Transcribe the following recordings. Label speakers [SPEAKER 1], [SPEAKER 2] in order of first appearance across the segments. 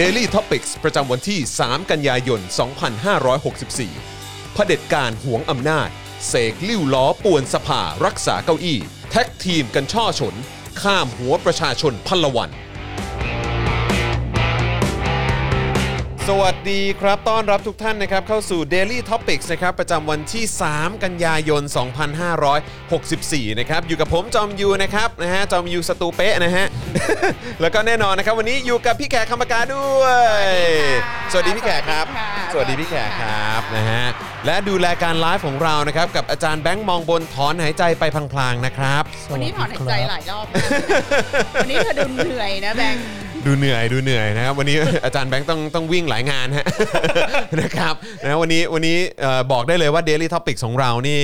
[SPEAKER 1] Daily Topics ประจำวันที่ 3 กันยายน 2564 เผด็จการหวงอำนาจ เสกลิ้วล้อป่วนสภารักษาเก้าอี้ แท็กทีมกันช่อฉน ข้ามหัวประชาชนพลวัน สวัสดีครับ ต้อนรับทุกท่านนะครับเข้าสู่ Daily Topics นะครับประจำวันที่ 3 กันยายน 2564 นะครับอยู่กับผมจอมยูนะครับนะฮะจอมยูสตูเปะนะฮ ะ แล้วก็แน่นอนนะครับวันนี้อยู่กับพี่แขกคำปากาด้วย ส
[SPEAKER 2] สวั
[SPEAKER 1] วัส
[SPEAKER 2] สดี
[SPEAKER 1] ดี
[SPEAKER 2] ค่ะ
[SPEAKER 1] พี่แขกครับ ส
[SPEAKER 2] สวั
[SPEAKER 1] วัส
[SPEAKER 2] สดี
[SPEAKER 1] ดี
[SPEAKER 2] ค่ะ
[SPEAKER 1] พี่แขกครับนะฮะและดูแลการไลฟ์ของเรานะครับกับอาจารย์แบงค์มองบนถอนหายใจไปพลางๆนะครับ
[SPEAKER 2] วันนี้ถอนหายใจหลายรอบมากวันนี้เธอดูเหนื่อยนะแบงค์
[SPEAKER 1] ดูเหนื่อยดูเหนื่อยนะครับวันนี้ อาจารย์แบงค์ต้องต้องวิ่งหลายงานฮะ นะครับนะวันนี้วันนี้เอ่อบอกได้เลยว่า Daily t o p i c ของเรานี่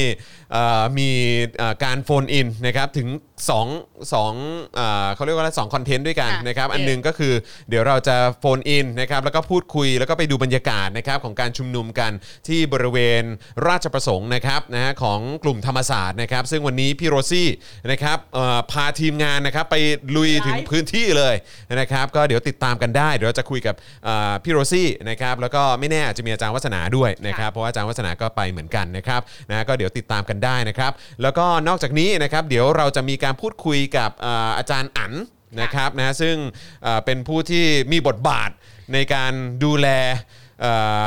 [SPEAKER 1] เอ่อมีเอ่อการโฟนอินนะครับถึง2องสองเอ่อเขาเรียกว่าอะไรสองคอนเทนต์ด้วยกัน
[SPEAKER 2] ค่ะ
[SPEAKER 1] นะครับ
[SPEAKER 2] โอเค
[SPEAKER 1] อันหนึงก็คือเดี๋ยวเราจะโฟนอินนะครับแล้วก็พูดคุยแล้วก็ไปดูบรรยากาศนะครับของการชุมนุมกันที่บริเวณราชประสงค์นะครับนะฮะของกลุ่มธรรมศาสตร์นะครับซึ่งวันนี้พี่โรซี่นะครับเอ่อพาทีมงานนะครับไปลุยถึง
[SPEAKER 2] Live
[SPEAKER 1] พื้นที่เลยนะครับ ก็เดี๋ยวติดตามกันได้เดี๋ยวเราจะคุยกับเอ่อพี่โรซี่นะครับแล้วก็ไม่แน่อาจจะมีอาจารย์วัฒนาด้วยนะครับ เพราะว่าอาจารย์วัฒนาก็ไปเหมือนกันนะครับนะก็เดี๋ยวติดตามกันได้นะครับ แล้วก็นอกจากนี้นะครับเดี๋ยวเราจะมีการพูดคุยกับเอ่ออาจารย์อั๋นนะครับนะซึ่งเอ่อเป็นผู้ที่มีบทบาทในการดูแลเอ่อ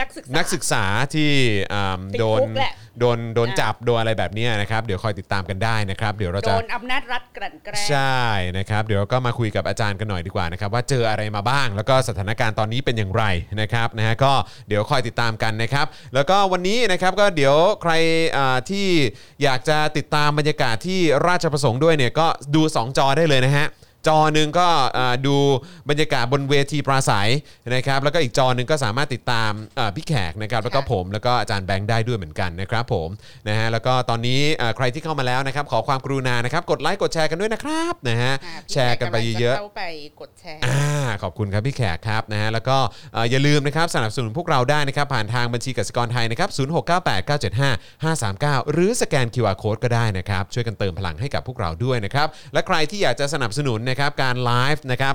[SPEAKER 2] นักศึกษา
[SPEAKER 1] นักศึกษาที่อ่า
[SPEAKER 2] ติด
[SPEAKER 1] โดน
[SPEAKER 2] คุกแหละ
[SPEAKER 1] โดนโดนจับโดนอะไรแบบเนี้ยนะครับเดี๋ยวคอยติดตามกันได้นะครับเดี๋ยวเรา
[SPEAKER 2] โด
[SPEAKER 1] จะ
[SPEAKER 2] นอำนาจรัฐกลั่นแกล้ง
[SPEAKER 1] ใช่นะครับ เดี๋ยวก็มาคุยกับอาจารย์กันหน่อยดีกว่านะครับ ว่าเจออะไรมาบ้าง แล้วก็สถานการณ์ตอนนี้เป็นอย่างไรนะครับนะฮะก็เดี๋ยวคอยติดตามกันนะครับ แล้วก็วันนี้นะครับก็เดี๋ยวใครอ่าที่อยากจะติดตามบรรยากาศที่ราชประสงค์ด้วยเนี่ยก็ดู 2 จอได้เลยนะฮะ จอหนึ่งก็อ่าดูบรรยากาศบนเวทีปราศัยนะครับ แล้วก็อีกจอหนึ่งก็สามารถติดตามอ่าพี่แขกนะครับ แล้วก็
[SPEAKER 2] ค่ะ
[SPEAKER 1] ผมแล้วก็อาจารย์แบงค์ได้ด้วยเหมือนกันนะครับผมนะฮะแล้วก็ตอนนี้อ่าใครที่เข้ามาแล้วนะครับ ขอความกรุณานะครับ กดไลค์กดแชร์กันด้วยนะครับนะฮะ
[SPEAKER 2] อ่ะพี่
[SPEAKER 1] แชร์กันไปเยอะ
[SPEAKER 2] กำลังจเข้าไปกดแชร์
[SPEAKER 1] ๆอ่าขอบคุณครับพี่แขกครับนะฮะแล้วก็เอ่ออย่าลืมนะครับสนับสนุนพวกเราได้นะครับ ผ่านทางบัญชีกสิกรไทยนะครับ0698975539 หรือสแกน QR Code ก็ได้นะครับ ช่วยกันเติมพลังให้กับพวกเราด้วยนะครับ และใครที่อยากจะสนับสนุนนะครับการไลฟ์นะครับ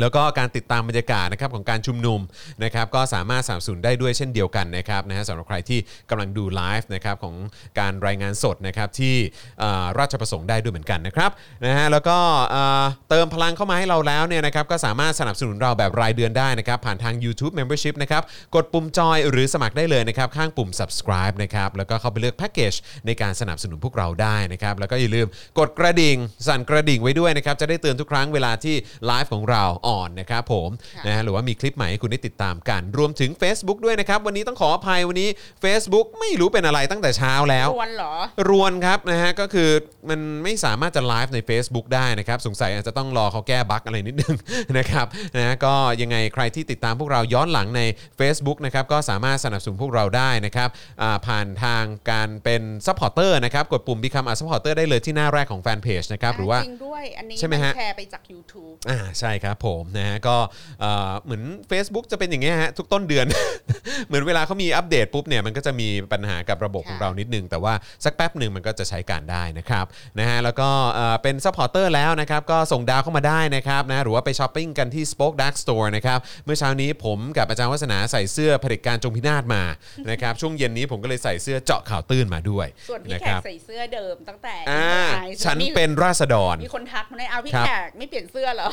[SPEAKER 1] แล้วก็การติดตามบรรยากาศนะครับของการชุมนุมนะครับก็สามารถสามสูนได้ด้วยเช่นเดียวกันนะครับนะฮะสำหรับใครที่กำลังดูไลฟ์นะครับของการรายงานสดนะครับที่เอ่อราชประสงค์ได้ด้วยเหมือนกันนะครับนะฮะแล้วก็เอ่อเติมพลังเข้ามาให้เราแล้วเนี่ยนะครับก็สามารถสนับสนุนเราแบบรายเดือนได้นะครับผ่านทาง YouTube Membership นะครับกดปุ่มจอยหรือสมัครได้เลยนะครับข้างปุ่ม subscribe นะครับแล้วก็เข้าไปเลือกแพ็กเกจในการสนับสนุนพวกเราได้นะครับแล้วก็อย่าลืมกดกระดิ่งสั่นกระดิ่งไว้ด้วยนะครับจะได้เตือนทุกครั้งเวลาที่ไลฟ์ของเราออนนะครับผม
[SPEAKER 2] ค่ะ
[SPEAKER 1] นะฮะหรือว่ามีคลิปใหม่ให้คุณได้ติดตามกัน รวมถึง Facebook ด้วยนะครับ วันนี้ต้องขออภัยวันนี้ Facebook ไม่รู้เป็นอะไรตั้งแต่เช้าแล้ว
[SPEAKER 2] วนเหรอ
[SPEAKER 1] รวนครับนะฮะก็คือมันไม่สามารถจะไลฟ์ใน Facebook ได้นะครับ สงสัยอาจจะต้องรอเขาแก้บั๊กอะไรนิดนึง นะครับ นะก็ยังไงใครที่ติดตามพวกเราย้อนหลังใน Facebook นะครับก็สามารถสนับสนุนพวกเราได้นะครับอ่าผ่านทางการเป็นซัพพอร์เตอร์นะครับกดปุ่ม Become a supporter ได้เลยที่หน้าแรกของแฟนเพจนะครับหรือว่า
[SPEAKER 2] จริงด้วย อันนี้
[SPEAKER 1] ใช่ไหมฮะ
[SPEAKER 2] นแชร์ไปจาก YouTube
[SPEAKER 1] อ่าใช่ครับผมนะฮะก็เอ่อเหมือน Facebook จะเป็นอย่างเงี้ยฮะทุกต้นเดือน เหมือนเวลาเขามีอัปเดตปุ๊บเนี่ยมันก็จะมีปัญหากับระบบ
[SPEAKER 2] ค่ะ
[SPEAKER 1] ของเรานิดนึง แต่ว่าสักแป๊บหนึ่งมันก็จะใช้การได้นะครับนะฮะแล้วก็เอ่อเป็นซัพพอร์เตอร์แล้วนะครับก็ส่งดาวเข้ามาได้นะครับนะหรือว่าไปช้อปปิ้งกันที่ Spoke Dark Store นะครับเมื่อเช้านี้ผมกับอาจารย์วัฒนาใส่เสื้อเผด็จการจงพินาศมา นะครับช่วงเย็นนี้ผมก็เลยใส่เสื้อเจาะข่าวตื้นมาด้วย
[SPEAKER 2] ส่วนพี่
[SPEAKER 1] นะ
[SPEAKER 2] แข
[SPEAKER 1] ค
[SPEAKER 2] ก
[SPEAKER 1] รับ
[SPEAKER 2] ใส่เสื้อเดิมตั้งแต่
[SPEAKER 1] อ่า
[SPEAKER 2] ไหส่ว
[SPEAKER 1] ฉันเป็นราษฎร
[SPEAKER 2] มีคนทักมาในเอาพี่
[SPEAKER 1] ครับ
[SPEAKER 2] แขกไม่เปลี่ยนเสื้อเหรอ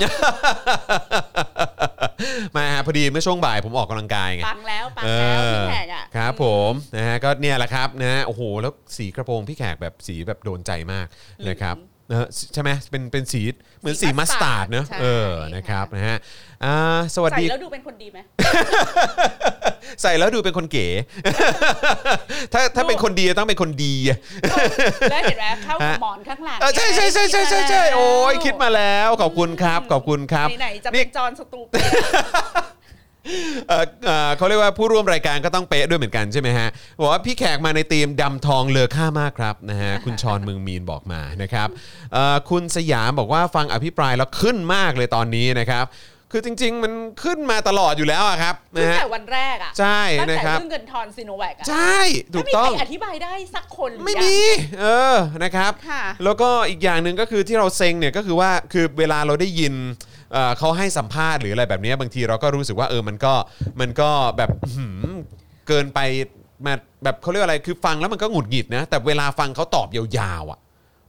[SPEAKER 1] มาฮะพอดีเมื่อช่วงบ่ายผมออกกำลังกายไง
[SPEAKER 2] ปังแล้วปังแล้วพี่แขกอ่ะ
[SPEAKER 1] เครับผมนะฮะก็เนี่ยแหละครับนะฮะโอ้โหแล้วสีกระโปรงพี่แขกแบบสีแบบโดนใจมากนะครับเออใช่ไหมเป็นเป็นสีเหมือนสี
[SPEAKER 2] สีมั
[SPEAKER 1] มัส
[SPEAKER 2] ส
[SPEAKER 1] ตา
[SPEAKER 2] ตาร์
[SPEAKER 1] ร์ด
[SPEAKER 2] ด
[SPEAKER 1] เนอะ
[SPEAKER 2] ใช่
[SPEAKER 1] เออนะครับนะฮะอ่าสวัส
[SPEAKER 2] ใส่
[SPEAKER 1] ดี
[SPEAKER 2] แล้วดูเป็นคนดีไหม
[SPEAKER 1] ใส่แล้วดูเป็นคนเก๋ ถ้าถ้า
[SPEAKER 2] ดู
[SPEAKER 1] เป็นคนดีต้องเป็นคนดีอะ
[SPEAKER 2] แล้วเห็นไหมเข้ากับหมอนข้างหลัง
[SPEAKER 1] เออใช่ใช่ใช่ใช่ใช่ใช่โอ้ยคิดมาแล้วขอบคุณครับขอบคุณครับ
[SPEAKER 2] ไหนๆจะ
[SPEAKER 1] นี่
[SPEAKER 2] เป็นจอห์นสตูเปะ
[SPEAKER 1] เอ่อเอ่อเขาเรียกว่าผู้ร่วมรายการก็ต้องเป๊ะด้วยเหมือนกันใช่ไหมฮะบอกว่าพี่แขกมาในธีมดำทองเลอค่ามากครับนะ ฮะ คุณชอนเมืองมีนบอกมานะครับเอ่อคุณสยามบอกว่าฟังอภิปรายแล้วขึ้นมากเลยตอนนี้นะครับ คือจริง ๆ มันขึ้นมาตลอดอยู่แล้วอะครับ
[SPEAKER 2] ตั้
[SPEAKER 1] นะ
[SPEAKER 2] ง
[SPEAKER 1] ฮะ
[SPEAKER 2] แต่วันแรกอ่ะ
[SPEAKER 1] ใช่
[SPEAKER 2] ตั้ง
[SPEAKER 1] นะ
[SPEAKER 2] แต่
[SPEAKER 1] ครับ
[SPEAKER 2] เรื่องเงินทอนซีโนแวคอ่ะ
[SPEAKER 1] ใช่ถูกต้อง
[SPEAKER 2] ไม่มีใครอธิบายได้สักคนหรือ
[SPEAKER 1] ไม่
[SPEAKER 2] ยัง
[SPEAKER 1] มี เออนะครับ
[SPEAKER 2] ค่ะ
[SPEAKER 1] แล้วก็อีกอย่างหนึ่งก็คือที่เราเซ็งเนี่ยก็คือว่าคือเวลาเราได้ยิน เอ่อเขาให้สัมภาษณ์หรืออะไรแบบเนี้ยบางทีเราก็รู้สึกว่าเออมันก็มันก็แบบอื้อหือเกินไปมาแบบเขาเรียกว่าอะไรคือฟังแล้วมันก็หงุดหงิดนะแต่เวลาฟังเขาตอบยาวๆอ่ะ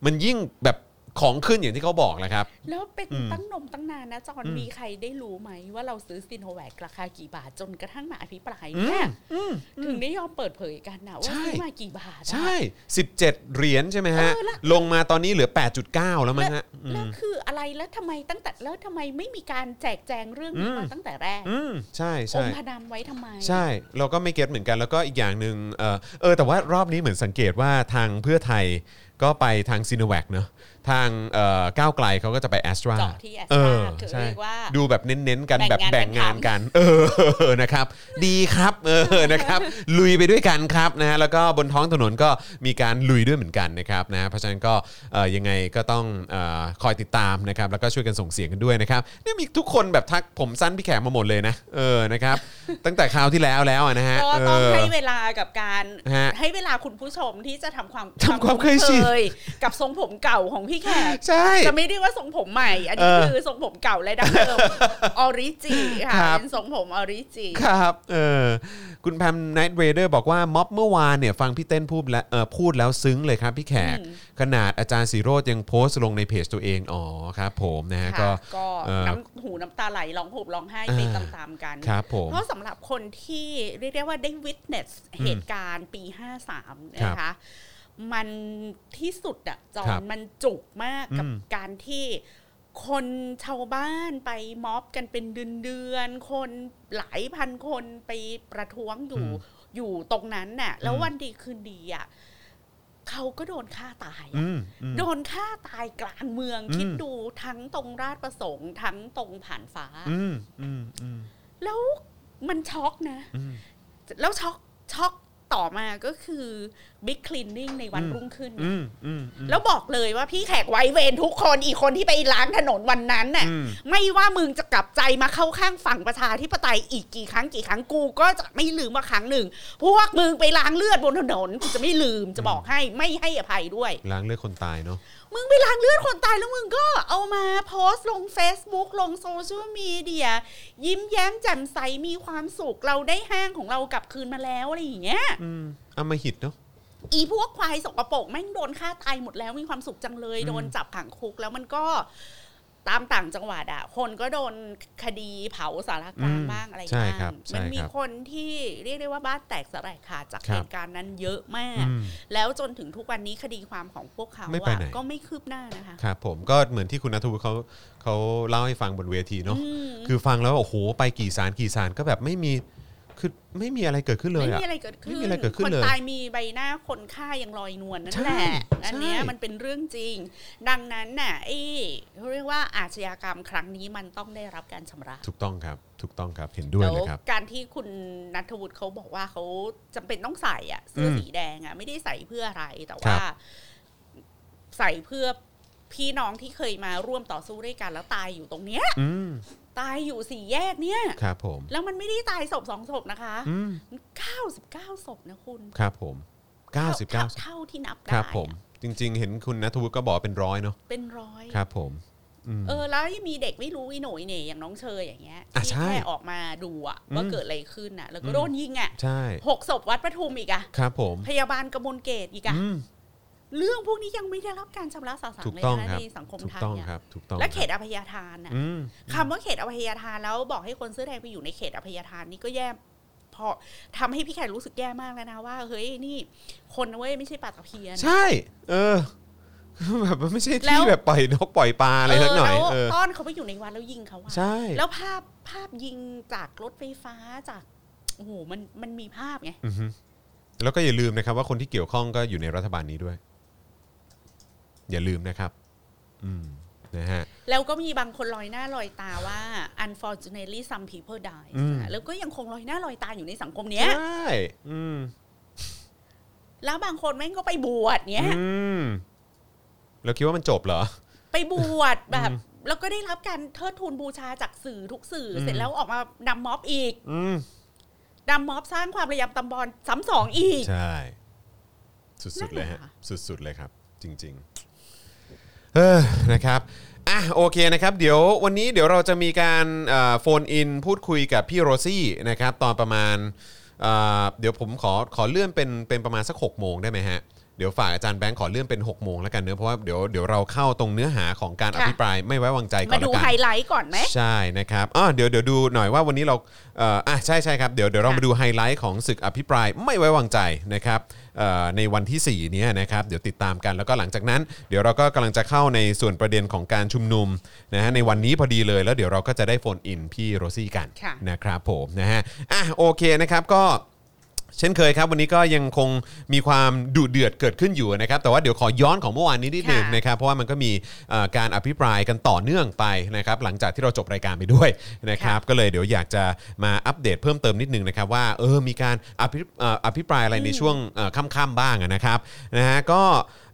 [SPEAKER 1] มันยิ่งแบบของขึ้นอย่างที่เขาบอกแหละครับ
[SPEAKER 2] แล้วเป็น
[SPEAKER 1] อืม
[SPEAKER 2] ตั้งนมตั้งนานนะจอน
[SPEAKER 1] อืม
[SPEAKER 2] มีใครได้รู้ไหมว่าเราซื้อซินโนแวคราคากี่บาทจนกระทั่งมาอภิปรายเนี่ย
[SPEAKER 1] อืม
[SPEAKER 2] ถึงได้ยอมเปิดเผยกันนะว่า
[SPEAKER 1] ใช่
[SPEAKER 2] ซื้อมากี่บาทอะ
[SPEAKER 1] ใช่ 17 เหรียญใช่ไหมฮะ
[SPEAKER 2] เออละ
[SPEAKER 1] ลงมาตอนนี้เหลือ 8.9 แล้วมั้งฮะอื
[SPEAKER 2] แล้ว
[SPEAKER 1] ม
[SPEAKER 2] คืออะไรแล้วทำไมตั้งแต่แล้วทำไมไม่มีการแจกแจงเรื่องนี้
[SPEAKER 1] อืม
[SPEAKER 2] มาตั้งแต่แรก
[SPEAKER 1] อืมใช่
[SPEAKER 2] อ
[SPEAKER 1] ใช่
[SPEAKER 2] มพนามไว้ทำไม
[SPEAKER 1] ใช่ เราก็ไม่เก็ตเหมือนกันแล้วก็อีกอย่างหนึ่งเออเออแต่ว่ารอบนี้เหมือนสังเกตว่าทางเพื่อไทยก็ไปทางซีโนแวคเนอะทางเอ่อก้าวไกลเขาก็จะไปแอสตรา
[SPEAKER 2] เจาะที่ Astra คือเรียกว่า
[SPEAKER 1] ดูแบบเน้นๆกันแบ
[SPEAKER 2] แบบ บ
[SPEAKER 1] แบ่
[SPEAKER 2] แบ่
[SPEAKER 1] งงาง
[SPEAKER 2] งาน นกั
[SPEAKER 1] กัน
[SPEAKER 2] น
[SPEAKER 1] เออ นะครับ ดีครับเออนะครับ ลุยไปด้วยกันครับนะฮะแล้วก็บนท้องถนนก็มีการลุยด้วยเหมือนกันนะครับนะเพราะฉะนั้นก็เอ่อยังไงก็ต้องเอ่อคอยติดตามนะครับแล้วก็ช่วยกันส่งเสียงกันด้วยนะครับนี่มีทุกคนแบบทักผมสั้นพี่แขกมาหมดเลยนะเออนะครับ ตั้งแต่คราวที่แล้วแล้วอะนะฮะ
[SPEAKER 2] ก็ต้อง
[SPEAKER 1] เออ
[SPEAKER 2] ให้เวลากับการ
[SPEAKER 1] ฮะ
[SPEAKER 2] ให้เวลาคุณผู้ชมที่จะทำความ
[SPEAKER 1] ทำความเคยชิน
[SPEAKER 2] กับทรงผมเก่าของพี่แขก
[SPEAKER 1] ใช่
[SPEAKER 2] จะไม่ได้ว่าทรงผมใหม่ อันนี้
[SPEAKER 1] เออ
[SPEAKER 2] คือทรงผมเก่าและดั้งเดิม ออริจิค่ะ
[SPEAKER 1] ครับ
[SPEAKER 2] เป็นทรงผมออริจิ
[SPEAKER 1] ครับเออคุณแพมไนท์เรเดอร์บอกว่าม็อบเมื่อวานเนี่ยฟังพี่เต้นพูดแล้วเออพูดแล้วซึ้งเลยครับพี่แขก
[SPEAKER 2] อืม
[SPEAKER 1] ขนาดอาจารย์สีโรดยังโพสต์ลงในเพจตัวเอง อ๋อครับผมนะฮะก็
[SPEAKER 2] ค่ะก็
[SPEAKER 1] เอ่อ
[SPEAKER 2] น้ำหูน้ำตาไหลร้องห่มร้องไห้ไป
[SPEAKER 1] อ่า
[SPEAKER 2] ตามๆกัน
[SPEAKER 1] ครับผม
[SPEAKER 2] เพราะสำหรับคนที่เรียกได้ว่าได้วิทเนสเหตุการณ์ปี 53 นะคะ มันที่สุดอะจอ
[SPEAKER 1] ครั
[SPEAKER 2] น
[SPEAKER 1] บ
[SPEAKER 2] มันจุกมากกับ
[SPEAKER 1] อืม
[SPEAKER 2] การที่คนชาวบ้านไปม็อบกันเป็นเดือนๆคนหลายพันคนไปประท้วงอยู่
[SPEAKER 1] อืม
[SPEAKER 2] อยู่ตรงนั้นน่ะ แล้ว
[SPEAKER 1] อืม
[SPEAKER 2] วันดีคืนดีอะเขาก็โดนฆ่าตายอะ
[SPEAKER 1] อืมอืม
[SPEAKER 2] โดนฆ่าตายกลางเมือง
[SPEAKER 1] อืม
[SPEAKER 2] คิดดูทั้งตรงราชประสงค์ทั้งตรงผ่านฟ้า
[SPEAKER 1] อืมอืมอืม
[SPEAKER 2] แล้วมันช็อกนะ
[SPEAKER 1] อืม
[SPEAKER 2] แล้วช็อกช็อกต่อมาก็คือบิ๊กคลีนนิ่งในวัน
[SPEAKER 1] อืม
[SPEAKER 2] รุ่งขึ้น
[SPEAKER 1] อืมอืมอืม
[SPEAKER 2] แล้วบอกเลยว่าพี่แขกไว้เวรทุกคนอีกคนที่ไปล้างถนนวันนั้นน่ะ
[SPEAKER 1] อืม
[SPEAKER 2] ไม่ว่ามึงจะกลับใจมาเข้าข้างฝั่งประชาธิปไตยอีกกี่ครั้งกี่ครั้งกูก็จะไม่ลืมว่าครั้งหนึ่งพวกมึงไปล้างเลือดบนถนนกูจะไม่ลืมจะบอกให้ไม่ให้อภัยด้วย
[SPEAKER 1] ล้างเลือดคนตายเนาะ
[SPEAKER 2] มึงไปล้างเลือดคนตายแล้วมึงก็เอามาโพสต์ลง Facebook ลงโซเชียลมีเดียยิ้มแย้มแจ่มใสมีความสุขเราได้ห้างของเรากลับคืนมาแล้วอะไรอย่างเงี้ย
[SPEAKER 1] อืมอำมหิตเนาะ
[SPEAKER 2] อีพวกควายสกปรกแม่งโดนฆ่าตายหมดแล้วมีความสุขจังเลย
[SPEAKER 1] อืม
[SPEAKER 2] โดนจับขังคุกแล้วมันก็ตามต่างจังหวัดอะคนก็โดนคดีเผาสารกลางบ้างอะไร
[SPEAKER 1] ใช่
[SPEAKER 2] บ้าง
[SPEAKER 1] ครับใช่
[SPEAKER 2] มันมี
[SPEAKER 1] ครับ
[SPEAKER 2] คนที่เรียกได้ว่าบ้านแตกสลายขาดจาก
[SPEAKER 1] ครับ
[SPEAKER 2] เหตุการณ์นั้นเยอะมาก
[SPEAKER 1] อืม
[SPEAKER 2] แล้วจนถึงทุกวันนี้คดีความของพวกเขา
[SPEAKER 1] ไม่ไป
[SPEAKER 2] อะ
[SPEAKER 1] ไหน
[SPEAKER 2] ก็ไม่คืบหน้านะคะ
[SPEAKER 1] ครับผมก็เหมือนที่คุณนัทวุฒิเขาเขาเล่าให้ฟังบนเวทีเนาะ
[SPEAKER 2] อืม
[SPEAKER 1] คือฟังแล้วโอ้โหไปกี่สารกี่สารก็แบบไม่มีคือไม่มีอะไรเกิดขึ้นเลย
[SPEAKER 2] ไม่
[SPEAKER 1] อะ
[SPEAKER 2] มีอะไรเกิดขึ้น
[SPEAKER 1] ไม่มีอะไรเกิดขึ้น
[SPEAKER 2] คน
[SPEAKER 1] เลย
[SPEAKER 2] ตายมีใบหน้าคนฆ่ายังลอยนวลนั่น
[SPEAKER 1] ใช่
[SPEAKER 2] แหละอันเนี้ย
[SPEAKER 1] ใช่
[SPEAKER 2] มันเป็นเรื่องจริง ดังนั้นน่ะไอ้เขาเรียกว่าอาชญากรรมครั้งนี้มันต้องได้รับการชำระ
[SPEAKER 1] ถูกต้องครับ ถูกต้องครับเห็นด้วย
[SPEAKER 2] แล้ว
[SPEAKER 1] นะครับ
[SPEAKER 2] การที่คุณนัทวุฒิเขาบอกว่าเขาจำเป็นต้องใส่อะเสื้ออ
[SPEAKER 1] ม
[SPEAKER 2] สีแดงอะไม่ได้ใส่เพื่ออะไรแต่
[SPEAKER 1] ครั
[SPEAKER 2] ว่า
[SPEAKER 1] บ
[SPEAKER 2] ใส่เพื่อพี่น้องที่เคยมาร่วมต่อสู้ด้วยกันแล้วตายอยู่ตรงเนี้ย
[SPEAKER 1] อืม
[SPEAKER 2] ตายอยู่สี่แยกเนี่ย
[SPEAKER 1] ครับผม
[SPEAKER 2] แล้วมันไม่ได้ตายศพสองศพนะคะ
[SPEAKER 1] อืม
[SPEAKER 2] 99ศพนะคุณ
[SPEAKER 1] ครับผม99
[SPEAKER 2] เท่าที่นับได้
[SPEAKER 1] ครับผม จริง ๆ เห็นคุณนัทวุฒิก็บอกว่าเป็นร้อยเนาะ
[SPEAKER 2] เป็นร้อย
[SPEAKER 1] ครับผมอืม
[SPEAKER 2] เออแล้วยังมีเด็กไม่รู้วิโหน่ยเนี่ยอย่างน้องเชยอย่างเงี้ย
[SPEAKER 1] อ่ะ
[SPEAKER 2] ที่
[SPEAKER 1] ใช่
[SPEAKER 2] แค่ออกมาดูอะ
[SPEAKER 1] อืม
[SPEAKER 2] ว่าเกิดอะไรขึ้นอะแล้วก็
[SPEAKER 1] อืม
[SPEAKER 2] โดนยิงอะ
[SPEAKER 1] ใช่
[SPEAKER 2] หกศพวัดประทุมอีกอะ
[SPEAKER 1] ครับผม
[SPEAKER 2] พยาบาลกระมวลเกตอีกอะ
[SPEAKER 1] อืม
[SPEAKER 2] เรื่องพวกนี้ยังไม่ได้รับการชำระสาสาง
[SPEAKER 1] ถูก
[SPEAKER 2] เลย
[SPEAKER 1] ต้อง
[SPEAKER 2] นะครับ ในสังคม
[SPEAKER 1] ถูก
[SPEAKER 2] ไทย
[SPEAKER 1] ต้อง
[SPEAKER 2] อะ
[SPEAKER 1] ครับ ถูกต้อง
[SPEAKER 2] และเขต
[SPEAKER 1] ครับ
[SPEAKER 2] อภัยทานอะ
[SPEAKER 1] อืม
[SPEAKER 2] คำว่าเขตอภัยทานแล้วบอกให้คนเสื้อแดงไปอยู่ในเขตอภัยทานนี่ก็แย่พอทำให้พี่แขกรู้สึกแย่มากแล้วนะว่าเฮ้ยนี่ คนนะเว้ยไม่ใช่ปลาตะเพียน
[SPEAKER 1] ใช่ เออ คือแบบมันไม่ใช่
[SPEAKER 2] แล้
[SPEAKER 1] ที่
[SPEAKER 2] ว
[SPEAKER 1] แบบปล่อยนกปล่อยปลาอะไรสักหน่อย
[SPEAKER 2] แล้ว
[SPEAKER 1] เออ
[SPEAKER 2] ต้อนเขาไปอยู่ในวัดแล้วยิงเขาอะ
[SPEAKER 1] ใช่
[SPEAKER 2] แล้วภาพภาพยิงจากรถไฟฟ้าจากโอ้โหมันมันมีภาพไง
[SPEAKER 1] อือฮึแล้วก็อย่าลืมนะครับ ว่าคนที่เกี่ยวข้องก็อยู่ในรัฐบาลนี้ด้วย อย่าลืมนะครับ อืมนะฮะ
[SPEAKER 2] แล้วก็มีบางคนลอยหน้าลอยตาว่า unfortunately some people die
[SPEAKER 1] อืม
[SPEAKER 2] แล้วก็ยังคงลอยหน้าลอยตาอยู่ในสังคม
[SPEAKER 1] ใช
[SPEAKER 2] เนี้ย
[SPEAKER 1] ่อืม
[SPEAKER 2] แล้วบางคนแม่งก็ไปบวชเนี้ย
[SPEAKER 1] อืมเราคิดว่ามันจบเหรอ
[SPEAKER 2] ไปบวชแบบ แล้วก็ได้รับการเทิดทูนบูชาจากสื่อทุกสื่ออ
[SPEAKER 1] ม
[SPEAKER 2] เสร็จแล้วออกมานำม็อบอีก
[SPEAKER 1] อืม
[SPEAKER 2] นำม็อบสร้างความระยำตำบอลซ้ำสองอีก
[SPEAKER 1] ใช่ สุดๆเลยฮะ
[SPEAKER 2] นั่นแหละค่ะ
[SPEAKER 1] สุดๆเลยครับ จริง ๆ เออนะครับ อ่ะโอเคนะครับเดี๋ยววันนี้เดี๋ยวเราจะมีการโฟนอินพูดคุยกับพี่โรซี่นะครับตอนประมาณเอ่อเดี๋ยวผมขอขอเลื่อนเป็นเป็นประมาณสัก6กโมงได้ไหมฮะเดี๋ยวฝากอาจารย์แบงค์ขอเลื่อนเป็น6กโมงแล้วกันเนอะเพราะว่าเดี๋ยวเดี๋ยวเราเข้าตรงเนื้อหาของการอ
[SPEAKER 2] ค่ะ
[SPEAKER 1] ภิปรายไม่ไว้วางใจก่อ
[SPEAKER 2] มาน ดู
[SPEAKER 1] ละกั
[SPEAKER 2] ไฮ
[SPEAKER 1] น
[SPEAKER 2] ไลท์ก่อนไหม
[SPEAKER 1] ใช่นะครับอ๋อเดี๋ยวเดี๋ยวดูหน่อยว่าวันนี้เราเอ่ออ่ะใช่ใช่ครับเดี๋ยวเดี๋ยวเรา
[SPEAKER 2] ค่ะ
[SPEAKER 1] มาดูไฮไลท์ของศึกอภิปรายไม่ไว้วางใจนะครับเอ่อในวันที่ 4 เนี้นะครับเดี๋ยวติดตามกันแล้วก็หลังจากนั้น เดี๋ยวเราก็กำลังจะเข้าในส่วนประเด็นของการชุมนุมนะฮะในวันนี้พอดีเลยแล้วเดี๋ยวเราก็จะได้โฟนอินพี่โรซี่กัน
[SPEAKER 2] ค่ะ
[SPEAKER 1] นะครับผมนะฮะอ่ะโอเคนะครับก็เช่นเคยครับ วันนี้ก็ยังคงมีความดุเดือดเกิดขึ้นอยู่นะครับ แต่ว่าเดี๋ยวขอย้อนของเมื่อวานนี้นิดหนึ่ง
[SPEAKER 2] ค่ะ
[SPEAKER 1] นะครับเพราะว่ามันก็มีเอ่อการอภิปรายกันต่อเนื่องไปนะครับ หลังจากที่เราจบรายการไปด้วยนะครับ ก็เลยเดี๋ยวอยากจะมาอัปเดตเพิ่มเติมนิดนึงนะครับ ว่าเออมีการอภิเอ่ออภิปรายอะไรในช่วงเอ่อค่ำๆบ้างอะนะครับนะฮะก็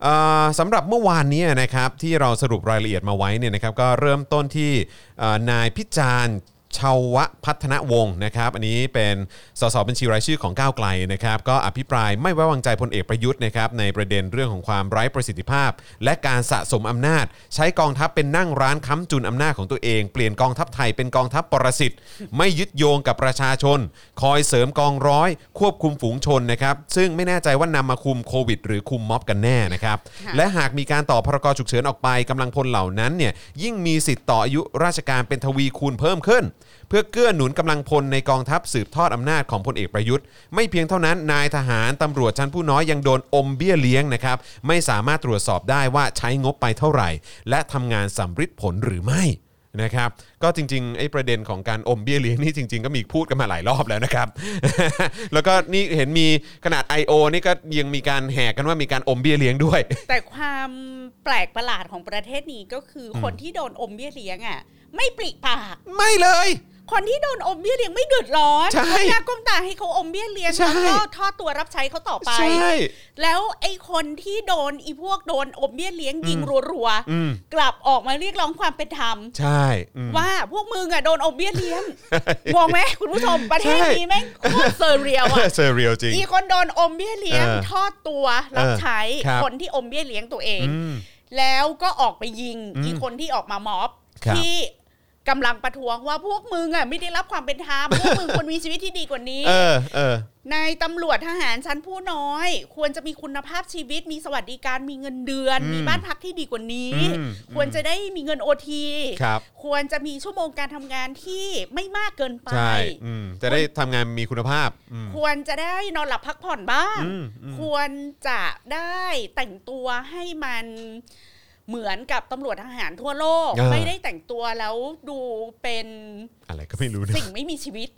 [SPEAKER 1] เอ่อสำหรับเมื่อวานเนี้นะครับที่เราสรุปรายละเอียดมาไว้เนี่ยนะครับก็เริ่มต้นที่เอ่อนายพิจารณ์ ชาวพัฒนวงศ์นะครับอันนี้เป็นสสบัญชีรายชื่อของก้าวไกลนะครับก็อภิปรายไม่ไว้วางใจพลเอกประยุทธ์นะครับในประเด็นเรื่องของความไร้ประสิทธิภาพ และการสะสมอำนาจ ใช้กองทัพเป็นนั่งร้านค้ำจุนอำนาจของตัวเอง เปลี่ยนกองทัพไทยเป็นกองทัพปรสิตไม่ยึดโยงกับประชาชน คอยเสริมกองร้อย ควบคุมฝูงชนนะครับซึ่งไม่แน่ใจว่านำมาคุมโควิด หรือคุมม็อบกันแน่นะครับ
[SPEAKER 2] ค่ะ
[SPEAKER 1] และ และหากมีการต่อพรกฉุกเฉินออกไปกำลังพลเหล่านั้นเนี่ยยิ่งมีสิทธิ์ต่ออายุราชการเป็นทวีคูณเพิ่มขึ้น เพื่อเกื้อหนุนกำลังพลในกองทัพสืบทอดอำนาจของพลเอกประยุทธ์ ไม่เพียงเท่านั้นนายทหารตำรวจชั้นผู้น้อยยังโดนอมเบี้ยเลี้ยงนะครับไม่สามารถตรวจสอบได้ว่าใช้งบไปเท่าไหร่ และทำงานสำฤทธิ์ผลหรือไม่นะครับ ก็จริงๆไอ้ประเด็นของการอมเบี้ยเลี้ยงนี่จริง ๆ ก็มีพูดกันมาหลายรอบแล้วนะครับ แล้วก็นี่เห็นมีขนาด I.O. นี่ก็ยังมีการแห่กันว่ามีการอมเบี้ยเลี้ยงด้วย
[SPEAKER 2] แต่ความแปลกประหลาดของประเทศนี้ก็คือคนที่โดนอมเบี้ยเลี้ยงอ่ะ ไม่ปริปาก
[SPEAKER 1] ไม่เลย
[SPEAKER 2] คนที่โดนอมเบี้ยเลี้ยงไม่เดือดร้อน
[SPEAKER 1] ใช่
[SPEAKER 2] ก้มหน้าก้มตาให้เขาอมเบี้ยเลี้ยง
[SPEAKER 1] ใช่
[SPEAKER 2] แล้วก็ทอดตัวรับใช้เขาต่อไป
[SPEAKER 1] ใช่
[SPEAKER 2] แล้วไอ้คนที่โดนไอีพวกโดนอมเบี้ยเลี้ยงยิงรัว
[SPEAKER 1] อืม
[SPEAKER 2] ๆกลับออกมาเรียกร้องความเป็นธรรม
[SPEAKER 1] ใช่อืม
[SPEAKER 2] ว่าพวกมึงอ่ะโดนอมเบี้ยเลี้ยงงงไหมคุณผู้ชมประเทศนี้แม่งโคตรเซอร์เรียลอ่ะ
[SPEAKER 1] เซอร์เรียลจริง
[SPEAKER 2] อีคนโดนอมเบี้ยเลี้ยง
[SPEAKER 1] เออ
[SPEAKER 2] ทอดตัวรับใช้
[SPEAKER 1] ครับ
[SPEAKER 2] คนที่อมเบี้ยเลี้ยงตัวเอง
[SPEAKER 1] อืม
[SPEAKER 2] แล้วก็ออกไปยิง
[SPEAKER 1] อืม
[SPEAKER 2] อีคนที่ออกมาม็อบ
[SPEAKER 1] ครับ
[SPEAKER 2] ที่กำลังประท้วงว่าพวกมึงอ่ะไม่ได้รับความเป็นธร รม พวกมึงควรมีชีวิตที่ดีกว่านี้
[SPEAKER 1] เออเออ
[SPEAKER 2] นายตำรวจทหารชั้นผู้น้อย ควรจะมีคุณภาพชีวิต มีสวัสดิการมีเงินเดือน
[SPEAKER 1] อืม
[SPEAKER 2] มีบ้านพักที่ดีกว่านี้
[SPEAKER 1] อืม
[SPEAKER 2] ควรจะได้มีเงินโอที
[SPEAKER 1] ครับ
[SPEAKER 2] ควรจะมีชั่วโมงการทำงานที่ไม่มากเกินไป
[SPEAKER 1] ใช่อืมจะได้ทำงานมีคุณภาพอืม
[SPEAKER 2] ควรจะได้นอนหลับพักผ่อนบ้าง
[SPEAKER 1] อืมอืม
[SPEAKER 2] ควรจะได้แต่งตัวให้มันเหมือนกับตำรวจทหารทั่วโลก
[SPEAKER 1] อ่า
[SPEAKER 2] ไม่ได้แต่งตัวแล้วดูเป็น
[SPEAKER 1] อะไรก็ไม่รู้นะ
[SPEAKER 2] สิ่งไม่มีชีวิ ต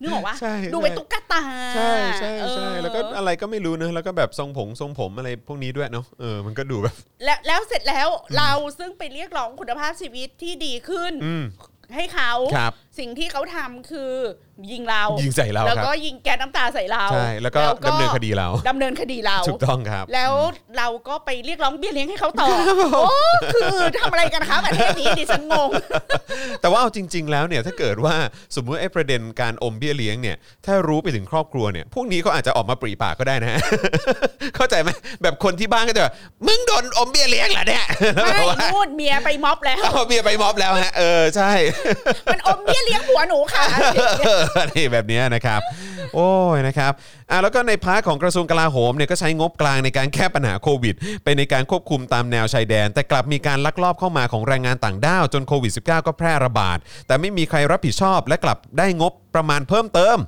[SPEAKER 2] นึกออกว่า
[SPEAKER 1] ใช่ใช่
[SPEAKER 2] ดูเป็นตุ๊กตา
[SPEAKER 1] ใช่ใช่ใช่
[SPEAKER 2] เออ
[SPEAKER 1] แล้วก็อะไรก็ไม่รู้เนอะแล้วก็แบบทรงผมทรงผมอะไรพวกนี้ด้วยเนาะเออมันก็ดูแบบ
[SPEAKER 2] แล้วแล้วเสร็จแล้วเราซึ่งไปเรียกร้องคุณภาพชีวิตที่ดีขึ้น
[SPEAKER 1] อืม
[SPEAKER 2] ให้เขา
[SPEAKER 1] ครับ
[SPEAKER 2] สิ่งที่เขาทำคือยิงเราย
[SPEAKER 1] ยิงใส่เรา
[SPEAKER 2] แล้ว
[SPEAKER 1] ครับ
[SPEAKER 2] ก็ยิงแก๊สน้ำตาใส่เรา
[SPEAKER 1] ใช่แล้วก็ดำเนินคดีเรา
[SPEAKER 2] ดำเนินคดีเรา
[SPEAKER 1] ถูกต้องครับ
[SPEAKER 2] แล้วเราก็ไปเรียกร้องเบี้ยเลี้ยงให้เขาต่อ โอ้คือทำอะไรกันคะประเทศนี้ดิฉันงง
[SPEAKER 1] แต่ว่าเอาจริง ๆ แล้วเนี่ยถ้าเกิดว่าสมมุติไอ้ประเด็นการอมเบี้ยเลี้ยงเนี่ยถ้ารู้ไปถึงครอบครัวเนี่ยพวกนี้เขาอาจจะออกมาปรีปากก็ได้นะ เข้าใจไหมแบบคนที่บ้านก็จะแบบมึงโดนอมเบี้ยเลี้ยงเหรอเนี่ย แล้วแบ
[SPEAKER 2] ไม่
[SPEAKER 1] บว่า
[SPEAKER 2] นู่นเมียไปม็อบแล้ว
[SPEAKER 1] เอาเบี้ยไปม็อบแล้วฮะเออใช่
[SPEAKER 2] มันอมเบี้ยเลี้ยงหัวหนูค่ะ
[SPEAKER 1] เออ นี่แบบเนี้ยนะครับ โอ้ยนะครับอ่ะแล้วก็ในพาร์ทของกระทรวงกลาโหมเนี่ยก็ใช้งบกลางในการแก้ปัญหาโควิด ไปในการควบคุมตามแนวชายแดน แต่กลับมีการลักลอบเข้ามาของแรงงานต่างด้าวจนโควิด -19 ก็แพร่ระบาด แต่ไม่มีใครรับผิดชอบและกลับได้งบประมาณเพิ่มเติม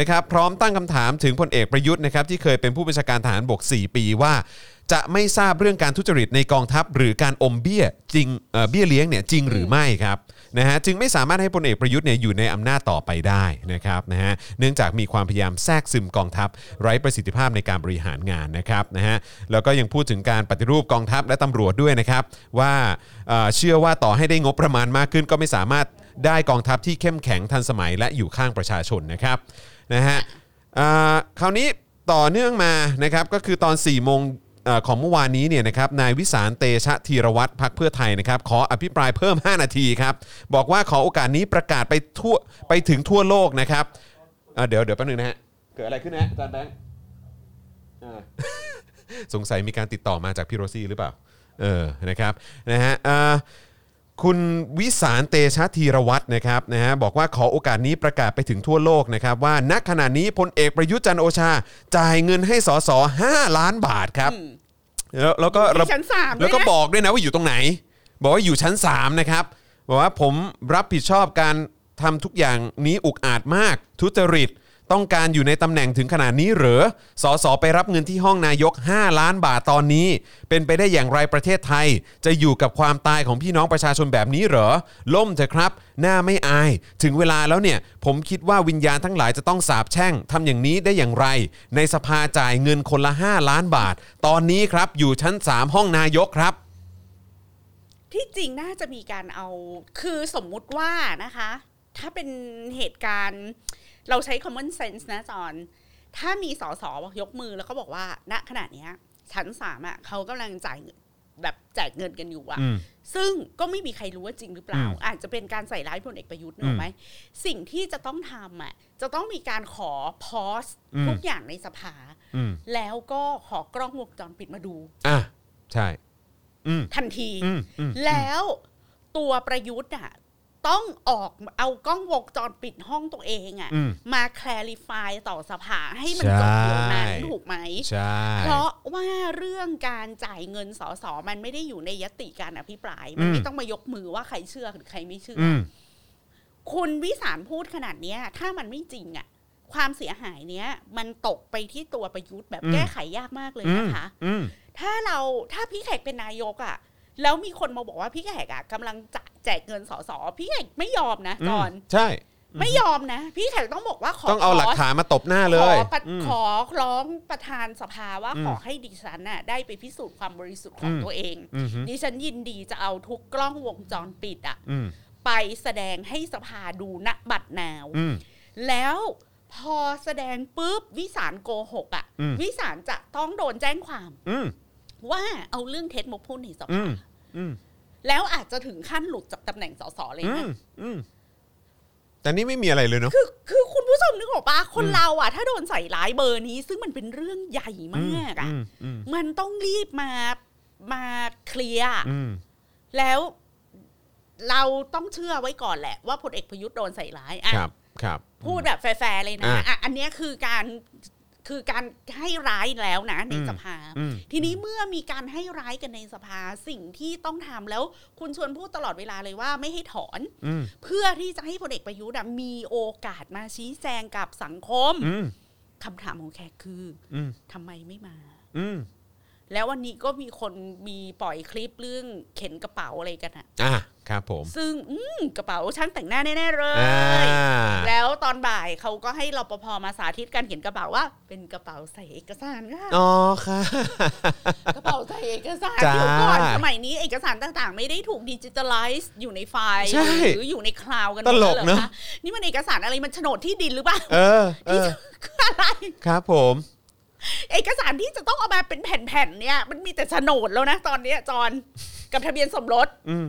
[SPEAKER 1] นะครับพร้อมตั้งคำถามถึงพลเอกประยุทธ์นะครับที่เคยเป็นผู้บัญชาการทหารบก 4 ปีว่า จะไม่ทราบเรื่องการทุจริตในกองทัพ หรือการอมเบี้ยจริงเอ่อเบี้ยเลี้ยงเนี่ยจริงหรือไม่ครับนะฮะจึงไม่สามารถให้พลเอกประยุทธ์เนี่ยอยู่ในอำนาจต่อไปได้นะครับนะฮะเนื่องจากมีความพยายามแทรกซึมกองทัพ ไร้ประสิทธิภาพในการบริหารงานนะครับนะฮะแล้วก็ยังพูดถึงการปฏิรูปกองทัพและตำรวจด้วยนะครับ ว่าเอ่อเชื่อว่าต่อให้ได้งบประมาณมากขึ้น ก็ไม่สามารถได้กองทัพที่เข้มแข็งทันสมัยและอยู่ข้างประชาชนนะครับนะฮะ อ่าคราวนี้ต่อเนื่องมานะครับก็คือตอน 4 โมงเอ่อของเมื่อวานนี้เนี่ยนะครับนายวิสารเตชะธีรวัตรพักเพื่อไทยนะครับขออภิปรายเพิ่ม 5 นาทีครับ บอกว่าขอโอกาสนี้ประกาศไปทั่วไปถึงทั่วโลกนะครับอ่าเดี๋ยวเดี๋ยวแป๊บนึงนะฮะ เกิดอะไรขึ้นนะฮะอาจารย์แบงค์อ่ า สงสัยมีการติดต่อมาจากพี่โรซี่หรือเปล่า เออนะครับนะฮะอ่า คุณวิสารเตชะธีรวัตรนะครับนะฮะบอกว่าขอโอกาสนี้ประกาศไปถึงทั่วโลกนะครับ ว่าณขณะนี้พลเอกประยุทธ์จันทร์โอชา จ่ายเงินให้สส5ล้านบาทครับแล้วแล้วก็ระ
[SPEAKER 2] ที่ชั้นสาม
[SPEAKER 1] แล้วก็
[SPEAKER 2] ด้ยนะ
[SPEAKER 1] บอกด้วยนะว่าอยู่ตรงไหน บอกว่าอยู่ชั้น 3 นะครับ บอกว่าผมรับผิดชอบการทำทุกอย่างนี้อุกอาจมาก ทุจริต ต้องการอยู่ในตำแหน่งถึงขนาดนี้เหรือสอสอไปรับเงินที่ห้องนายก 5 ล้านบาทตอนนี้ เป็นไปได้อย่างไรประเทศไทย จะอยู่กับความตายของพี่น้องประชาชนแบบนี้เหรอ ล่มเถอะครับ หน้าไม่อาย ถึงเวลาแล้วเนี่ย ผมคิดว่าวิญญาณทั้งหลายจะต้องสาบแช่งทำอย่างนี้ได้อย่างไร ในสภาจ่ายเงินคนละ 5 ล้านบาท ตอนนี้ครับอยู่ชั้น 3 ห้องนายกครับ
[SPEAKER 2] ที่จริงน่าจะมีการเอา คือสมมุติว่านะคะ ถ้าเป็นเหตุการณ์ เราใช้ common sense นะจอน ถ้ามีสอสอยกมือแล้วก็บอกว่า ณขณะเนี้ยชั้นสามอ่ะเขากำลังจ่ายเงินแบบจ่ายเงินกันอยู่อ่ะ
[SPEAKER 1] อืม
[SPEAKER 2] ซึ่งก็ไม่มีใครรู้ว่าจริงหรือเปล่า
[SPEAKER 1] อืม
[SPEAKER 2] อาจจะเป็นการใส่ร้ายพลเอกประยุทธ์นึกออกไหม สิ่งที่จะต้องทำอ่ะ จะต้องมีการขอพอส
[SPEAKER 1] อืม
[SPEAKER 2] ทุกอย่างในสภา
[SPEAKER 1] อืม
[SPEAKER 2] แล้วก็ขอกล้องวงจรปิดมาดู
[SPEAKER 1] อ่ะใช่ อืม
[SPEAKER 2] ทันที
[SPEAKER 1] อืมอืม
[SPEAKER 2] แล้วตัวประยุทธ์อ่ะต้องออกเอากล้องวงจรปิดห้องตัวเองอ่ะ
[SPEAKER 1] อืม
[SPEAKER 2] มาแคลริฟายต่อสภาให้มันจบเดี๋ยวนั้น
[SPEAKER 1] ใช่
[SPEAKER 2] ถูกไหม
[SPEAKER 1] ใช่
[SPEAKER 2] เพราะว่าเรื่องการจ่ายเงินสสมันไม่ได้อยู่ในยติการอภิปราย มันไม่
[SPEAKER 1] อืม
[SPEAKER 2] ต้องมายกมือว่าใครเชื่อหรือใครไม่เชื่ออ
[SPEAKER 1] อืม
[SPEAKER 2] คุณวิสารพูดขนาดเนี้ย ถ้ามันไม่จริงอ่ะ ความเสียหายเนี้ย มันตกไปที่ตัวประยุทธ์แบบแก้ไขยากมากเลย
[SPEAKER 1] อืม
[SPEAKER 2] นะคะ
[SPEAKER 1] อืม
[SPEAKER 2] ถ้าเราถ้าพี่แขกเป็นนายกอะ่ะ แล้วมีคนมาบอกว่าพี่แขกอะ่ะกำลังจะแจกเงินสอสอพี่แขกไม่ยอมนะจอน
[SPEAKER 1] ใช่
[SPEAKER 2] ไม่ยอมนะ พี่แขกต้องบอกว่าขอ
[SPEAKER 1] ต้องเอาหลักฐานมาตบหน้า
[SPEAKER 2] ขอ
[SPEAKER 1] เลย
[SPEAKER 2] ขอปะ
[SPEAKER 1] อืม
[SPEAKER 2] ขอร้องประธานสภาว่า
[SPEAKER 1] อืม
[SPEAKER 2] ขอให้ดิฉันน่ะได้ไปพิสูจน์ความบริสุทธิ์ของ
[SPEAKER 1] อืม
[SPEAKER 2] ตัวเอง
[SPEAKER 1] อืมฮึ
[SPEAKER 2] ดิฉันยินดีจะเอาทุกกล้องวงจรปิดอะ่ะ
[SPEAKER 1] อืม
[SPEAKER 2] ไปแสดงให้สภาดูณบัตรนาว
[SPEAKER 1] อืม
[SPEAKER 2] แล้วพอแสดงปุ๊บวิสารโกหกอะ่ะ
[SPEAKER 1] อืม
[SPEAKER 2] วิสารจะต้องโดนแจ้งความ
[SPEAKER 1] อืม
[SPEAKER 2] ว่าเอาเรื่องเท็จมาพูดในสภา
[SPEAKER 1] อืมอืม
[SPEAKER 2] แล้วอาจจะถึงขั้นหลุดจากตำแหน่งสสเลย
[SPEAKER 1] อื
[SPEAKER 2] นะ
[SPEAKER 1] มอืมแต่นี่ไม่มีอะไรเลยเนาะ
[SPEAKER 2] คือคือคุณผู้ชมนึกออกปะคน
[SPEAKER 1] อืม
[SPEAKER 2] เราอะถ้าโดนใส่ร้ายเบอร์นี้ ซึ่งมันเป็นเรื่องใหญ่มากอะ
[SPEAKER 1] มอืม
[SPEAKER 2] มันต้องรีบมามาเคลียร์
[SPEAKER 1] อืม
[SPEAKER 2] แล้วเราต้องเชื่อไว้ก่อนแหละ ว่าพลเอกประยุทธ์โดนใส่ร้ายอะ
[SPEAKER 1] ครับครับ
[SPEAKER 2] พูดแบบแฟร์ๆเลยนะ
[SPEAKER 1] อ่ะ
[SPEAKER 2] อะอันเนี้ยคือการคือการให้ร้ายแล้วนะใน
[SPEAKER 1] อืม
[SPEAKER 2] สภา
[SPEAKER 1] อืม
[SPEAKER 2] ทีนี้เมื่อมีการให้ร้ายกันในสภาสิ่งที่ต้องทำแล้วคุณชวนพูดตลอดเวลาเลยว่าไม่ให้ถอน
[SPEAKER 1] อืม
[SPEAKER 2] เพื่อที่จะให้พลเอกประยุทธ์อะมีโอกาสมาชี้แจงกับสังคม
[SPEAKER 1] อืม
[SPEAKER 2] คำถามของแขกคือ
[SPEAKER 1] อืม
[SPEAKER 2] ทำไมไม่มา
[SPEAKER 1] อืม
[SPEAKER 2] แล้ววันนี้ก็มีคนมีปล่อยคลิปเรื่องเข็นกระเป๋าอะไรกันอะ
[SPEAKER 1] อ่ะครับผม
[SPEAKER 2] ซึ่งอืมกระเป๋าช่างแต่งหน้าแน่ๆเล
[SPEAKER 1] อ่าย
[SPEAKER 2] แล้วตอนบ่ายเขาก็ให้รปภมาสาธิตการเขียนกระเป๋าว่า เป็นกระเป๋าใส่เอกสารค่ะ
[SPEAKER 1] อ๋อค่ะ
[SPEAKER 2] กระเป๋าใส่เอกสาร
[SPEAKER 1] จ้า
[SPEAKER 2] เดี๋ยวก่อนสมัยนี้เอกสารต่างๆ ไม่ได้ถูกดิจิทัลไลซ์อยู่ในไฟล์
[SPEAKER 1] ใช่
[SPEAKER 2] หรืออยู่ในคลาวด์กันหมด
[SPEAKER 1] ตลก
[SPEAKER 2] แวหรอ
[SPEAKER 1] เนอะ
[SPEAKER 2] คนี่มันเอกสารอะไรมันโฉนดที่ดินหรือเปล่า
[SPEAKER 1] เออเออ
[SPEAKER 2] อะไร
[SPEAKER 1] ครับผม
[SPEAKER 2] เอกสารที่จะต้องเอามาเป็นแผ่นๆเนี่ย มันมีแต่โฉนดแล้วนะตอนเนี้ยจอนกับทะเบียนสมรส
[SPEAKER 1] อืม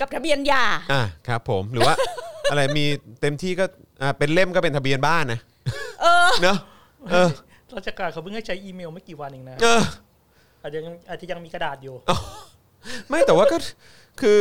[SPEAKER 2] กับทะเบียนหย่า
[SPEAKER 1] อ่ะครับผมหรือว่า อะไรมีเต็มที่ก็อ่าเป็นเล่มก็เป็นทะเบียนบ้านนะ
[SPEAKER 2] เออ
[SPEAKER 1] เนอะเออ
[SPEAKER 3] ราชการเขาเพิ่งให้ใช้อีเมลไม่กี่วันเองนะ
[SPEAKER 1] เออ
[SPEAKER 3] อาจจะยังอาจจะยังมีกระดาษอยู่
[SPEAKER 1] ไม่แต่ว่าก็คือ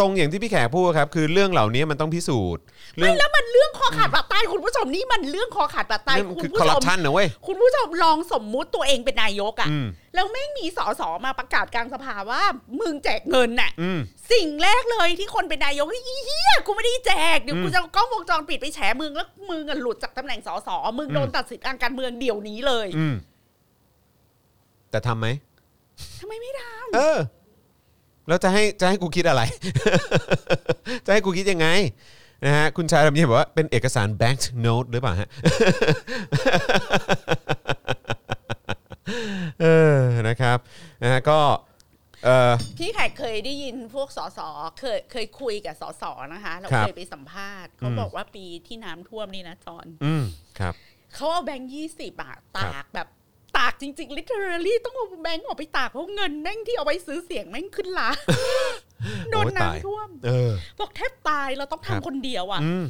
[SPEAKER 1] ตรงอย่างที่พี่แขกพูดครับ คือเรื่องเหล่านี้มันต้องพิสูจน์เรื่อง
[SPEAKER 2] แล้วมันเรื่องคอขาดบาดตายคุณผู้ชมนี่มันเรื่องคอขาดบาดตาย
[SPEAKER 1] เรื่อง
[SPEAKER 2] คุ
[SPEAKER 1] คือ
[SPEAKER 2] ณผู้
[SPEAKER 1] คอร์
[SPEAKER 2] ช
[SPEAKER 1] รัป
[SPEAKER 2] ม
[SPEAKER 1] ชันนะเว้ย
[SPEAKER 2] คุณผู้ชมลองสมมุติตัวเองเป็นนายกอะ
[SPEAKER 1] อืม
[SPEAKER 2] แล้วแม่งมีสสมาประกาศกลางสภาว่ามึงแจกเงินน่ะ
[SPEAKER 1] อืม
[SPEAKER 2] สิ่งแรกเลยที่คนเป็นนายกเฮ้ยอีเฮียกูไม่ได้แจกเดี๋ยว
[SPEAKER 1] อืม
[SPEAKER 2] กูจะเอากล้องวงจรปิดไปแฉมึงแล้วมึงอะหลุดจากตำแหน่งสสมึงโดน
[SPEAKER 1] อืม
[SPEAKER 2] ตัดสิทธิ์ทางการเมืองเดี๋ยวนี้เลย
[SPEAKER 1] อืมแต่ทำไหม
[SPEAKER 2] ทำไมไม่ทำ
[SPEAKER 1] เออ แล้วจะให้จะให้กูคิดอะไร จะให้กูคิดยังไงนะฮะคุณชายรำเนียบอกว่าเป็นเอกสาร bank note หรือเปล่าฮะ เออนะครับนะฮะก็เออ
[SPEAKER 2] พี่แขกเคยได้ยินพวกสสเคยเคยคุยกับสสนะคะ เรา
[SPEAKER 1] ครับ
[SPEAKER 2] เคยไปสัมภาษณ์เขาบอกว่าปีที่น้ำท่วมนี่นะจอน
[SPEAKER 1] อืมครับ
[SPEAKER 2] เขาเอาแบงค์ยี่สิบอะ
[SPEAKER 1] ครับ
[SPEAKER 2] ตากแบบตากจริง ๆ literally ต้องเอาแบงค์ออกไปตากเพราะเงินแม่งที่เอาไว้ซื้อเสียงแม่งขึ้นลา โดน
[SPEAKER 1] อ้ตาย
[SPEAKER 2] น้ำท่วม
[SPEAKER 1] เออ
[SPEAKER 2] บอกแทบตายเราต้อง
[SPEAKER 1] ครับ
[SPEAKER 2] ทำคนเดียวอะ
[SPEAKER 1] อืม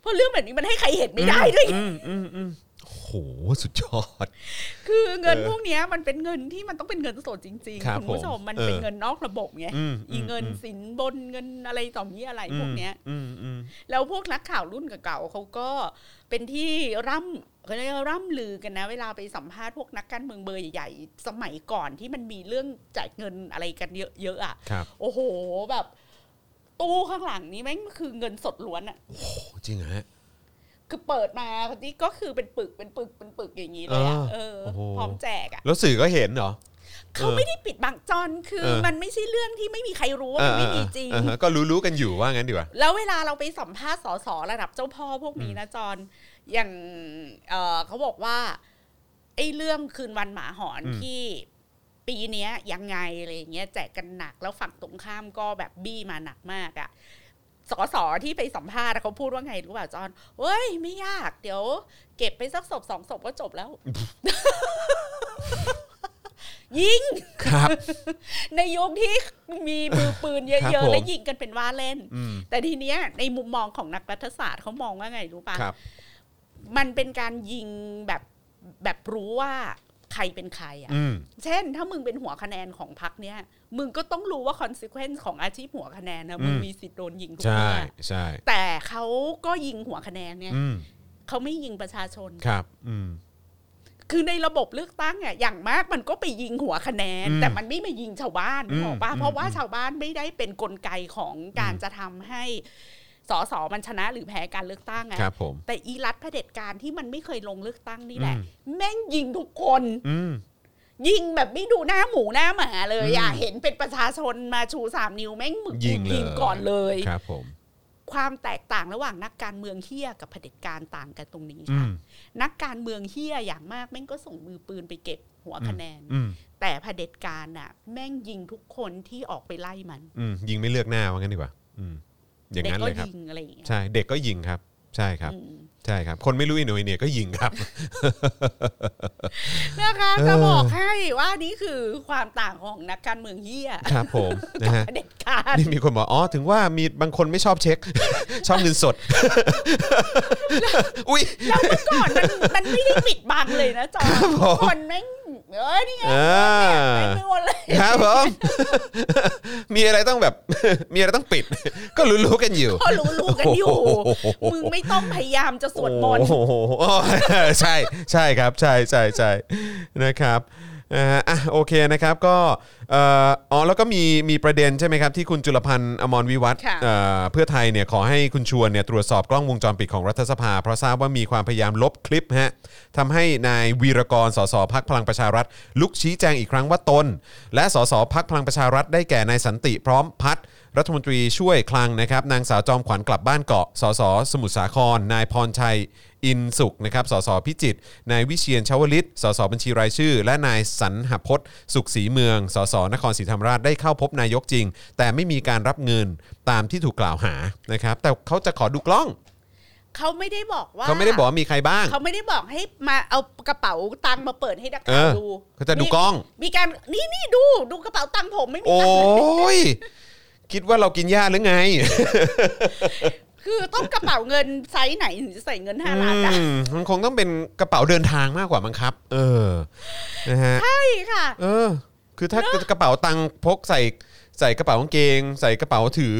[SPEAKER 2] เพราะเรื่องแบบนี้มันให้ใครเห็นไม่ได้ด้วย
[SPEAKER 1] อืมอืมอืม โอ้โหสุดยอด
[SPEAKER 2] คือเงิน
[SPEAKER 1] เออ
[SPEAKER 2] พวกเนี้ยมันเป็นเงินที่มันต้องเป็นเงินสดจริง
[SPEAKER 1] ครั
[SPEAKER 2] ๆ
[SPEAKER 1] บ
[SPEAKER 2] คุณผู้ชม
[SPEAKER 1] ผม
[SPEAKER 2] มันเป็น
[SPEAKER 1] เออ
[SPEAKER 2] เงินนอกระบบไง
[SPEAKER 1] อืม
[SPEAKER 2] อีเงิน
[SPEAKER 1] อืม
[SPEAKER 2] สินบนเงินอะไรต่อมีอะไรพวกเนี้ย
[SPEAKER 1] อืมอืม
[SPEAKER 2] แล้วพวกนักข่าวรุ่นเก่าๆเขาก็เป็นที่ร่ำเขาเรียกว่าร่ำลือกันนะ เวลาไปสัมภาษณ์พวกนักการเมืองเบอร์ใหญ่ๆสมัยก่อนที่มันมีเรื่องจ่ายเงินอะไรกันเยอะๆอ่ะ
[SPEAKER 1] ครับ
[SPEAKER 2] โอ้โหแบบ ตู้ข้างหลังนี้แม่งคือเงินสดล้วนอ่ะ
[SPEAKER 1] โอ้จริงเหรอฮะ
[SPEAKER 2] คือเปิดมาคนนี้ก็คือเป็นปึกเป็นปึกเป็นปึกอย่างนี้เลยอ่ะ
[SPEAKER 1] เอ
[SPEAKER 2] เอ
[SPEAKER 1] อ
[SPEAKER 2] อ
[SPEAKER 1] โอ้โห
[SPEAKER 2] พร้อมแจกอ่ะ
[SPEAKER 1] แล้วสื่อก็เห็นเหรอ
[SPEAKER 2] เขาไม่ได้ปิดบังจอนคือ
[SPEAKER 1] เออ
[SPEAKER 2] มันไม่ใช่เรื่องที่ไม่มีใครรู้ว่ามันไม่มีจริง
[SPEAKER 1] อ่าฮะก็รู้ๆกันอยู่ว่างั้นดีกว่า
[SPEAKER 2] แล้วเวลาเราไปสัมภาษณ์สสระดับเจ้าพ่อพวกนี้นะจอนอย่างเอ่อเขาบอกว่าไอ้เรื่องคืนวันหมาหอน
[SPEAKER 1] อืม
[SPEAKER 2] ที่ปีเนี้ยยังไงอะไรอย่างเงี้ยแจกกันหนักแล้วฝั่งตรงข้ามก็แบบบี้มาหนักมากอะสสที่ไปสัมภาษณ์อะเขาพูดว่าไงรู้ป่ะจอนเฮ้ยไม่ยากเดี๋ยว เก็บไปสักศพสองศพก็จบ แล้ว ยิง
[SPEAKER 1] ครับ
[SPEAKER 2] ในยุคที่มีมือปืนเย
[SPEAKER 1] ครับ
[SPEAKER 2] อะ
[SPEAKER 1] ผ
[SPEAKER 2] ๆ
[SPEAKER 1] ม
[SPEAKER 2] และยิงกันเป็นว่าเล่น
[SPEAKER 1] อืม
[SPEAKER 2] แต่ทีเนี้ยในมุมมองของนักรัฐศาสตร์เขามองว่าไงรู้ปะ
[SPEAKER 1] ครับ
[SPEAKER 2] มันเป็นการยิงแบบแบบรู้ว่าใครเป็นใครอ่ะ
[SPEAKER 1] อืม
[SPEAKER 2] เช่น ถ้ามึงเป็นหัวคะแนนของพรรคเนี้ยมึงก็ต้องรู้ว่า consequence ของอาชีพหัวคะแนนนะมึงมีสิทธิ์โดนยิงทุก
[SPEAKER 1] ใช่
[SPEAKER 2] เมื่อ
[SPEAKER 1] ใช่
[SPEAKER 2] แต่เขาก็ยิงหัวคะแนนเนี่ย
[SPEAKER 1] อืม
[SPEAKER 2] เขาไม่ยิงประชาชน
[SPEAKER 1] ครับ อืม
[SPEAKER 2] คือในระบบเลือกตั้งอ่ะอย่างมากมันก็ไปยิงหัวคะแนน
[SPEAKER 1] อืม
[SPEAKER 2] แต่มันไม่มายิงชาวบ้าน
[SPEAKER 1] อืม
[SPEAKER 2] บอกป่ะ
[SPEAKER 1] อืม
[SPEAKER 2] เพราะว่า
[SPEAKER 1] อืม
[SPEAKER 2] ชาวบ้านไม่ได้เป็นกลไกของการ
[SPEAKER 1] อืม
[SPEAKER 2] จะทำให้สสมันชนะหรือแพ้การเลือกตั้งอ่ะ
[SPEAKER 1] ครับผม
[SPEAKER 2] แต่อีรัฐเผด็จการที่มันไม่เคยลงเลือกตั้งนี่แหละ
[SPEAKER 1] อืม
[SPEAKER 2] แม่งยิงทุกคน
[SPEAKER 1] อืม
[SPEAKER 2] ยิงแบบไม่ดูหน้าหมูหน้าหมาเลยอยา
[SPEAKER 1] อืม
[SPEAKER 2] เห็นเป็นประชาชนมาชูสามนิ้วแม่งมึง
[SPEAKER 1] ยิงเลย
[SPEAKER 2] งก่อนเลย
[SPEAKER 1] ครับผม
[SPEAKER 2] ความแตกต่างระหว่างนักการเมืองเฮี้ยกับเผด็จการต่างกันตรงนี้
[SPEAKER 1] อื
[SPEAKER 2] ค่ะ
[SPEAKER 1] ม
[SPEAKER 2] นักการเมืองเฮี้ยอย่างมากแม่งก็ส่งมือปืนไปเก็บหัวคะแนน
[SPEAKER 1] อืม
[SPEAKER 2] แต่เผด็จการน่ะ แม่งยิงทุกคนที่ออกไปไล่มัน
[SPEAKER 1] อืมยิงไม่เลือกหน้าว่างั้นดีกว่า อืม อย่าง
[SPEAKER 2] เด็ก
[SPEAKER 1] นั้น
[SPEAKER 2] ก็
[SPEAKER 1] เลยครับ
[SPEAKER 2] ยิงอะไรอย่างเงี้ย
[SPEAKER 1] ใช่เด็กก็ยิงครับ ใช่ครับ
[SPEAKER 2] อืม
[SPEAKER 1] ใช่ครับ คนไม่รู้อินโนยเนี่ยก็ยิงครับ
[SPEAKER 2] นะคะจะ
[SPEAKER 1] เออ
[SPEAKER 2] บอกให้ว่านี่คือความต่างของนักการเมืองเฮีย
[SPEAKER 1] ครับผมนะฮะ
[SPEAKER 2] เผด็จการ
[SPEAKER 1] นี่มีคนบอกอ๋อถึงว่ามีบางคนไม่ชอบเช็ค ชอบเงินสด อุ้ย
[SPEAKER 2] แล้วเมื่อก่อนมันมันไม่ได้ปิดบังเลยนะจอ
[SPEAKER 1] ครับผม
[SPEAKER 2] คนแม่งเออนี่ไง
[SPEAKER 1] อ่
[SPEAKER 2] แม่ง
[SPEAKER 1] า
[SPEAKER 2] ไม่โอนเลย
[SPEAKER 1] ครับผม มีอะไรต้องแบบ มีอะไรต้องปิด ก็รู้ๆกันอยู่
[SPEAKER 2] ก็รู้รู้กันอยู่
[SPEAKER 1] โอ้โห
[SPEAKER 2] มึงไม่ต้องพยายามจะสวดมนต์
[SPEAKER 1] โอ้โห ใช่ใช่ครับ ใช่ใช่ใช่นะครับเอ่ออ่ะโอเคนะครับก็เอ่ออ๋อแล้วก็มีมีประเด็นใช่ไหมครับ ที่คุณจุลพันธ์อมรวิวัฒน์
[SPEAKER 2] ค่ะ
[SPEAKER 1] เอ่อเพื่อไทยเนี่ยขอให้คุณชวนเนี่ยตรวจสอบกล้องวงจรปิดของรัฐสภา เพราะทราบว่ามีความพยายามลบคลิปฮะทำให้นายวีรกรสสพักพลังประชารัฐ ลุกชี้แจงอีกครั้งว่าตน และสสพักพลังประชารัฐได้แก่นายสันติพร้อมพัฒน์ รัฐมนตรีช่วยคลังนะครับนางสาวจอมขวัญกลับบ้านเกาะ สสสมุทรสาคร นายพรชัยอินสุขนะครับ สสพิจิตร นายวิเชียนชาวลิต สสบัญชีรายชื่อ และนายสันหพจน์ สุขศรีเมือง สสนครศรีธรรมราชได้เข้าพบนายกจริง แต่ไม่มีการรับเงินตามที่ถูกกล่าวหานะครับ แต่เขาจะขอดูกล้อง
[SPEAKER 2] เขาไม่ได้บอกว่า
[SPEAKER 1] เขาไม่ได้บอกว่ามีใครบ้าง
[SPEAKER 2] เขาไม่ได้บอกให้มาเอากระเป๋าตังค์มาเปิดให้นักข่า
[SPEAKER 1] เอ
[SPEAKER 2] ว
[SPEAKER 1] อ
[SPEAKER 2] ดู
[SPEAKER 1] เขาจะดูกล้อง
[SPEAKER 2] มีการนี่นี่ดูดูกระเป๋าตังค์ผมไม่มี
[SPEAKER 1] โอ้
[SPEAKER 2] ตังค์
[SPEAKER 1] ย คิดว่าเรากินหญ้าหรือไง
[SPEAKER 2] คือต้องกระเป๋าเงินไซส์ไหนถึงจะใส่เงินห้าล้านได้
[SPEAKER 1] อืมมันคงต้องเป็นกระเป๋าเดินทางมากกว่ามั้งครับ เออนะฮะ
[SPEAKER 2] ใช่ค่ะ
[SPEAKER 1] เออ คือถ้ากระเป๋าตังค์พกใส่ใส่กระเป๋ากางเกง ใส่กระเป๋าถือ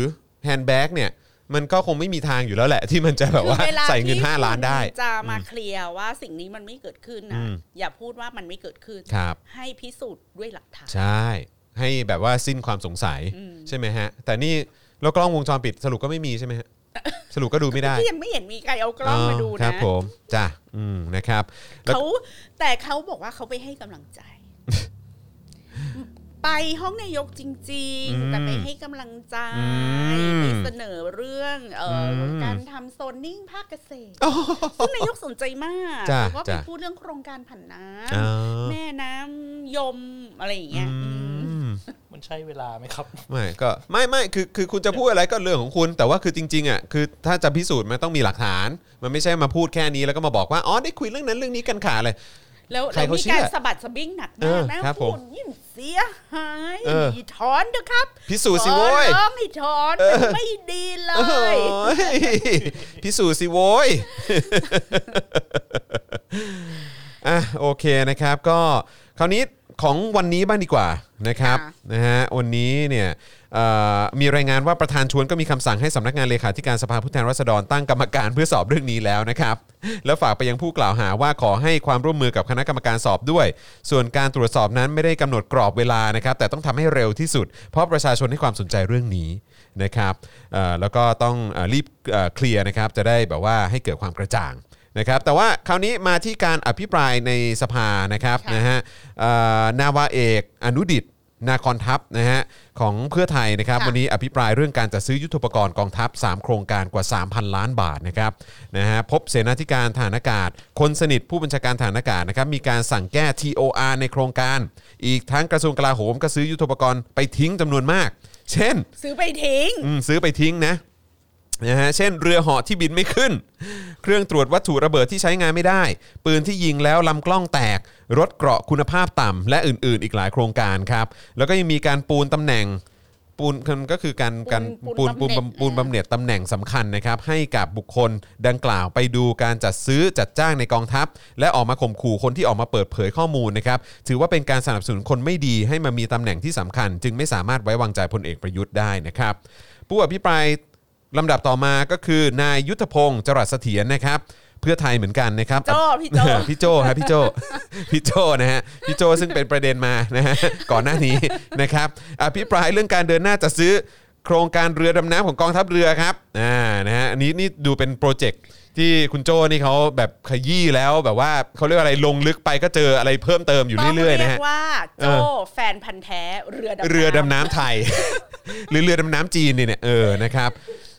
[SPEAKER 1] แฮนด์แบ็กเนี่ย มันก็คงไม่มีทางอยู่แล้วแหละ ที่มันจะแบบว่า
[SPEAKER 2] คือล
[SPEAKER 1] ใส่เงิน
[SPEAKER 2] ที่
[SPEAKER 1] 5 ล้านได้
[SPEAKER 2] คุณจะมาเคลียร์ว่าสิ่งนี้มันไม่เกิดขึ้น
[SPEAKER 1] อื
[SPEAKER 2] นะ
[SPEAKER 1] ม
[SPEAKER 2] อย่าพูดว่ามันไม่เกิดขึ้น
[SPEAKER 1] ครับ
[SPEAKER 2] ให้พิสูจน์ด้วยหลักฐาน
[SPEAKER 1] ใช่ ให้แบบว่าสิ้นความสงสัย
[SPEAKER 2] อืม
[SPEAKER 1] ใช่ไหมฮะ แต่นี่แล้วกล้องวงจรปิดสรุปก็ไม่มีใช่ไหม ฮะ สรุปก็ดูไม่ได้
[SPEAKER 2] ที่ยังไม่เห็นมีใครเอากล้องมาดู
[SPEAKER 1] อ๋อครับ
[SPEAKER 2] นะ
[SPEAKER 1] ผมจ้ะอืมนะครับ แล้ว
[SPEAKER 2] เขาแต่เขาบอกว่าเขาไปให้กำลั งใจ ไปห้องนายกจริง
[SPEAKER 1] อืม
[SPEAKER 2] ๆ แต่ไปให้กำลังใจ
[SPEAKER 1] อืม
[SPEAKER 2] ไปเสนอเรื่องเอ่ออ
[SPEAKER 1] ม
[SPEAKER 2] การทำโซนนิ่งภาคเกษตร
[SPEAKER 1] อ๋อ
[SPEAKER 2] ซึ่งนายกสนใจมาก
[SPEAKER 1] จ้ะ
[SPEAKER 2] แล้วก็ไป
[SPEAKER 1] จ้ะ
[SPEAKER 2] พูดเรื่องโครงการผันน้
[SPEAKER 1] อ๋
[SPEAKER 2] ำ
[SPEAKER 1] อ
[SPEAKER 2] แม่น้ำยมอะไรอย่างเงี้ย
[SPEAKER 1] อื
[SPEAKER 2] อืม
[SPEAKER 1] ม
[SPEAKER 3] มันใช่เวลาไหมครับ
[SPEAKER 1] ไม่ก็ไม่ไม่คือคือคุณจะพูดอะไรก็เรื่องของคุณ แต่ว่าคือจริงๆอ่ะคือถ้าจะพิสูจน์มันต้องมีหลักฐาน มันไม่ใช่มาพูดแค่นี้แล้วก็มาบอกว่าอ๋อได้คุยเรื่องนั้นเรื่องนี้กันค่ะเลย
[SPEAKER 2] แล้ว
[SPEAKER 1] ใคร
[SPEAKER 2] แล้ว
[SPEAKER 1] เขา
[SPEAKER 2] มี
[SPEAKER 1] เชื่
[SPEAKER 2] การ
[SPEAKER 1] อ
[SPEAKER 2] สะบัดสะบิ้งหนัก
[SPEAKER 1] เอ
[SPEAKER 2] มา
[SPEAKER 1] อ
[SPEAKER 2] กนะครับ
[SPEAKER 1] ผ
[SPEAKER 2] พู
[SPEAKER 1] ม
[SPEAKER 2] ดยิ่งเสียหาย
[SPEAKER 1] เออ
[SPEAKER 2] ถอนเถอะครับ
[SPEAKER 1] พิสูจน์สิโว้ย
[SPEAKER 2] ขอร้องให้ถอนมันไม่ดีเล
[SPEAKER 1] โอ้
[SPEAKER 2] ย
[SPEAKER 1] ยพิสูจน์สิโว้ย อ่ะโอเคนะครับก็คราวนี้ของวันนี้บ้างดีกว่านะครับ
[SPEAKER 2] ค่ะ
[SPEAKER 1] นะฮะวันนี้เนี่ยเอ่อมีรายงานว่าประธานชวนก็มีคำสั่งให้สำนักงานเลขาธิการสภาผู้แทนราษฎรตั้งกรรมการเพื่อสอบเรื่องนี้แล้วนะครับแล้วฝากไปยังผู้กล่าวหาว่าขอให้ความร่วมมือกับคณะกรรมการสอบด้วย ส่วนการตรวจสอบนั้นไม่ได้กำหนดกรอบเวลานะครับแต่ต้องทำให้เร็วที่สุด เพราะประชาชนให้ความสนใจเรื่องนี้นะครับเอ่อแล้วก็ต้องเอ่อรีบเอ่อเคลียร์นะครับจะได้แบบว่าให้เกิดความกระจ่าง นะครับแต่ว่าคราวนี้มาที่การอภิปรายในสภานะครับ
[SPEAKER 2] ค่ะ
[SPEAKER 1] นะฮะเอ่อนาวาเอกอนุดิตนาคอนทัพนะฮะของเพื่อไทยนะครับ
[SPEAKER 2] ค่ะ
[SPEAKER 1] วันนี้อภิปรายเรื่องการจัดซื้อยุทโธปกรณ์กองทัพ 3 โครงการกว่า 3,000 ล้านบาทนะครับนะฮะพบเสนาธิการฐานอากาศ คนสนิทผู้บัญชาการฐานอากาศนะครับมีการสั่งแก้ TOR ในโครงการ อีกทั้งกระทรวงกลาโหมก็ซื้อยุทโธปกรณ์ไปทิ้งจำนวนมาก เช่น
[SPEAKER 2] ซื้อไปทิ้ง
[SPEAKER 1] อืมซื้อไปทิ้งนะนะฮะเช่นเรือเหาะที่บินไม่ขึ้น เครื่องตรวจวัตถุระเบิดที่ใช้งานไม่ได้ ปืนที่ยิงแล้วลำกล้องแตก รถเกราะคุณภาพต่ำและอื่น ๆ อีกหลายโครงการครับ แล้วก็ยังมีการปูนตำแหน่ง ปูนก็คือการการ
[SPEAKER 2] ปู
[SPEAKER 1] ปูน
[SPEAKER 2] น
[SPEAKER 1] ปูน
[SPEAKER 2] ปูน
[SPEAKER 1] ปูนบำ
[SPEAKER 2] บำเหน็จ
[SPEAKER 1] เหน็จตำแหน่งสำคัญนะครับ ให้กับบุคคลดังกล่าวไปดูการจัดซื้อจัดจ้างในกองทัพ และออกมาข่มขู่คนที่ออกมาเปิดเผยข้อมูลนะครับ ถือว่าเป็นการสนับสนุนคนไม่ดีให้มามีตำแหน่งที่สำคัญ จึงไม่สามารถไว้วางใจพลเอกประยุทธ์ได้นะครับ ผู้อภิปรายลำดับต่อมาก็คือนายยุทธพงศ์จรัสเสถียรนะครับ เพื่อไทยเหมือนกันนะครับ
[SPEAKER 2] โจ้พี่โจ้
[SPEAKER 1] พี่โจฮะพี่โจพี่โจนะฮะพี่โจซึ่งเป็นประเด็นมานะฮะก่อนหน้านี้นะครับอภิปรายเรื่องการเดินหน้าจะซื้อโครงการเรือดำน้ำของกองทัพเรือครับอ่านะฮะอันนี้นี่ดูเป็นโปรเจกต์ที่คุณโจนี่เขาแบบขยี้แล้วแบบว่าเขาเรียกว่าอะไรลงลึกไปก็เจออะไรเพิ่มเติมอยู่เรื่อยๆนะฮะ
[SPEAKER 2] ต้งเรีกว่า
[SPEAKER 1] เอ
[SPEAKER 2] โจ้
[SPEAKER 1] อ
[SPEAKER 2] แฟนพันธ์แท้เรือดำน้ำ
[SPEAKER 1] เรือดำน้ำไทย หรือเรือดำน้ำจีนนี่เนี่ยเออนะครับ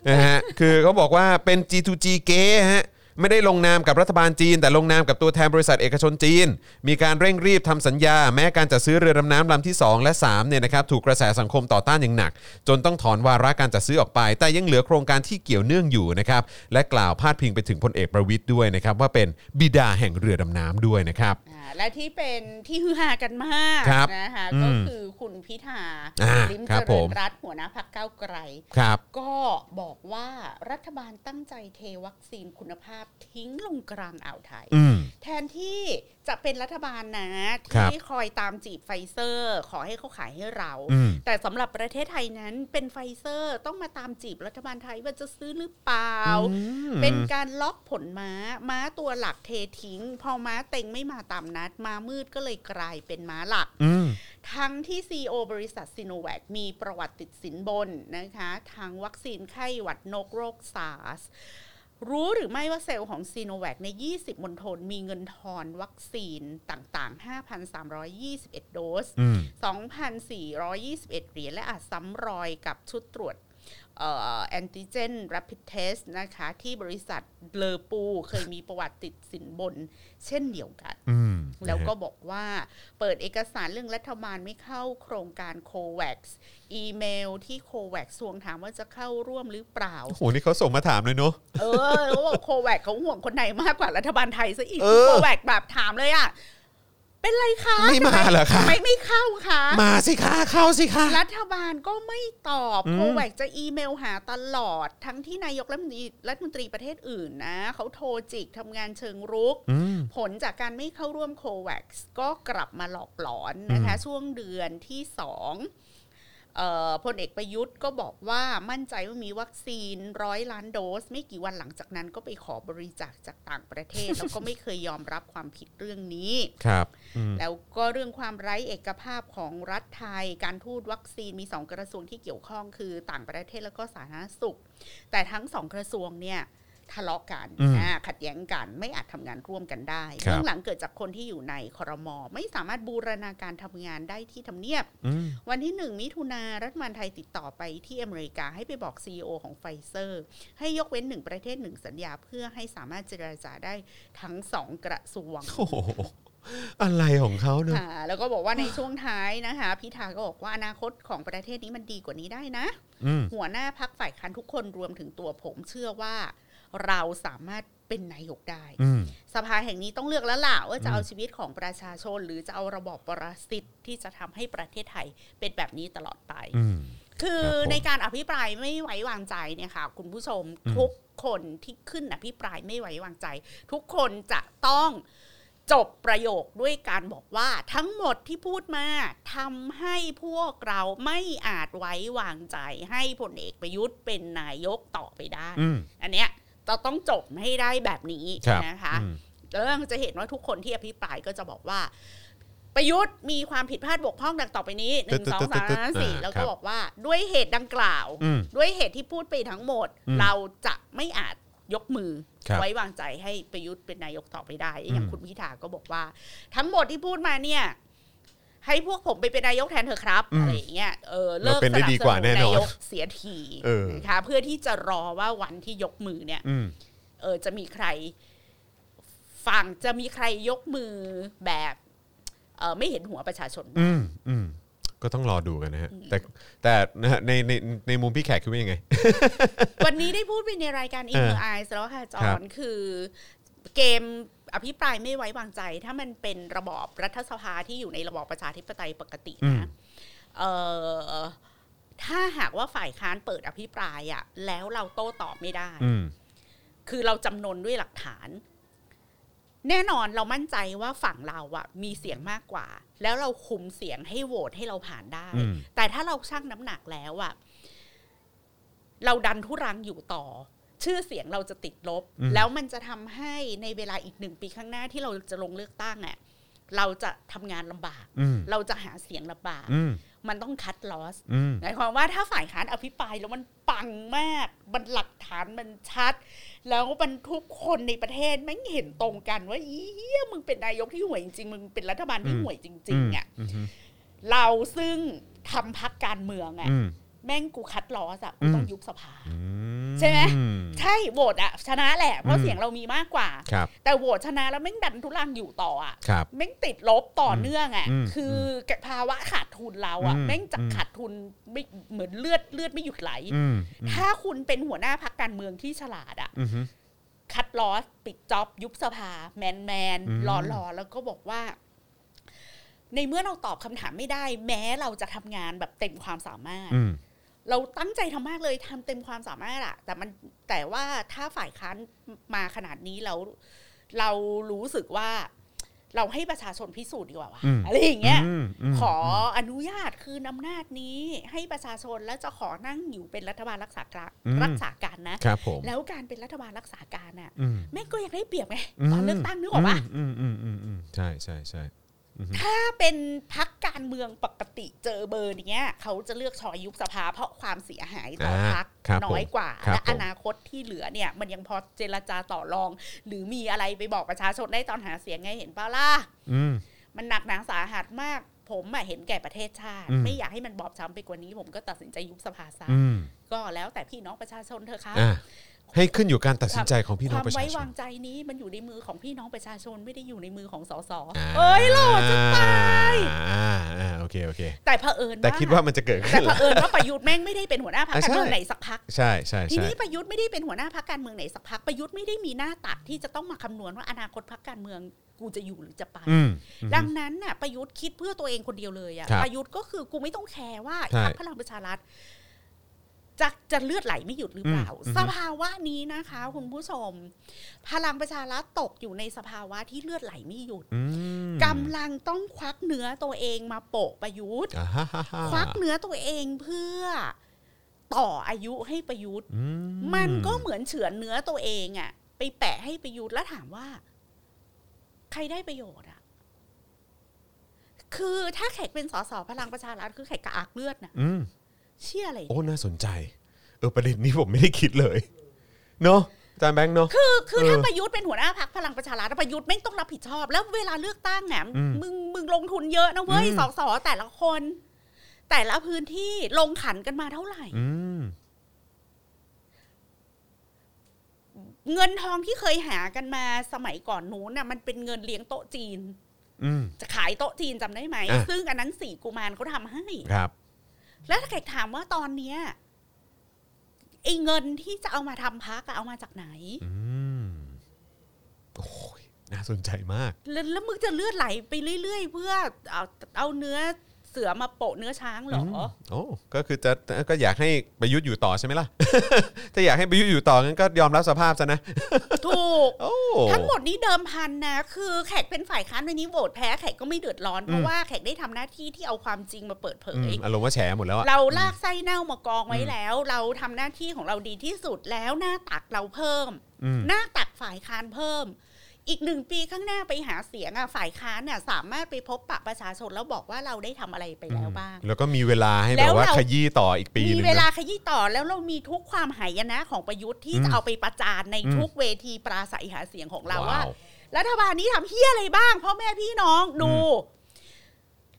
[SPEAKER 1] นะฮะคือเขาบอกว่าเป็น G2G เก๊ฮะไม่ได้ลงนามกับรัฐบาลจีน แต่ลงนามกับตัวแทนบริษัทเอกชนจีน มีการเร่งรีบทำสัญญา แม้การจัดซื้อเรือดำน้ำลำที่ 2 และ3เนี่ยนะครับถูกกระแสสังคมต่อต้านอย่างหนัก จนต้องถอนวาระการจัดซื้อออกไป แต่ยังเหลือโครงการที่เกี่ยวเนื่องอยู่นะครับและกล่าวพาดพิงไปถึงพลเอกประวิทย์ด้วยนะครับว่าเป็นบิดาแห่งเรือดำน้ำด้วยนะครับ
[SPEAKER 2] อ่าและที่เป็นที่ฮือฮากันมาก
[SPEAKER 1] ครับ
[SPEAKER 2] นะคะ
[SPEAKER 1] อืม
[SPEAKER 2] ก็คือคุณพิธา
[SPEAKER 1] อ่า
[SPEAKER 2] ลิม
[SPEAKER 1] ครั
[SPEAKER 2] เจ
[SPEAKER 1] บผ
[SPEAKER 2] ริ
[SPEAKER 1] ม
[SPEAKER 2] ญรัตน์หัวหน้าพักเก้าวไกล
[SPEAKER 1] ครับ
[SPEAKER 2] ก็บอกว่ารัฐบาลตั้งใจเทวัคซีนคุณภาพทิ้งลงกลางอ่าวไทย
[SPEAKER 1] อืม
[SPEAKER 2] แทนที่จะเป็นรัฐบาลนะ
[SPEAKER 1] ครับ
[SPEAKER 2] ที่คอยตามจีบไฟเซอร์ ขอให้เขาขายให้เรา
[SPEAKER 1] อืม
[SPEAKER 2] แต่สำหรับประเทศไทยนั้นเป็นไฟเซอร์ต้องมาตามจีบรัฐบาลไทยว่าจะซื้อหรือเปล่า
[SPEAKER 1] ม
[SPEAKER 2] เป็นการล็อกผลม้า ม้าตัวหลักเททิ้ง พอม้าเต็งไม่มาตามนัด ม้ามืดก็เลยกลายเป็นม้าหลัก
[SPEAKER 1] อืม
[SPEAKER 2] ทั้งที่ CEO บริษัทซีโนแวคมีประวัติติดสินบนนะคะทางวัคซีนไข้หวัดนกโรคซาร์สรู้หรือไม่ว่าเซลล์ของซีโนแวคใน 20 มณฑลมีเงินทอนวัคซีนต่างๆ 5,321 โดส
[SPEAKER 1] อืม
[SPEAKER 2] 2,421 เหรียญและอาจซ้ำรอยกับชุดตรวจแอนติเจน rapid test นะคะ ที่บริษัทเลอปู เคยมีประวัติติดสินบน เช่นเดียวกัน
[SPEAKER 1] อืม
[SPEAKER 2] แล้วก็บอกว่าเปิดเอกสารเรื่องรัฐบาลไม่เข้าโครงการโควัคอีเมลที่โควัคทวงถามว่าจะเข้าร่วมหรือเปล่า
[SPEAKER 1] โอ้โหนี่เขาส่งมาถามเลยเนาะ
[SPEAKER 2] เออเขาบอกโควัคเขาห่วงคนไหนมากกว่ารัฐบาลไทยซะอีก
[SPEAKER 1] เออ
[SPEAKER 2] โควัคแบบถามเลยอ่ะ เป็นไรคะ
[SPEAKER 1] ไม่มาเหรอคะ
[SPEAKER 2] ทำไมไม่เข้าคะ
[SPEAKER 1] มาสิคะเข้าสิคะ
[SPEAKER 2] รัฐบาลก็ไม่ตอบ
[SPEAKER 1] อืม
[SPEAKER 2] โคแวกจะอีเมลหาตลอด ทั้งที่นายกรัฐมนตรีรัฐมนตรีประเทศอื่นนะเขาโทรจิกทำงานเชิงรุก
[SPEAKER 1] อืม
[SPEAKER 2] ผลจากการไม่เข้าร่วมโควัคก็กลับมาหลอกหลอนนะคะ ช่วงเดือนที่สองเอ่อพลเอกประยุทธ์ก็บอกว่ามั่นใจว่ามีวัคซีนร้อยล้านโดส ไม่กี่วันหลังจากนั้นก็ไปขอบริจาคจากต่างประเทศ แล้วก็ไม่เคยยอมรับความผิดเรื่องนี้
[SPEAKER 1] ครับอืม
[SPEAKER 2] แล้วก็เรื่องความไร้เอกภาพของรัฐไทย การทูตวัคซีนมีสองกระทรวงที่เกี่ยวข้องคือต่างประเทศแล้วก็สาธารณสุข แต่ทั้งสองกระทรวงเนี่ยทะเลาะกัน
[SPEAKER 1] อืม
[SPEAKER 2] อ่าขัดแย้งกันไม่อาจทำงานร่วมกันได้
[SPEAKER 1] ครับ
[SPEAKER 2] เรื่องหลังเกิดจากคนที่อยู่ในครมไม่สามารถบูรณาการทำงานได้ที่ทำเนียบ
[SPEAKER 1] อืม
[SPEAKER 2] วันที่หนึ่งมิถุนารัฐบาลไทยติดต่อไปที่อเมริกาให้ไปบอก c ีอของไฟเซอร์ ให้ยกเว้นหนึ่งประเทศหนึ่งสัญญา เพื่อให้สามารถเจรจาได้ทั้งสองกระทรวง
[SPEAKER 1] โอ้โห อะไรของเขาเนอะ
[SPEAKER 2] ค่ะแล้วก็บอกว่าในช่วงท้ายนะคะพิธาก็บอกว่าอนาคตของประเทศนี้มันดีกว่านี้ได้นะ
[SPEAKER 1] อืม
[SPEAKER 2] หัวหน้าพักฝ่ายค้านทุกคนรวมถึงตัวผมเชื่อว่าเราสามารถเป็นนายกได้
[SPEAKER 1] อืม
[SPEAKER 2] สภาแห่งนี้ต้องเลือกแล้วล่ะว่าจะ
[SPEAKER 1] อืม
[SPEAKER 2] เอาชีวิตของประชาชน หรือจะเอาระบอบปรสิตที่จะทำให้ประเทศไทยเป็นแบบนี้ตลอดไป
[SPEAKER 1] อืม
[SPEAKER 2] คือ
[SPEAKER 1] ครับผม
[SPEAKER 2] ในการอภิปรายไม่ไว้วางใจเนี่ยค่ะ คุณผู้ชม
[SPEAKER 1] อืม
[SPEAKER 2] ทุกคนที่ขึ้นอภิปรายไม่ไว้วางใจ ทุกคนจะต้อง จบประโยคด้วยการบอกว่าทั้งหมดที่พูดมาทำให้พวกเราไม่อาจไว้วางใจให้พลเอกประยุทธ์เป็นนายกต่อไปได้
[SPEAKER 1] อืม
[SPEAKER 2] อันเนี้ยเราต้องจบให้ได้แบบนี้
[SPEAKER 1] ครับ
[SPEAKER 2] นะคะ
[SPEAKER 1] อืม
[SPEAKER 2] แล้วเราจะเห็นว่าทุกคนที่อภิปรายก็จะบอกว่า ประยุทธ์มีความผิดพลาดบกพร่องดังต่อไปนี้หนึ่งสองสามสี่แล้วก็บอกว่าด้วยเหตุดังกล่าว
[SPEAKER 1] อืม
[SPEAKER 2] ด้วยเหตุที่พูดไปทั้งหมด
[SPEAKER 1] อืม
[SPEAKER 2] เราจะไม่อาจยกมือ
[SPEAKER 1] ครับ
[SPEAKER 2] ไว้วางใจให้ประยุทธ์เป็นนายกต่อไปได้
[SPEAKER 1] อืม
[SPEAKER 2] อย่างคุณพิธาก็บอกว่า ทั้งหมดที่พูดมาเนี่ย ให้พวกผมไปเป็นนายกแทนเถอะครับอะไรอย่างเงี้ยเออเลิก
[SPEAKER 1] เราเป็นได้
[SPEAKER 2] สบ
[SPEAKER 1] ดีกว่าแน่นอน
[SPEAKER 2] ยกเสียที
[SPEAKER 1] เออ
[SPEAKER 2] นะคะเพื่อที่จะรอว่าวันที่ยกมือเนี่ย
[SPEAKER 1] อืม
[SPEAKER 2] เออจะมีใครฝั่งจะมีใครยกมือแบบเออไม่เห็นหัวประชาชน
[SPEAKER 1] อืมอืมก็ต้องรอดูกันนะฮะ แต่แต่นะฮะในในในมุมพี่แขกคิดว่ายังไง
[SPEAKER 2] วันนี้ได้พูดไปในรายการ i n
[SPEAKER 1] เอ
[SPEAKER 2] t
[SPEAKER 1] อ
[SPEAKER 2] e r Eyes แล้วค่ะจอ
[SPEAKER 1] ครั
[SPEAKER 2] ห์
[SPEAKER 1] บ
[SPEAKER 2] นคือเกมอภิปรายไม่ไว้วางใจ ถ้ามันเป็นระบอบรัฐสภาที่อยู่ในระบอบประชาธิปไตยปกติ
[SPEAKER 1] อืม
[SPEAKER 2] นะเออถ้าหากว่าฝ่ายค้านเปิดอภิปรายอะแล้วเราโต้ตอบไม่ได้
[SPEAKER 1] อืม
[SPEAKER 2] คือเราจำนนด้วยหลักฐาน แน่นอนเรามั่นใจว่าฝั่งเราอะมีเสียงมากกว่า แล้วเราคุมเสียงให้โหวตให้เราผ่านได้
[SPEAKER 1] อืม
[SPEAKER 2] แต่ถ้าเราชั่งน้ำหนักแล้วอะเราดันทุรังอยู่ต่อ ชื่อเสียงเราจะติดลบ
[SPEAKER 1] อืม
[SPEAKER 2] แล้วมันจะทำให้ในเวลาอีกหนึ่งปีข้างหน้าที่เราจะลงเลือกตั้งอะเราจะทำงานลำบาก
[SPEAKER 1] อืม
[SPEAKER 2] เราจะหาเสียงลำบาก
[SPEAKER 1] อืม
[SPEAKER 2] มันต้องคัดลอส
[SPEAKER 1] อืม
[SPEAKER 2] หมายความว่าถ้าฝ่ายค้านอภิปรายแล้วมันปังมาก มันหลักฐานมันชัด แล้วมันทุกคนในประเทศแม่งเห็นตรงกันว่าเอี้ยมึงเป็นนายกที่ห่วยจริง มึงเป็นรัฐบาลที่
[SPEAKER 1] อืม
[SPEAKER 2] ห่วยจริงๆอ่ะ
[SPEAKER 1] อืมอืม
[SPEAKER 2] เราซึ่งทำพักการเมืองอ่ะ
[SPEAKER 1] อืม
[SPEAKER 2] แม่งกูคัดลอสอ่ะกูต้อง
[SPEAKER 1] อืม
[SPEAKER 2] ยุบสภา
[SPEAKER 1] อื
[SPEAKER 2] ใช่ไหม ใช่โหวตอ่ะชนะแหละเพราะเสียงเรามีมากกว่า
[SPEAKER 1] ครับ
[SPEAKER 2] แต่โหวตชนะแล้วแม่งดันทุรังอยู่ต่ออ่ะ
[SPEAKER 1] ครับ
[SPEAKER 2] แม่งติดลบต่อเนื่องอ่ะ
[SPEAKER 1] อืม
[SPEAKER 2] คือภาวะขาดทุนเราอ่ะ
[SPEAKER 1] อืม
[SPEAKER 2] แม่งจะ
[SPEAKER 1] อืม
[SPEAKER 2] ขาดทุนไม่เหมือนเลือดเลือดไม่หยุดไหล
[SPEAKER 1] อืมอืม
[SPEAKER 2] ถ้าคุณเป็นหัวหน้าพักการเมืองที่ฉลาดอะ
[SPEAKER 1] อืม
[SPEAKER 2] คัดลอส ปิดจ็อบ ยุบสภา แมนแมน
[SPEAKER 1] อืม
[SPEAKER 2] รอรอแล้วก็บอกว่า ในเมื่อเราตอบคำถามไม่ได้ แม้เราจะทำงานแบบเต็มความสามารถ
[SPEAKER 1] อืม
[SPEAKER 2] เราตั้งใจทำมากเลยทำเต็มความสามารถอะแต่มันแต่ว่าถ้าฝ่ายค้านมาขนาดนี้แล้วเรารู้สึกว่า เราให้ประชาชนพิสูจน์ดีกว่าวะ
[SPEAKER 1] อืม
[SPEAKER 2] อะไรอย่างเงี้ย
[SPEAKER 1] อืมม
[SPEAKER 2] ขออนุญาตคืนอำนาจนี้ ให้ประชาชนและจะขอนั่งอยู่เป็นรัฐบาลรักษาการรักษาการนะ
[SPEAKER 1] ครับผม
[SPEAKER 2] แล้วการเป็นรัฐบาลรักษาการน่ะ
[SPEAKER 1] อืม
[SPEAKER 2] แม่งก็ยังได้เปรียบไงตอนเลือกตั้งนึกออกปะ
[SPEAKER 1] อืมอืมอืมอืมใช่ใช่ใช่อืม
[SPEAKER 2] ถ้าเป็นพักการเมืองปกติเจอเบอร์เนี้ย เขาจะเลือกชอยยุบสภาเพราะความเสียหายต่ออาพัก
[SPEAKER 1] ครับ
[SPEAKER 2] น้อย
[SPEAKER 1] ผม
[SPEAKER 2] กว่า
[SPEAKER 1] ครับ
[SPEAKER 2] และ
[SPEAKER 1] ผม
[SPEAKER 2] อนาคตที่เหลือเนี่ย มันยังพอเจรจาต่อรอง หรือมีอะไรไปบอกประชาชนได้ตอนหาเสียงไงเห็นเปล่าล่ะ
[SPEAKER 1] อืม
[SPEAKER 2] มันหนักหนาสาหัสมาก ผมอะเห็นแก่ประเทศชาติ
[SPEAKER 1] อืม
[SPEAKER 2] ไม่อยากให้มันบอบช้ำไปกว่านี้ ผมก็ตัดสินใจยุบสภาซะ
[SPEAKER 1] อืม
[SPEAKER 2] ก็แล้วแต่พี่น้องประชาชนเธอะครับ
[SPEAKER 1] อ่ะให้ขึ้นอยู่การตัดสินใจของพี่
[SPEAKER 2] ค
[SPEAKER 1] น้อง
[SPEAKER 2] วาม
[SPEAKER 1] ประ
[SPEAKER 2] ไว้
[SPEAKER 1] ชาช
[SPEAKER 2] วาน งใจนี้มันอยู่ในมือของพี่น้องประชาชนไม่ได้อยู่ในมือของสส
[SPEAKER 1] อ่า
[SPEAKER 2] เอ้ยหล่อจะตาย
[SPEAKER 1] อ่าอ่าโอเคโอเค
[SPEAKER 2] แต่เผอิญ
[SPEAKER 1] แต่คิดว่ามันจะเกิด
[SPEAKER 2] แต่
[SPEAKER 1] ขึ้น
[SPEAKER 2] เผ
[SPEAKER 1] เหรอ
[SPEAKER 2] อิญว่าประยุทธ์แม่งไม่ได้เป็นหัวหน้าพรรค
[SPEAKER 1] อ่ะ
[SPEAKER 2] การเมือง
[SPEAKER 1] ใช่
[SPEAKER 2] ไหนสักพัก
[SPEAKER 1] ใช่ใช่
[SPEAKER 2] ที
[SPEAKER 1] ใช่
[SPEAKER 2] นี้ประยุทธ์ไม่ได้เป็นหัวหน้าพรรคการเมืองไหนสักพักประยุทธ์ไม่ได้มีหน้าตัดที่จะต้องมาคำนวณว่าอนาคตพรรคการเมืองกูจะอยู่หรือจะไป
[SPEAKER 1] อืมอืม
[SPEAKER 2] ดังนั้นน่ะประยุทธ์คิดเพื่อตัวเองคนเดียวเลยอะ
[SPEAKER 1] ครับ
[SPEAKER 2] ประยุทธ์ก็คือกูไม่ต้องแคร์ว่า
[SPEAKER 1] ใช่
[SPEAKER 2] พรรคพลังประชารัฐจะจะเลือดไหลไม่หยุดหรือเปล่า
[SPEAKER 1] อืมอืม
[SPEAKER 2] สภาวะนี้นะคะ คุณผู้ชม พลังประชารัฐตกอยู่ในสภาวะที่เลือดไหลไม่หยุด
[SPEAKER 1] อืม
[SPEAKER 2] กำลังต้องควักเนื้อตัวเองมาโปะประยุทธ์
[SPEAKER 1] อ่าฮ่าฮ่าฮ่า
[SPEAKER 2] ควักเนื้อตัวเองเพื่อต่ออายุให้ประยุทธ์
[SPEAKER 1] อื
[SPEAKER 2] มันก็เหมือนเฉือนเนื้อตัวเองอะไปแปะให้ประยุทธ์แล้วถามว่า ใครได้ประโยชน์อะคือถ้าแขกเป็นสสพลังประชารัฐคือแขกกระอักเลือดนะ
[SPEAKER 1] อืม
[SPEAKER 2] เชื่ออะไร
[SPEAKER 1] โอ้ น่าสนใจ เออ ประเด็นนี้ผมไม่ได้คิดเลย เนาะอาจารย์แบงค์เนาะ
[SPEAKER 2] คือคือถ้า
[SPEAKER 1] เออ
[SPEAKER 2] ประยุทธ์เป็นหัวหน้าพักพลังประชารัฐประยุทธ์ไม่งต้องรับผิดชอบ แล้วเวลาเลือกตั้งเนี่ย
[SPEAKER 1] อืม
[SPEAKER 2] มึงมึงลงทุนเยอะนะเว้ย
[SPEAKER 1] อืม
[SPEAKER 2] สสแต่ละคน แต่ละพื้นที่ลงขันกันมาเท่าไหร่
[SPEAKER 1] อืม
[SPEAKER 2] เงินทองที่เคยหากันมาสมัยก่อนนู้นน่ะมันเป็นเงินเลี้ยงโต๊ะจีน
[SPEAKER 1] อืม
[SPEAKER 2] จะขายโต๊ะจีนจำได้ไหม
[SPEAKER 1] อ่ะ
[SPEAKER 2] ซึ่งอันนั้นสี่กุมารเขาทำให้
[SPEAKER 1] ครับ
[SPEAKER 2] แล้วถ้าแขกถามว่าตอนเนี้ยไอ้เงินที่จะเอามาทำพักอะเอามาจากไหน
[SPEAKER 1] อืม โอ้ย น่าสนใจมาก
[SPEAKER 2] แล้วแล้วมึงจะเลือดไหลไปเรื่อยๆ เพื่อเอาเอาเนื้อ สือมาโปะเนื้อช้างเหรออ
[SPEAKER 1] โอ้ก็คือจะก็อยากให้ประยุทธ์อยู่ต่อใช่ไหมล่ะ ถ้าอยากให้ประยุทธ์อยู่ต่องั้นก็ยอมรับสภาพซะนะ
[SPEAKER 2] ถูก
[SPEAKER 1] โอ้
[SPEAKER 2] ทั้งหมดนี้เดิมพันนะคือแขกเป็นฝ่ายค้านวันนี้โหวตแพ้แขกก็ไม่เดือดร้อน เพราะว่าแขกได้ทำหน้าที่ที่เอาความจริงมาเปิดเผ
[SPEAKER 1] อืม
[SPEAKER 2] ย
[SPEAKER 1] อารมณ์ว่าแฉหมดแล้วอะ
[SPEAKER 2] เราลากไส้เน่ามากองไว้แล้ว เราทำหน้าที่ของเราดีที่สุดแล้วหน้าตักเราเพิ่ม
[SPEAKER 1] อืม
[SPEAKER 2] หน้าตักฝ่ายค้านเพิ่ม อีกหนึ่งปีข้างหน้าไปหาเสียงอ่ะฝ่ายค้านน่ะสามารถไปพบปะประชาชนแล้วบอกว่าเราได้ทำอะไรไปแล้วบ้าง
[SPEAKER 1] แล้วก็มีเวลาให้แบ
[SPEAKER 2] แล้
[SPEAKER 1] บ
[SPEAKER 2] ว
[SPEAKER 1] ว่า
[SPEAKER 2] เรา
[SPEAKER 1] ขยี้ต่ออีกปีห
[SPEAKER 2] มี
[SPEAKER 1] นึง
[SPEAKER 2] เวลา
[SPEAKER 1] นะ
[SPEAKER 2] ขยี้ต่อแล้วเรามีทุกความหายนะของประยุทธ์ที่
[SPEAKER 1] อืม
[SPEAKER 2] จะเอาไปประจานใน
[SPEAKER 1] อืม
[SPEAKER 2] ทุกเวทีปราศัยหาเสียงของเราว่า
[SPEAKER 1] ว้าว
[SPEAKER 2] รัฐบาลนี้ทำเฮี้ยอะไรบ้างพ่อแม่พี่น้องดู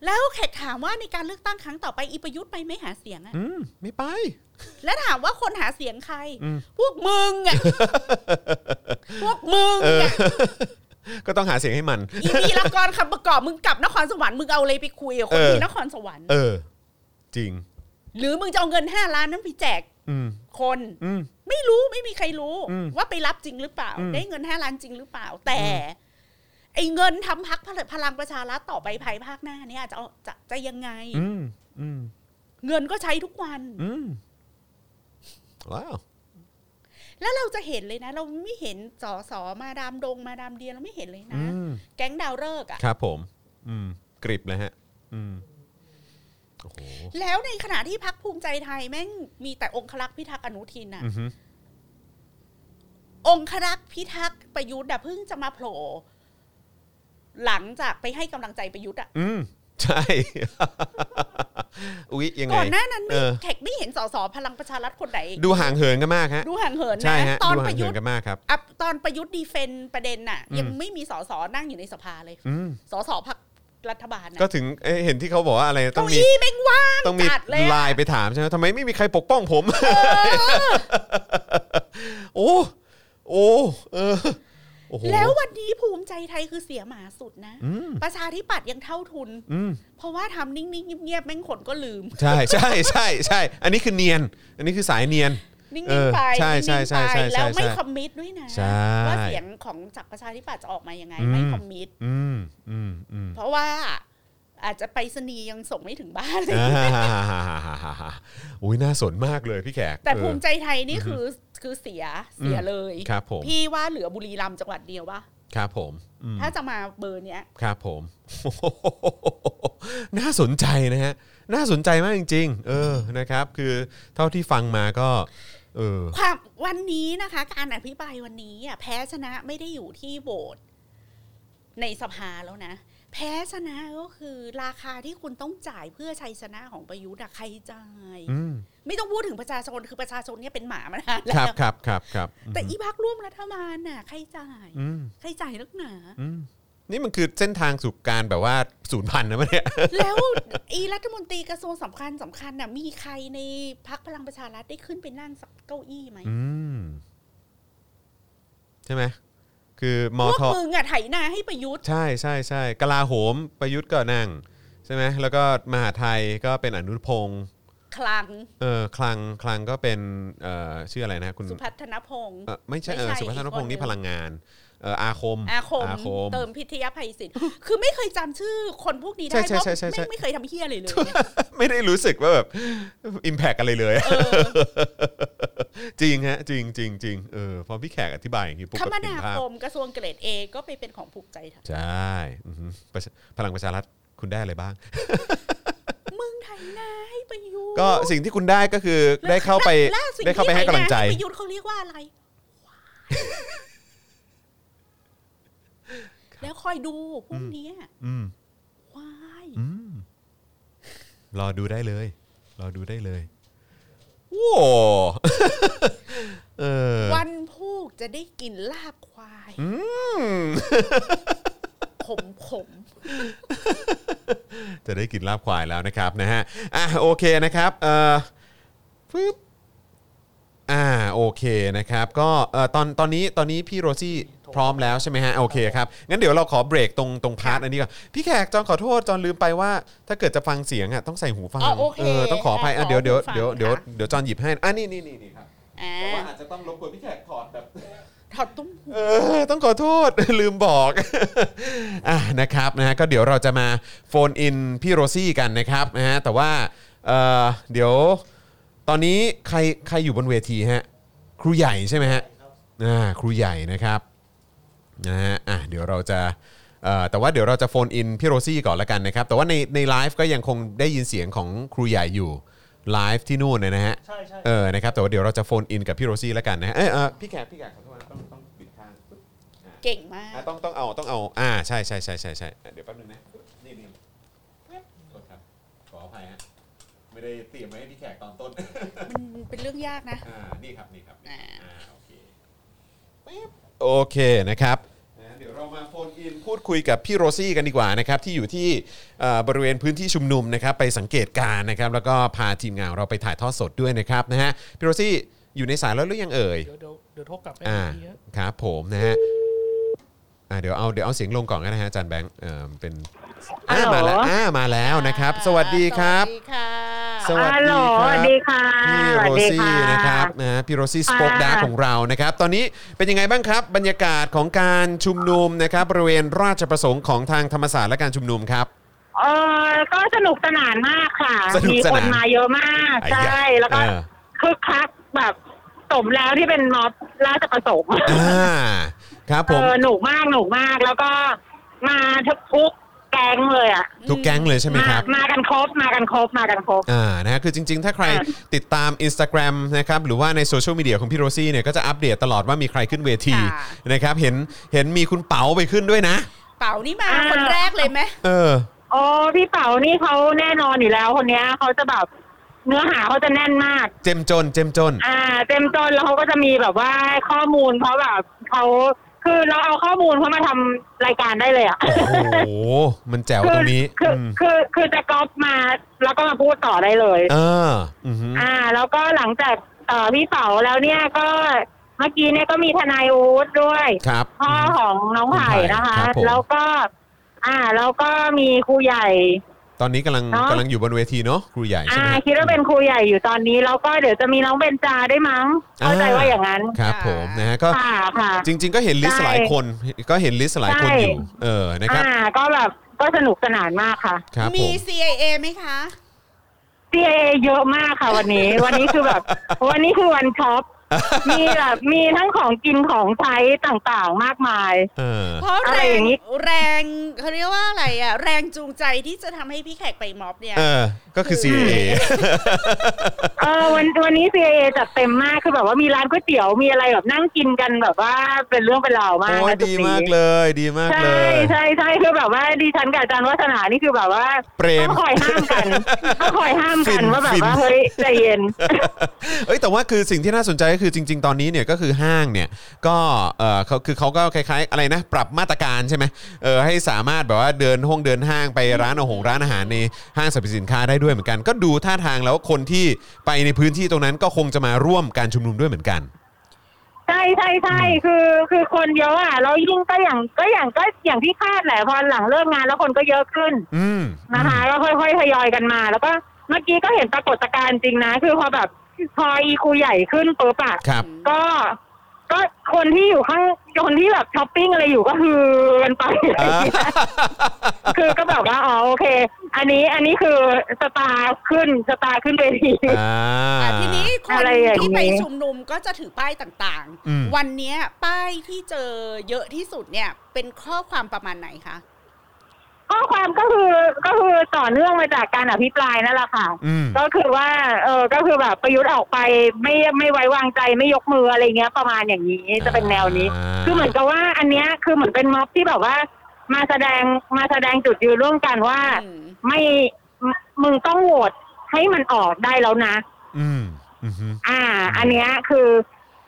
[SPEAKER 2] แล้วแขกถามว่าในการเลือกตั้งครั้งต่อไปอีประยุทธ์ไปไหม่หาเสียงอะ
[SPEAKER 1] อืมไม่ไป
[SPEAKER 2] และถามว่าคนหาเสียงใคร
[SPEAKER 1] อืม
[SPEAKER 2] พวกมึง อะ พวกมึงอะ
[SPEAKER 1] ก็ต้องหาเสียงให้มัน
[SPEAKER 2] อี วีละกรคำประกอบมึงกลับนครสวรรค์มึงเอาอะไรไปคุยกับคน
[SPEAKER 1] เออ
[SPEAKER 2] ที่นครสวรรค์
[SPEAKER 1] เออ จริง
[SPEAKER 2] หรือมึงจะเอาเงินห้าล้านนั้นไปแจก
[SPEAKER 1] อืม
[SPEAKER 2] คน
[SPEAKER 1] อืม
[SPEAKER 2] ไม่รู้ไม่มีใครรู้
[SPEAKER 1] อืม
[SPEAKER 2] ว่าไปรับจริงหรือเปล่า
[SPEAKER 1] อืม
[SPEAKER 2] ได้เงินห้าล้านจริงหรือเปล่า แต่ ไอ้เงินทำพักพลังประชารัฐต่อไปภายภาคหน้าเนี่ยจะเอาจะจะยังไง
[SPEAKER 1] อืมอืม
[SPEAKER 2] เงินก็ใช้ทุกวัน
[SPEAKER 1] อืมว้าว
[SPEAKER 2] แล้วเราจะเห็นเลยนะ เราไม่เห็นสอสอมาดามดงมาดามเดียเราไม่เห็นเลยนะ
[SPEAKER 1] อืม
[SPEAKER 2] แก๊งดาวฤกษ์อะ
[SPEAKER 1] ครับผม อืมกริบเลยฮะ อืมโอ้โห
[SPEAKER 2] แล้วในขณะที่พักภูมิใจไทยแม่งมีแต่องครักษ์พิทักษ์อนุทินอะ
[SPEAKER 1] อือฮึ
[SPEAKER 2] องครักษ์พิทักษ์ประยุทธ์อะเพิ่งจะมาโผล่หลังจากไปให้กำลังใจประยุทธ์อะ
[SPEAKER 1] อืมใช่ อุ๊ยยังไง
[SPEAKER 2] ก่อนหน้านั้นไม่
[SPEAKER 1] เออ
[SPEAKER 2] แขกไม่เห็นสสพลังประชารัฐคนไหน
[SPEAKER 1] ดูห่างเหินกันมากฮะ
[SPEAKER 2] ดูห่างเหิน
[SPEAKER 1] ใช่
[SPEAKER 2] นะ
[SPEAKER 1] ฮะ
[SPEAKER 2] ตอน
[SPEAKER 1] ดู
[SPEAKER 2] ป
[SPEAKER 1] ห่าง
[SPEAKER 2] ระ
[SPEAKER 1] เหิ
[SPEAKER 2] ยุท
[SPEAKER 1] น
[SPEAKER 2] ธ์
[SPEAKER 1] กันมากครับ
[SPEAKER 2] อะตอนประยุทธ์ดีเฟนประเด็นน่ะ
[SPEAKER 1] อืม
[SPEAKER 2] ยังไม่มีสสนั่งอยู่ในสภาเลย
[SPEAKER 1] อืม
[SPEAKER 2] สสพักรัฐบาลน่ะ
[SPEAKER 1] ก็ถึงเอ๊ะเห็นที่เขาบอกว่าอะไรต้
[SPEAKER 2] เก้า
[SPEAKER 1] องมี
[SPEAKER 2] อี้แม่งว่าง
[SPEAKER 1] ต้องมี
[SPEAKER 2] จัดเลยอะ
[SPEAKER 1] ไลน์ไปถามใช่ไหมทำไมไม่มีใครปกป้องผม โอ้ โอ้เออโอ้โห
[SPEAKER 2] แล้ววันนี้ภูมิใจไทยคือเสียหมาสุดนะ
[SPEAKER 1] อืม
[SPEAKER 2] ประชาธิปัตย์ยังเท่าทุน
[SPEAKER 1] อืม
[SPEAKER 2] เพราะว่าทำนิ่งๆเงียบๆแม่งคนก็ลืม
[SPEAKER 1] ใช่ใช่ใช่ใช่ อันนี้คือเนียน อันนี้คือสายเนียน
[SPEAKER 2] นิ่ง
[SPEAKER 1] เออ
[SPEAKER 2] ๆไป
[SPEAKER 1] ใช่ใช่
[SPEAKER 2] นิ่งๆ
[SPEAKER 1] ใช่
[SPEAKER 2] ไป
[SPEAKER 1] ใช่ใช่
[SPEAKER 2] แล้วไม่
[SPEAKER 1] ใช่
[SPEAKER 2] คอมมิตด้วยนะ
[SPEAKER 1] ใช่
[SPEAKER 2] ว่าเสียงของจากประชาธิปัตย์จะออกมายังไง
[SPEAKER 1] อืม
[SPEAKER 2] ไม่คอมมิต
[SPEAKER 1] อืมอืมอืม
[SPEAKER 2] เพราะว่าอาจจะไปสนีย์ยังส่งไม่ถึงบ้านเลย
[SPEAKER 1] อ่าฮ่าฮ่าฮ่าฮ่าฮ่าฮ่าฮ่า อุ้ยน่าสนมากเลยพี่แขก
[SPEAKER 2] แต่
[SPEAKER 1] เออ
[SPEAKER 2] ภูมิใจไทยนี่คือคือเสียเสีย
[SPEAKER 1] อืม
[SPEAKER 2] เลย
[SPEAKER 1] ครับผม
[SPEAKER 2] พี่ว่าเหลือบุรีรัมย์จังหวัดเดียววะ
[SPEAKER 1] ครับผมอืม
[SPEAKER 2] ถ้าจะมาเบอร์เนี้ย
[SPEAKER 1] ครับผม โอ้โหน่าสนใจนะฮะ น่าสนใจมากจริง ๆ เออนะครับ คือเท่าที่ฟังมาก็ เออ
[SPEAKER 2] ความวันนี้นะคะ การอภิปรายวันนี้อ่ะแพ้ชนะไม่ได้อยู่ที่โหวตในสภาแล้วนะ แพ้ชนะก็คือราคาที่คุณต้องจ่ายเพื่อชัยชนะของประยุทธ์อะใครจ่าย
[SPEAKER 1] อืม
[SPEAKER 2] ไม่ต้องพูดถึงประชาชนคือประชาชนเนี่ยเป็นหมามานานแล้
[SPEAKER 1] ครับ
[SPEAKER 2] ว
[SPEAKER 1] ครับครับครับ
[SPEAKER 2] แต่อีพักร่วมรัฐบาลน่ะใครจ่าย
[SPEAKER 1] อืม
[SPEAKER 2] ใครจ่ายนักหนา
[SPEAKER 1] อืมนี่มันคือเส้นทางสู่การแบบว่าศูนย์พันนะมันเนี่ย
[SPEAKER 2] แล้วอีรัฐมนตรีกระทรวงสำคัญสำคัญน่ะมีใครในพักพลังประชารัฐได้ขึ้นไปนั่งสักเก้าอี้ไหม
[SPEAKER 1] อืม ใช่ไหม คือม
[SPEAKER 2] พ
[SPEAKER 1] อ
[SPEAKER 2] วก
[SPEAKER 1] ทอ
[SPEAKER 2] มึงอะไถนาให้ประยุทธ์
[SPEAKER 1] ใช่ใช่ใช่กลาโหม ประยุทธ์ก็นั่ง ใช่ไหม แล้วก็มหาไทยก็เป็นอนุพงศ์
[SPEAKER 2] คลัง
[SPEAKER 1] เออคลังคลังก็เป็นเอ่อชื่ออะไรนะ คุณ
[SPEAKER 2] สุพัฒนพงศ์
[SPEAKER 1] เอ่อไม่ใช่
[SPEAKER 2] ไม่
[SPEAKER 1] เออ
[SPEAKER 2] ใช่
[SPEAKER 1] สุพัฒนพงศ์
[SPEAKER 2] อีกคนหนึ่ง
[SPEAKER 1] นี่พลังงานเอออาคม
[SPEAKER 2] อาคม
[SPEAKER 1] อาคม
[SPEAKER 2] เติมพิทยาภัยศิษย์ คือไม่เคยจำชื่อคนพวกนี้ได้
[SPEAKER 1] ใช่
[SPEAKER 2] เพ
[SPEAKER 1] ใช่
[SPEAKER 2] ราะ
[SPEAKER 1] ใช่ใช่ใช่
[SPEAKER 2] ไม่ไม่เคยทำเฮี้ยอะไรเลย
[SPEAKER 1] ไม่ได้รู้สึกว่าแบบอิมแพกอะไรเลย
[SPEAKER 2] เออ
[SPEAKER 1] จริงฮะจริงจริงจริงเออพอพี่แขกอธิบายอย่างนี้ปุ๊บ
[SPEAKER 2] ค
[SPEAKER 1] ก็
[SPEAKER 2] ม
[SPEAKER 1] เห็
[SPEAKER 2] นาน
[SPEAKER 1] ภาพ
[SPEAKER 2] คมกระทรวงเกรดเอก็ไปเป็นของภูมิใจไทย
[SPEAKER 1] ใช่อือฮึประชาพลังประชารัฐคุณได้อะไรบ้าง
[SPEAKER 2] มึงไถนาให้ประยุทธ์
[SPEAKER 1] ก็สิ่งที่คุณได้ก็คือได้เข้าไป
[SPEAKER 2] ล่สิ่
[SPEAKER 1] ได้เข้าไปให้กำลังใจ
[SPEAKER 2] ที่ไถนาประยุทธ์เขาเรียกว่าอะไร แล้วคอยดูพรุ่งเนี้ย
[SPEAKER 1] อืม
[SPEAKER 2] ควาย
[SPEAKER 1] อืมรอดูได้เลย รอดูได้เลยโว้โห เออ
[SPEAKER 2] วันพูกจะได้กินลาบควาย
[SPEAKER 1] อืม
[SPEAKER 2] ขมขมๆ
[SPEAKER 1] จะได้กินลาบควายแล้วนะครับนะฮะอ่ะโอเคนะครับเออปึ๊บอ่าโอเคนะครับ ก็เออตอนตอนนี้ตอนนี้พี่โรซี่พร้อมแล้วใช่ไหมฮะโอเคครับงั้นเดี๋ยวเราขอเบรกตรงตรงพาร์ทอันนี้ก่อนพี่แขกจอนขอโทษจอนลืมไปว่า ถ้าเกิดจะฟังเสียงอ่ะต้องใส่หูฟัง
[SPEAKER 2] อ๋อโอเค
[SPEAKER 1] ต้องขออภัยอ่ะเดี๋ยวเดี๋ยวเดี๋ยว
[SPEAKER 2] ขอหูฟัง
[SPEAKER 1] เดี๋ยว
[SPEAKER 2] ค่ะ
[SPEAKER 1] เดี๋ยวจอนหยิบให้อ่ะนี่นี่นี่นี่ครับ
[SPEAKER 2] อ่า
[SPEAKER 1] แต่ว่าอาจจะต้องรบกวนพี่แขกถอดแบบ
[SPEAKER 2] ถ ถอดตุ้มหู
[SPEAKER 1] เออต้องขอโทษ ลืมบอก อ่ะนะครับนะฮะก็เดี๋ยวเราจะมาโฟนอินพี่โรซี่กันนะครับนะฮะแต่ว่าเอ่อเดี๋ยวตอนนี้ใครใครอยู่บนเวทีฮะครูใหญ่ใช่ไหมฮะอ่าครูใหญ่นะครับนะฮะอ่ะเดี๋ยวเราจะเอ่อแต่ว่าเดี๋ยวเราจะโฟนอินพี่โรซี่ก่อนละกันนะครับแต่ว่าในในไลฟ์ก็ยังคงได้ยินเสียงของครูใหญ่อยู่ไลฟ์ที่นู่นนะฮะ
[SPEAKER 3] ใช่ใช่
[SPEAKER 1] เออ นะครับ แต่ว่าเดี๋ยวเราจะโฟนอินกับพี่โรซี่แล้วกันนะฮะเอยเออพี่แขกพี่แขกขอโทษนะต้องต้องบิดทางปึ๊บ
[SPEAKER 2] เก่งมาก
[SPEAKER 1] อ่ะต้องต้องเอา ต้องเอา อ่า ใช่ใช่ใช่ใช่ใช่อ่ะเดี๋ยวแป๊บนึงนะปึ๊บนี่นี่โทษครับ ขออภัยฮะ ไม่ได้เตรียมไว้ให้พี่แขกตอนต้น
[SPEAKER 2] มันเป็นเรื่องยากนะ
[SPEAKER 1] อ่า นี่ครับ นี่ครับนี่
[SPEAKER 2] อ่า
[SPEAKER 1] อ่าโอเคปึ๊บโอเคนะครับนะเดี๋ยวเรามาโฟนอินพูดคุยกับพี่โรซี่กันดีกว่านะครับ ที่อยู่ที่เอ่อบริเวณพื้นที่ชุมนุมนะครับ ไปสังเกตการณ์นะครับ แล้วก็พาทีมงานของเราไปถ่ายทอดสดด้วยนะครับนะฮะ พี่โรซี่อยู่ในสายแล้วหรือยังเอ่ย
[SPEAKER 3] เดี๋ยวเดี๋ยวเดี๋ยวโทรกลับไป
[SPEAKER 1] อ่า
[SPEAKER 3] ทีฮะ
[SPEAKER 1] ครับผมนะฮะอ่าเดี๋ยวเอาเดี๋ยวเอาเสียงลงก่อนก็ได้ฮะอาจารย์แบงค์เออเป็นอ่า
[SPEAKER 4] ฮัลโหล
[SPEAKER 1] มาแล้วอ่ามาแล้วนะครับ สวัสดีครับ
[SPEAKER 2] สวัสดีค่ะ
[SPEAKER 1] สวัส
[SPEAKER 4] ฮัลโหล
[SPEAKER 1] ดี
[SPEAKER 4] ส
[SPEAKER 1] ครั
[SPEAKER 4] วั
[SPEAKER 1] บ
[SPEAKER 4] ส
[SPEAKER 1] พี่โร
[SPEAKER 4] ดีค่ะสวัสดี
[SPEAKER 1] ซี่นะครับนะฮะพี่โรซี่สป็อกดาของเรานะครับ ตอนนี้เป็นยังไงบ้างครับ บรรยากาศของการชุมนุมนะครับบริเวณราชประสงค์ของทางธรรมศาสตร์และการชุมนุม ครับ
[SPEAKER 4] เออก็สนุกสนานมากค่ะ
[SPEAKER 1] สนุก
[SPEAKER 4] มีคน
[SPEAKER 1] สาน น
[SPEAKER 4] มาเยอะมากใช่แล้วก็
[SPEAKER 1] เออ
[SPEAKER 4] คึกคักแบบสมแล้วที่เป็นม็อบราชประสงค์
[SPEAKER 1] อ่าครับผ
[SPEAKER 4] เอ
[SPEAKER 1] ม
[SPEAKER 4] อหนุกมากหนุกมาก แล้วก็มาทุกแก๊งเลยอ่ะ
[SPEAKER 1] ทุกแก๊งเลยใช่ไหม
[SPEAKER 4] มา
[SPEAKER 1] ครับ
[SPEAKER 4] มากันครบมากันครบมากันครบ
[SPEAKER 1] อ่า นะฮะ คือจริง ๆ ถ้าใคร
[SPEAKER 4] อ่ะ
[SPEAKER 1] ติดตาม Instagram นะครับ หรือว่าในโซเชียลมีเดียของพี่โรซี่เนี่ย ก็จะอัปเดตตลอดว่ามีใครขึ้นเวที นะครับ เห็น เห็นมีคุณเป๋าไปขึ้นด้วยนะ
[SPEAKER 2] เป๋านี่มา
[SPEAKER 4] อ่า
[SPEAKER 2] คนแรกเลยไหม
[SPEAKER 1] เออ
[SPEAKER 4] โอ้พี่เป๋านี่เขาแน่นอนอยู่แล้วคนเนี้ยเขาจะแบบเนื้อหาเขาจะแน่นมาก
[SPEAKER 1] เจมจน เจมจน
[SPEAKER 4] อ่าเต็มจนแล้วเขาก็จะมีแบบว่าข้อมูลเขาแบบเขาคือเราเอาข้อมูลเขามาทำรายการได้เลยอ่ะ
[SPEAKER 1] โอ้โห มันแจ๋ว
[SPEAKER 4] คื
[SPEAKER 1] ตรงนี้
[SPEAKER 4] คือ
[SPEAKER 1] ม
[SPEAKER 4] คือคือคือจะก๊อปมาแล้วก็มาพูดต่อได้เลย
[SPEAKER 1] เอออือหือ
[SPEAKER 4] อ่า แล้วก็หลังจากเอ่อพี่เป๋าแล้วเนี่ยก็เมื่อกี้เนี่ยก็มีทนายอู๊ดด้วย
[SPEAKER 1] ครับ
[SPEAKER 4] พ่อของน้องไผ่นะคะ
[SPEAKER 1] ครับผม
[SPEAKER 4] แล้วก็ อ่า แล้วก็มีครูใหญ่
[SPEAKER 1] ตอนนี้กำลัง
[SPEAKER 4] เนอะ
[SPEAKER 1] กำลังอยู่บนเวทีเนาะ ครูใหญ่ใช่
[SPEAKER 4] อ่า
[SPEAKER 1] ไหม
[SPEAKER 4] คิดว่าเป็นครูใหญ่อยู่ตอนนี้แล้วก็เดี๋ยวจะมีน้องเบนจาด้วยมั้งเข้าใจว่าอย่างนั้น
[SPEAKER 1] ครับผมนะฮะ ก็
[SPEAKER 4] ค่ะค่ะ
[SPEAKER 1] จริง ๆ ก็เห็นลิสต์หลายคน ก็เห็นลิสต์หลายคน
[SPEAKER 4] ใช่
[SPEAKER 1] อยู่ เออ นะครับ
[SPEAKER 4] อ่าก็แบบก็สนุกสนานมากค่ะ
[SPEAKER 1] ครับผ
[SPEAKER 2] มี
[SPEAKER 1] ม
[SPEAKER 2] CIA ไหมคะ
[SPEAKER 4] CIA เยอะมากค่ะวัน นี้ วันนี้คือแบบ วันนี้คือวันช็อป มีแบบมีทั้งของกินของใช้ต่างๆมากมาย
[SPEAKER 1] เออ
[SPEAKER 2] เพราะ
[SPEAKER 4] อะ
[SPEAKER 2] แร
[SPEAKER 4] ไรองย่างนี้
[SPEAKER 2] แรงเขาเรียกว่าอะไรอะแรงจูงใจที่จะทำให้พี่แขกไปม็อบเนี่ย
[SPEAKER 1] เออ ก็คือ CIA
[SPEAKER 4] เออวันวันนี้ CIA จัดเต็มมากคือแบบว่ามีร้านก๋วยเตี๋ยวมีอะไรแบบนั่งกินกันแบบว่าเป็นเรื่องเป็นราวมาก
[SPEAKER 1] โอ้ย
[SPEAKER 4] นะจุ
[SPEAKER 1] ดี
[SPEAKER 4] ดนี้
[SPEAKER 1] มากเลย ดีมากเล
[SPEAKER 4] ใช่
[SPEAKER 1] ย
[SPEAKER 4] ใช่ใช่คือแบบว่าดิฉันกับอาจารย์วัฒนานี่คือแบบว่า
[SPEAKER 1] เปรม
[SPEAKER 4] ต้องคอยห้ามกันต้องคอยห้ามกั
[SPEAKER 1] ฟิ
[SPEAKER 4] น
[SPEAKER 1] น
[SPEAKER 4] ว่าแบ
[SPEAKER 1] ฟิ
[SPEAKER 4] บ
[SPEAKER 1] น
[SPEAKER 4] ว่าเฮ้ยใจเย็น
[SPEAKER 1] เอ้ยแต่ว่าคือสิ่งที่น่าสนใจก็คือจริง ๆ ตอนนี้เนี่ยก็คือห้างเนี่ยก็เออเขาคือเขาก็คล้ายๆอะไรนะ ปรับมาตรการใช่ไหมเออให้สามารถแบบว่าเดินห้องเดินห้างไปร้านอาหารร้านอาหารในห้างสรรพสินค้าได้ด้วยเหมือนกัน ก็ดูท่าทางแล้วคนที่ไปในพื้นที่ตรงนั้นก็คงจะมาร่วมการชุมนุมด้วยเหมือนกัน
[SPEAKER 4] ใช่ใช่ใช่คือคือคนเยอะอ่ะแล้วยิ่งก็อย่างก็อย่างก็อย่างที่คาดแหละพอหลังเลิกงานแล้วคนก็เยอะขึ้น
[SPEAKER 1] อืม
[SPEAKER 4] นะคะก็ค่อยๆทยอยกันมา แล้วก็เมื่อกี้ก็เห็นปรากฏการณ์จริงนะ คือพอแบบพออีครูใหญ่ขึ้นปุ๊บอะ
[SPEAKER 1] ครับ
[SPEAKER 4] ก็ก็คนที่อยู่ข้างคนที่แบบช้อปปิ้งอะไรอยู่ก็คือกันไป
[SPEAKER 1] อ่า
[SPEAKER 4] คือก็แบบว่าอ๋อโอเค อันนี้อันนี้คือสตาร์ขึ้นสตาร์ขึ้นเวที
[SPEAKER 1] อ่า
[SPEAKER 2] อ่ะทีนี้คน
[SPEAKER 4] อะไรอย่างนี้
[SPEAKER 2] ที่ไปชุมนุมก็จะถือป้ายต่าง
[SPEAKER 1] อืม
[SPEAKER 2] วันเนี้ยป้ายที่เจอเยอะที่สุดเนี่ย เป็นข้อความประมาณไหนคะ
[SPEAKER 4] ข้อความก็คือก็คือต่อเนื่องมาจากการอภิปรายนั่นแหละค่ะ
[SPEAKER 1] อืม
[SPEAKER 4] ก็คือว่า เออก็คือแบบประยุทธ์ออกไปไม่ไม่ไว้วางใจไม่ยกมืออะไรเงี้ย ประมาณอย่างนี้จะเป็นแนวนี้
[SPEAKER 1] า
[SPEAKER 4] คือเหมือนกับว่าอันเนี้ยคือเหมือนเป็นม็อบที่แบบว่า มาแสดงมาแสดงจุดยืนร่วมกันว่า
[SPEAKER 2] อืม
[SPEAKER 4] ไม่มมึงต้องโหวตให้มันออกได้แล้วนะ
[SPEAKER 1] อืมอืมฮึ
[SPEAKER 4] อ่า อันเนี้ยคือ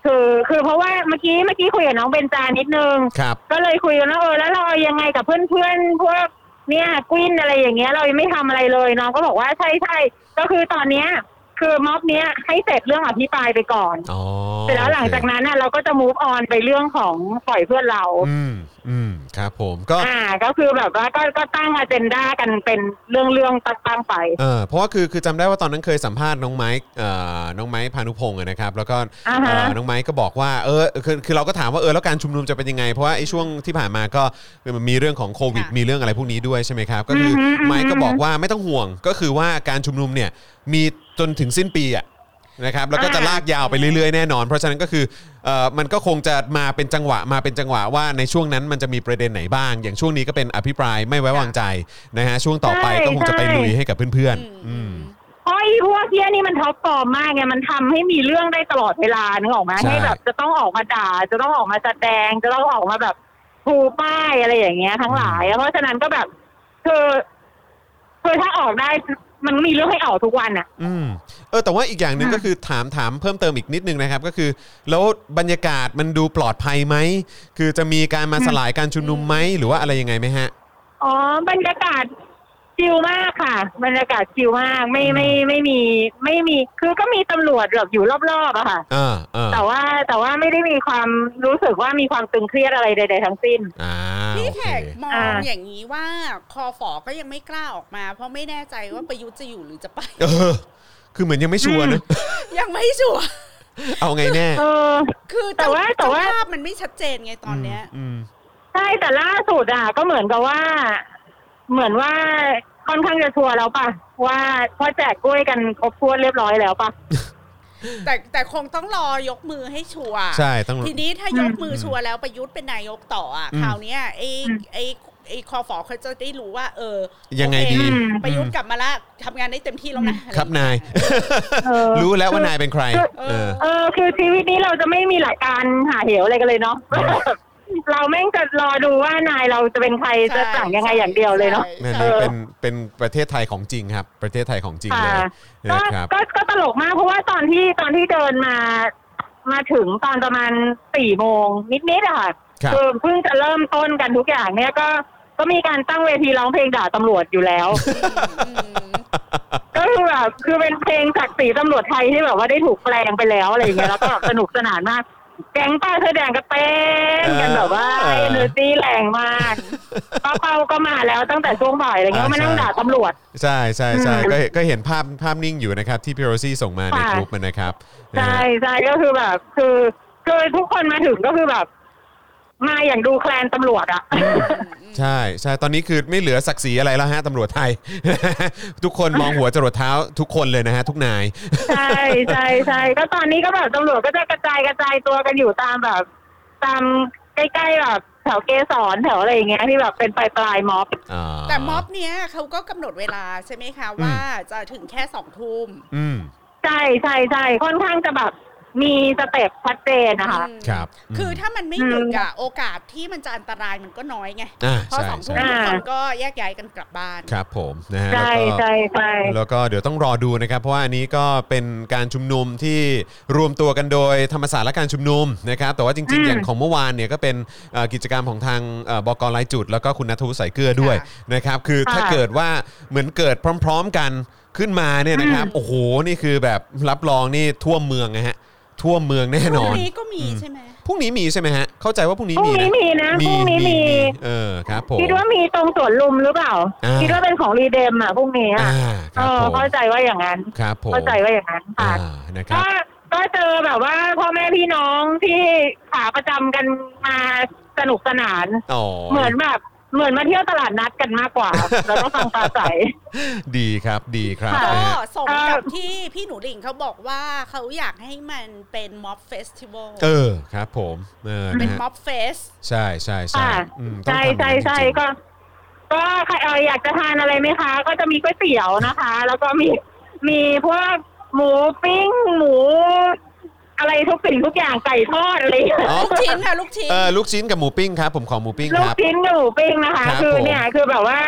[SPEAKER 4] คือคือเพราะว่าเมื่อกี้เมื่อกี้คุยกับน้องเบนจานิดนึง
[SPEAKER 1] ครับ
[SPEAKER 4] ก็เลยคุยกันว่าเออแล้วเราเอายังไงกับเพื่อนๆพวกเนี่ยกวินอะไรอย่างเงี้ย เรายังไม่ทำอะไรเลยน้องก็บอกว่าใช่ใช่ก็คือตอนเนี้ย คือม็อบเนี้ยให้เสร็จเรื่องอภิปรายไปก่อน
[SPEAKER 1] อ๋อ
[SPEAKER 4] เสร็จแล้วหลังจากนั้นน่ะเราก็จะ move on ไปเรื่องของปล่อยเพื่อนเรา
[SPEAKER 1] อืม อืมครับผมก็
[SPEAKER 4] อ่า ก็คือแบบว่าก็ก็ตั้งอาเจนดากันเป็นเรื่องเรื่องๆตั้งๆไป
[SPEAKER 1] เออเพราะว่าคือคือจำได้ว่าตอนนั้นเคยสัมภาษณ์น้องไมค์เอ่อน้องไมค์พานุพงศ์อะนะครับ แล้วก็
[SPEAKER 4] อ่าฮะ
[SPEAKER 1] เอ่อน้องไมค์ก็บอกว่าเออคือคือเราก็ถามว่าเออแล้วการชุมนุมจะเป็นยังไง เพราะว่าไอ้ช่วงที่ผ่านมาก็มันมีเรื่องของโควิด
[SPEAKER 2] ค่ะ
[SPEAKER 1] มีเรื่องอะไรพวกนี้ด้วยใช่ไหมครับ ก็คืออ
[SPEAKER 4] อฮึอือฮึ
[SPEAKER 1] ไมค์ก็บอกว่าไม่ต้องห่วงก็คือว่าการชุมนุมเนี่ยมีจนถึงสิ้นปีอ่ะนะครับแล้วก็จะลากยาวไปเรื่อยๆแน่นอน เพราะฉะนั้นก็คือเอ่อมันก็คงจะมาเป็นจังหวะมาเป็นจังหวะว่าในช่วงนั้นมันจะมีประเด็นไหนบ้าง อย่างช่วงนี้ก็เป็นอภิปรายไม่ไว้วางใจนะฮะช่วงต่อไปก็คงจะไปลุย ให้กับเพื่อนๆ อืม
[SPEAKER 4] เพราะไอ้พวกเที่ยนี่มันท็อปฟอร์มมากไงมันทำให้มีเรื่องได้ตลอดเวลานึกออกไหม
[SPEAKER 1] ใช่
[SPEAKER 4] ให้แบบจะต้องออกมาด่า จะต้องออกมาแสดง จะต้องออกมาแบบชูป้ายอะไรอย่างเงี้ย ทั้งหลายอะเพราะฉะนั้นก็แบบคือคือถ้าออกได้มันมีเรื่องให้ออกทุกวันอะ
[SPEAKER 1] อืม เออ แต่ว่าอีกอย่างหนึ่ง
[SPEAKER 4] อ่ะ
[SPEAKER 1] ก็คือถามถามเพิ่มเติมอีกนิดนึงนะครับ ก็คือ แล้วบรรยากาศมันดูปลอดภัยไหม คือจะมีการมาสลายการชุมนุมไหม หรือว่าอะไรยังไงไหมฮะ
[SPEAKER 4] อ๋อบรรยากาศจิวมากค่ะ บรรยากาศจิวมากไม่ไม่ไม่มี ไม่มี คือก็มีตำรวจแบบอยู่รอบๆอะค่ะ
[SPEAKER 1] อ่าอ่า
[SPEAKER 4] แต่ว่าแต่ว่าไม่ได้มีความรู้สึกว่ามีความตึงเครียดอะไรใดๆทั้งสิ้น
[SPEAKER 1] อ่า
[SPEAKER 2] พี่
[SPEAKER 1] โอ
[SPEAKER 2] แข
[SPEAKER 1] เค
[SPEAKER 2] กมอง
[SPEAKER 4] อ่า
[SPEAKER 2] อย่างนี้ว่าคอฝอก็ยังไม่กล้าออกมา เพราะไม่แน่ใจว่าประยุทธ์จะอยู่หรือจะไป
[SPEAKER 1] เออ คือเหมือนยังไม่ชัวร์นะ
[SPEAKER 2] ยังไม่ชัวร์
[SPEAKER 1] เอาไงแน่
[SPEAKER 4] เออ
[SPEAKER 2] คือ
[SPEAKER 4] แต่ว่าแต่ว่า
[SPEAKER 2] ภาพมันไม่ชัดเจนไงตอนเนี้ย
[SPEAKER 1] อืม
[SPEAKER 4] ใช่แต่ล่าสุดอ่ะ ก็เหมือนกับว่า เหมือนว่าค่อนข้างจะชัวร์แล้วป่ะ ว่าพอแจกกล้วยกันครบถ้วนเรียบร้อยแล้วป่ะ
[SPEAKER 2] แต่แต่คงต้องรอยกมือให้ชัวร์
[SPEAKER 1] ใช่ต้อง
[SPEAKER 2] ทีนี้ถ้ายกมือชัวร์แล้วประยุทธ์เป็นนายกต่ออ่ะ
[SPEAKER 1] อืม
[SPEAKER 2] คราวเนี้ยไอ้
[SPEAKER 4] อืม
[SPEAKER 2] ไอ้ไอ้คอฝอเขาจะได้รู้ว่า เออ
[SPEAKER 1] ยังไงดี
[SPEAKER 2] โอเค
[SPEAKER 4] อืม
[SPEAKER 2] ประยุทธ์กลับมาละทำงานได้เต็มที่แล้วนะครับ
[SPEAKER 1] นาย
[SPEAKER 4] เออ
[SPEAKER 1] รู้แล้วว่านายเป็นใคร เออ
[SPEAKER 4] เออคือชีวิตนี้เราจะไม่มีหลักการหาเหวอะไรกันเลยเนาะ เราแม่งจะรอดูว่านายเราจะเป็นใครจะสั่งยังไงอย่างเดียวเลยเนาะ
[SPEAKER 2] ใช่
[SPEAKER 1] นั่น
[SPEAKER 2] ใช่
[SPEAKER 1] นี่
[SPEAKER 4] เออ
[SPEAKER 1] เป็นเป็นประเทศไทยของจริงครับ ประเทศไทยของจริงเลย
[SPEAKER 4] ค่ะก็
[SPEAKER 1] นะครับ
[SPEAKER 4] ก็ก็ตลกมากเพราะว่าตอนที่ตอนที่เดินมามาถึงตอนประมาณสี่โมงนิดๆอะค่ะ
[SPEAKER 1] ครับ
[SPEAKER 4] อเพิ่งจะเริ่มต้นกันทุกอย่างเนี่ยก็ก็มีการตั้งเวทีร้องเพลงด่าตำรวจอยู่แล้ว ก็คือแบบคือเป็นเพลงศักดิ์ศรีตำรวจไทยที่แบบว่าได้ถูกแปลงไปแล้วอะไรอย่างเงี้ยแล้วก็แบบสนุกสนานมาก แก๊งป้าเสื้อแดงก็เต้นกันแบบว่า
[SPEAKER 1] เออ
[SPEAKER 4] เอเนอร์จีแรงมาก ป้าเป้าก็มาแล้วตั้งแต่ช่วงบ่ายอะไรเงี้ย
[SPEAKER 1] อ่า
[SPEAKER 4] มานั่ง
[SPEAKER 1] ใช่
[SPEAKER 4] ด่าตำรวจ
[SPEAKER 1] ใช่ใช่ใช่
[SPEAKER 4] อื
[SPEAKER 1] ก็
[SPEAKER 4] ม
[SPEAKER 1] เห็นก็เห็นภาพภาพนิ่งอยู่นะครับ ที่พี่โรซี่ส่งมาใน
[SPEAKER 4] ค่ะ
[SPEAKER 1] กลุ่มนะครับนะ
[SPEAKER 4] ใช่
[SPEAKER 1] ฮะ
[SPEAKER 4] ใช่ก็คือแบบคือคือทุกคนมาถึงก็คือแบบ มาอย่างดูแคลนตำรวจอะ
[SPEAKER 1] ใช่ใช่ตอนนี้คือไม่เหลือศักดิ์ศรีอะไรแล้วฮะตำรวจไทย ทุกคนมองหัวจรดเท้าทุกคนเลยนะฮะ ทุกนาย
[SPEAKER 4] ใช่ใช่ใช่ก็ตอนนี้ก็แบบตำรวจก็จะกระจายกระจายตัวกันอยู่ตามแบบ ตามใกล้ๆแบบแถวเกสรแถวอะไรอย่างเงี้ยที่แบบเป็นปลายปลายๆม็อบ
[SPEAKER 1] อ่า
[SPEAKER 2] แต่ม็อบเนี้ยเขาก็กำหนดเวลาใช่ไหมคะ ว่าจะถึงแค่สองทุ่ม
[SPEAKER 1] อืม
[SPEAKER 4] ใช่ใช่ใช่ค่อนข้างจะแบบมีสเต็ปชัดเจนนะคะ
[SPEAKER 2] อืม
[SPEAKER 1] ครับ
[SPEAKER 2] คือถ้ามันไม่
[SPEAKER 4] อืม
[SPEAKER 2] ดึกอะโอกาสที่มันจะอันตรายมันก็น้อยไง
[SPEAKER 1] อ่า
[SPEAKER 2] เพราะ
[SPEAKER 1] ใช่
[SPEAKER 2] สองทุ่
[SPEAKER 1] ใช่
[SPEAKER 2] มทุกคนก็แยกย้ายกันกลับบ้าน
[SPEAKER 1] ครับผมนะฮะ
[SPEAKER 4] ใช่
[SPEAKER 1] แล้วก็
[SPEAKER 4] ใช่ใช่
[SPEAKER 1] แล้วก็เดี๋ยวต้องรอดูนะครับ เพราะว่าอันนี้ก็เป็นการชุมนุมที่รวมตัวกันโดยธรรมศาสตร์และการชุมนุมนะครับ แต่ว่าจริง
[SPEAKER 4] อื
[SPEAKER 1] ๆ
[SPEAKER 4] ม
[SPEAKER 1] อย่างของเมื่อวานเนี่ยก็เป็นเอ่อกิจกรรมของทางเอ่อบกรายจุด แล้วก็คุณนัทวุฒิสายเกลือด้วย
[SPEAKER 2] ค่
[SPEAKER 1] นะครับ คือถ้า
[SPEAKER 4] ค่ะ
[SPEAKER 1] เกิดว่าเหมือนเกิดพร้อม ๆกันขึ้นมาเนี่ยนะครับ
[SPEAKER 4] อืม
[SPEAKER 1] โอ้โห นี่คือแบบรับรองนี่ทั่วเมืองนะฮะทั่วเมืองแน่
[SPEAKER 2] พ
[SPEAKER 1] น
[SPEAKER 2] รุ่
[SPEAKER 1] องน
[SPEAKER 2] นี้ก็มีใช่ไหม
[SPEAKER 1] พรุ่งนี้มีใช่ไหมฮะเข้าใจว่าพรุ่งนี้
[SPEAKER 4] พรุ่ง
[SPEAKER 1] มี
[SPEAKER 4] นี้
[SPEAKER 1] นะ
[SPEAKER 4] มีนะพรุ่งนี้มี
[SPEAKER 1] เออครับผม
[SPEAKER 4] คิดว่ามีตรงสวนลุมหรือเปล่า
[SPEAKER 1] อ่า
[SPEAKER 4] คิดว่าเป็นของรีเดมอ่ะพรุ่งนี้
[SPEAKER 1] อ่า
[SPEAKER 4] อ่ะ
[SPEAKER 1] ครับ
[SPEAKER 4] เออ
[SPEAKER 1] ผม
[SPEAKER 4] เข้าใจว่าอย่างนั้น
[SPEAKER 1] ครับผม
[SPEAKER 4] เข้าใจว่าอย่างนั้น
[SPEAKER 1] อ่า
[SPEAKER 4] ค่ะ
[SPEAKER 1] นะครับ
[SPEAKER 4] ก็ก็เจอแบบว่าพ่อแม่พี่น้องที่ขาประจำกันมาสนุกสนาน
[SPEAKER 1] อ๋อ
[SPEAKER 4] เหมือนแบบ เหมือนมาเที่ยวตลาดนัดกันมากกว่า แล้วก็ฟังปราศัย
[SPEAKER 1] ดีครับดีครับ
[SPEAKER 4] ค่ะ
[SPEAKER 1] นะ
[SPEAKER 2] ก็
[SPEAKER 1] ฮะ
[SPEAKER 2] สมกับที่พี่หนูหลิงเขาบอกว่าเขาอยากให้มันเป็นม็อบเฟสติวัล
[SPEAKER 1] เออครับผมเออ
[SPEAKER 2] เป็
[SPEAKER 1] นะ
[SPEAKER 2] น
[SPEAKER 1] ฮะ
[SPEAKER 2] ม็อบเฟส
[SPEAKER 1] ใช่ใช่ใช่
[SPEAKER 4] ค่ะ
[SPEAKER 1] อืมต้อง
[SPEAKER 4] ใช่
[SPEAKER 1] ทำอย่าง
[SPEAKER 4] ใช่
[SPEAKER 1] นั้น
[SPEAKER 4] ใช่
[SPEAKER 1] จริงๆ
[SPEAKER 4] ก็ ก็ใครเอ่ออยากจะทานอะไรไหมคะ ก็จะมีก๋วยเตี๋ยวนะคะ แล้วก็มีมีพวกหมูปิ้ง หมู อะไรทุกสิ่งทุกอย่างไก่ทอดอะไรอย่างเงี้ย
[SPEAKER 1] อ๋อ
[SPEAKER 2] ลูกชิ้นค่ะลูกชิ้น
[SPEAKER 1] เออลูกชิ้นกับหมูปิ้งครับ ผมขอหมูปิ้ง
[SPEAKER 4] ลู
[SPEAKER 1] ค
[SPEAKER 4] ก
[SPEAKER 1] รับ
[SPEAKER 4] ชิ้นกับหมูปิ้งนะคะ
[SPEAKER 1] ครับ
[SPEAKER 4] คือเนี่ยคือแบบว่า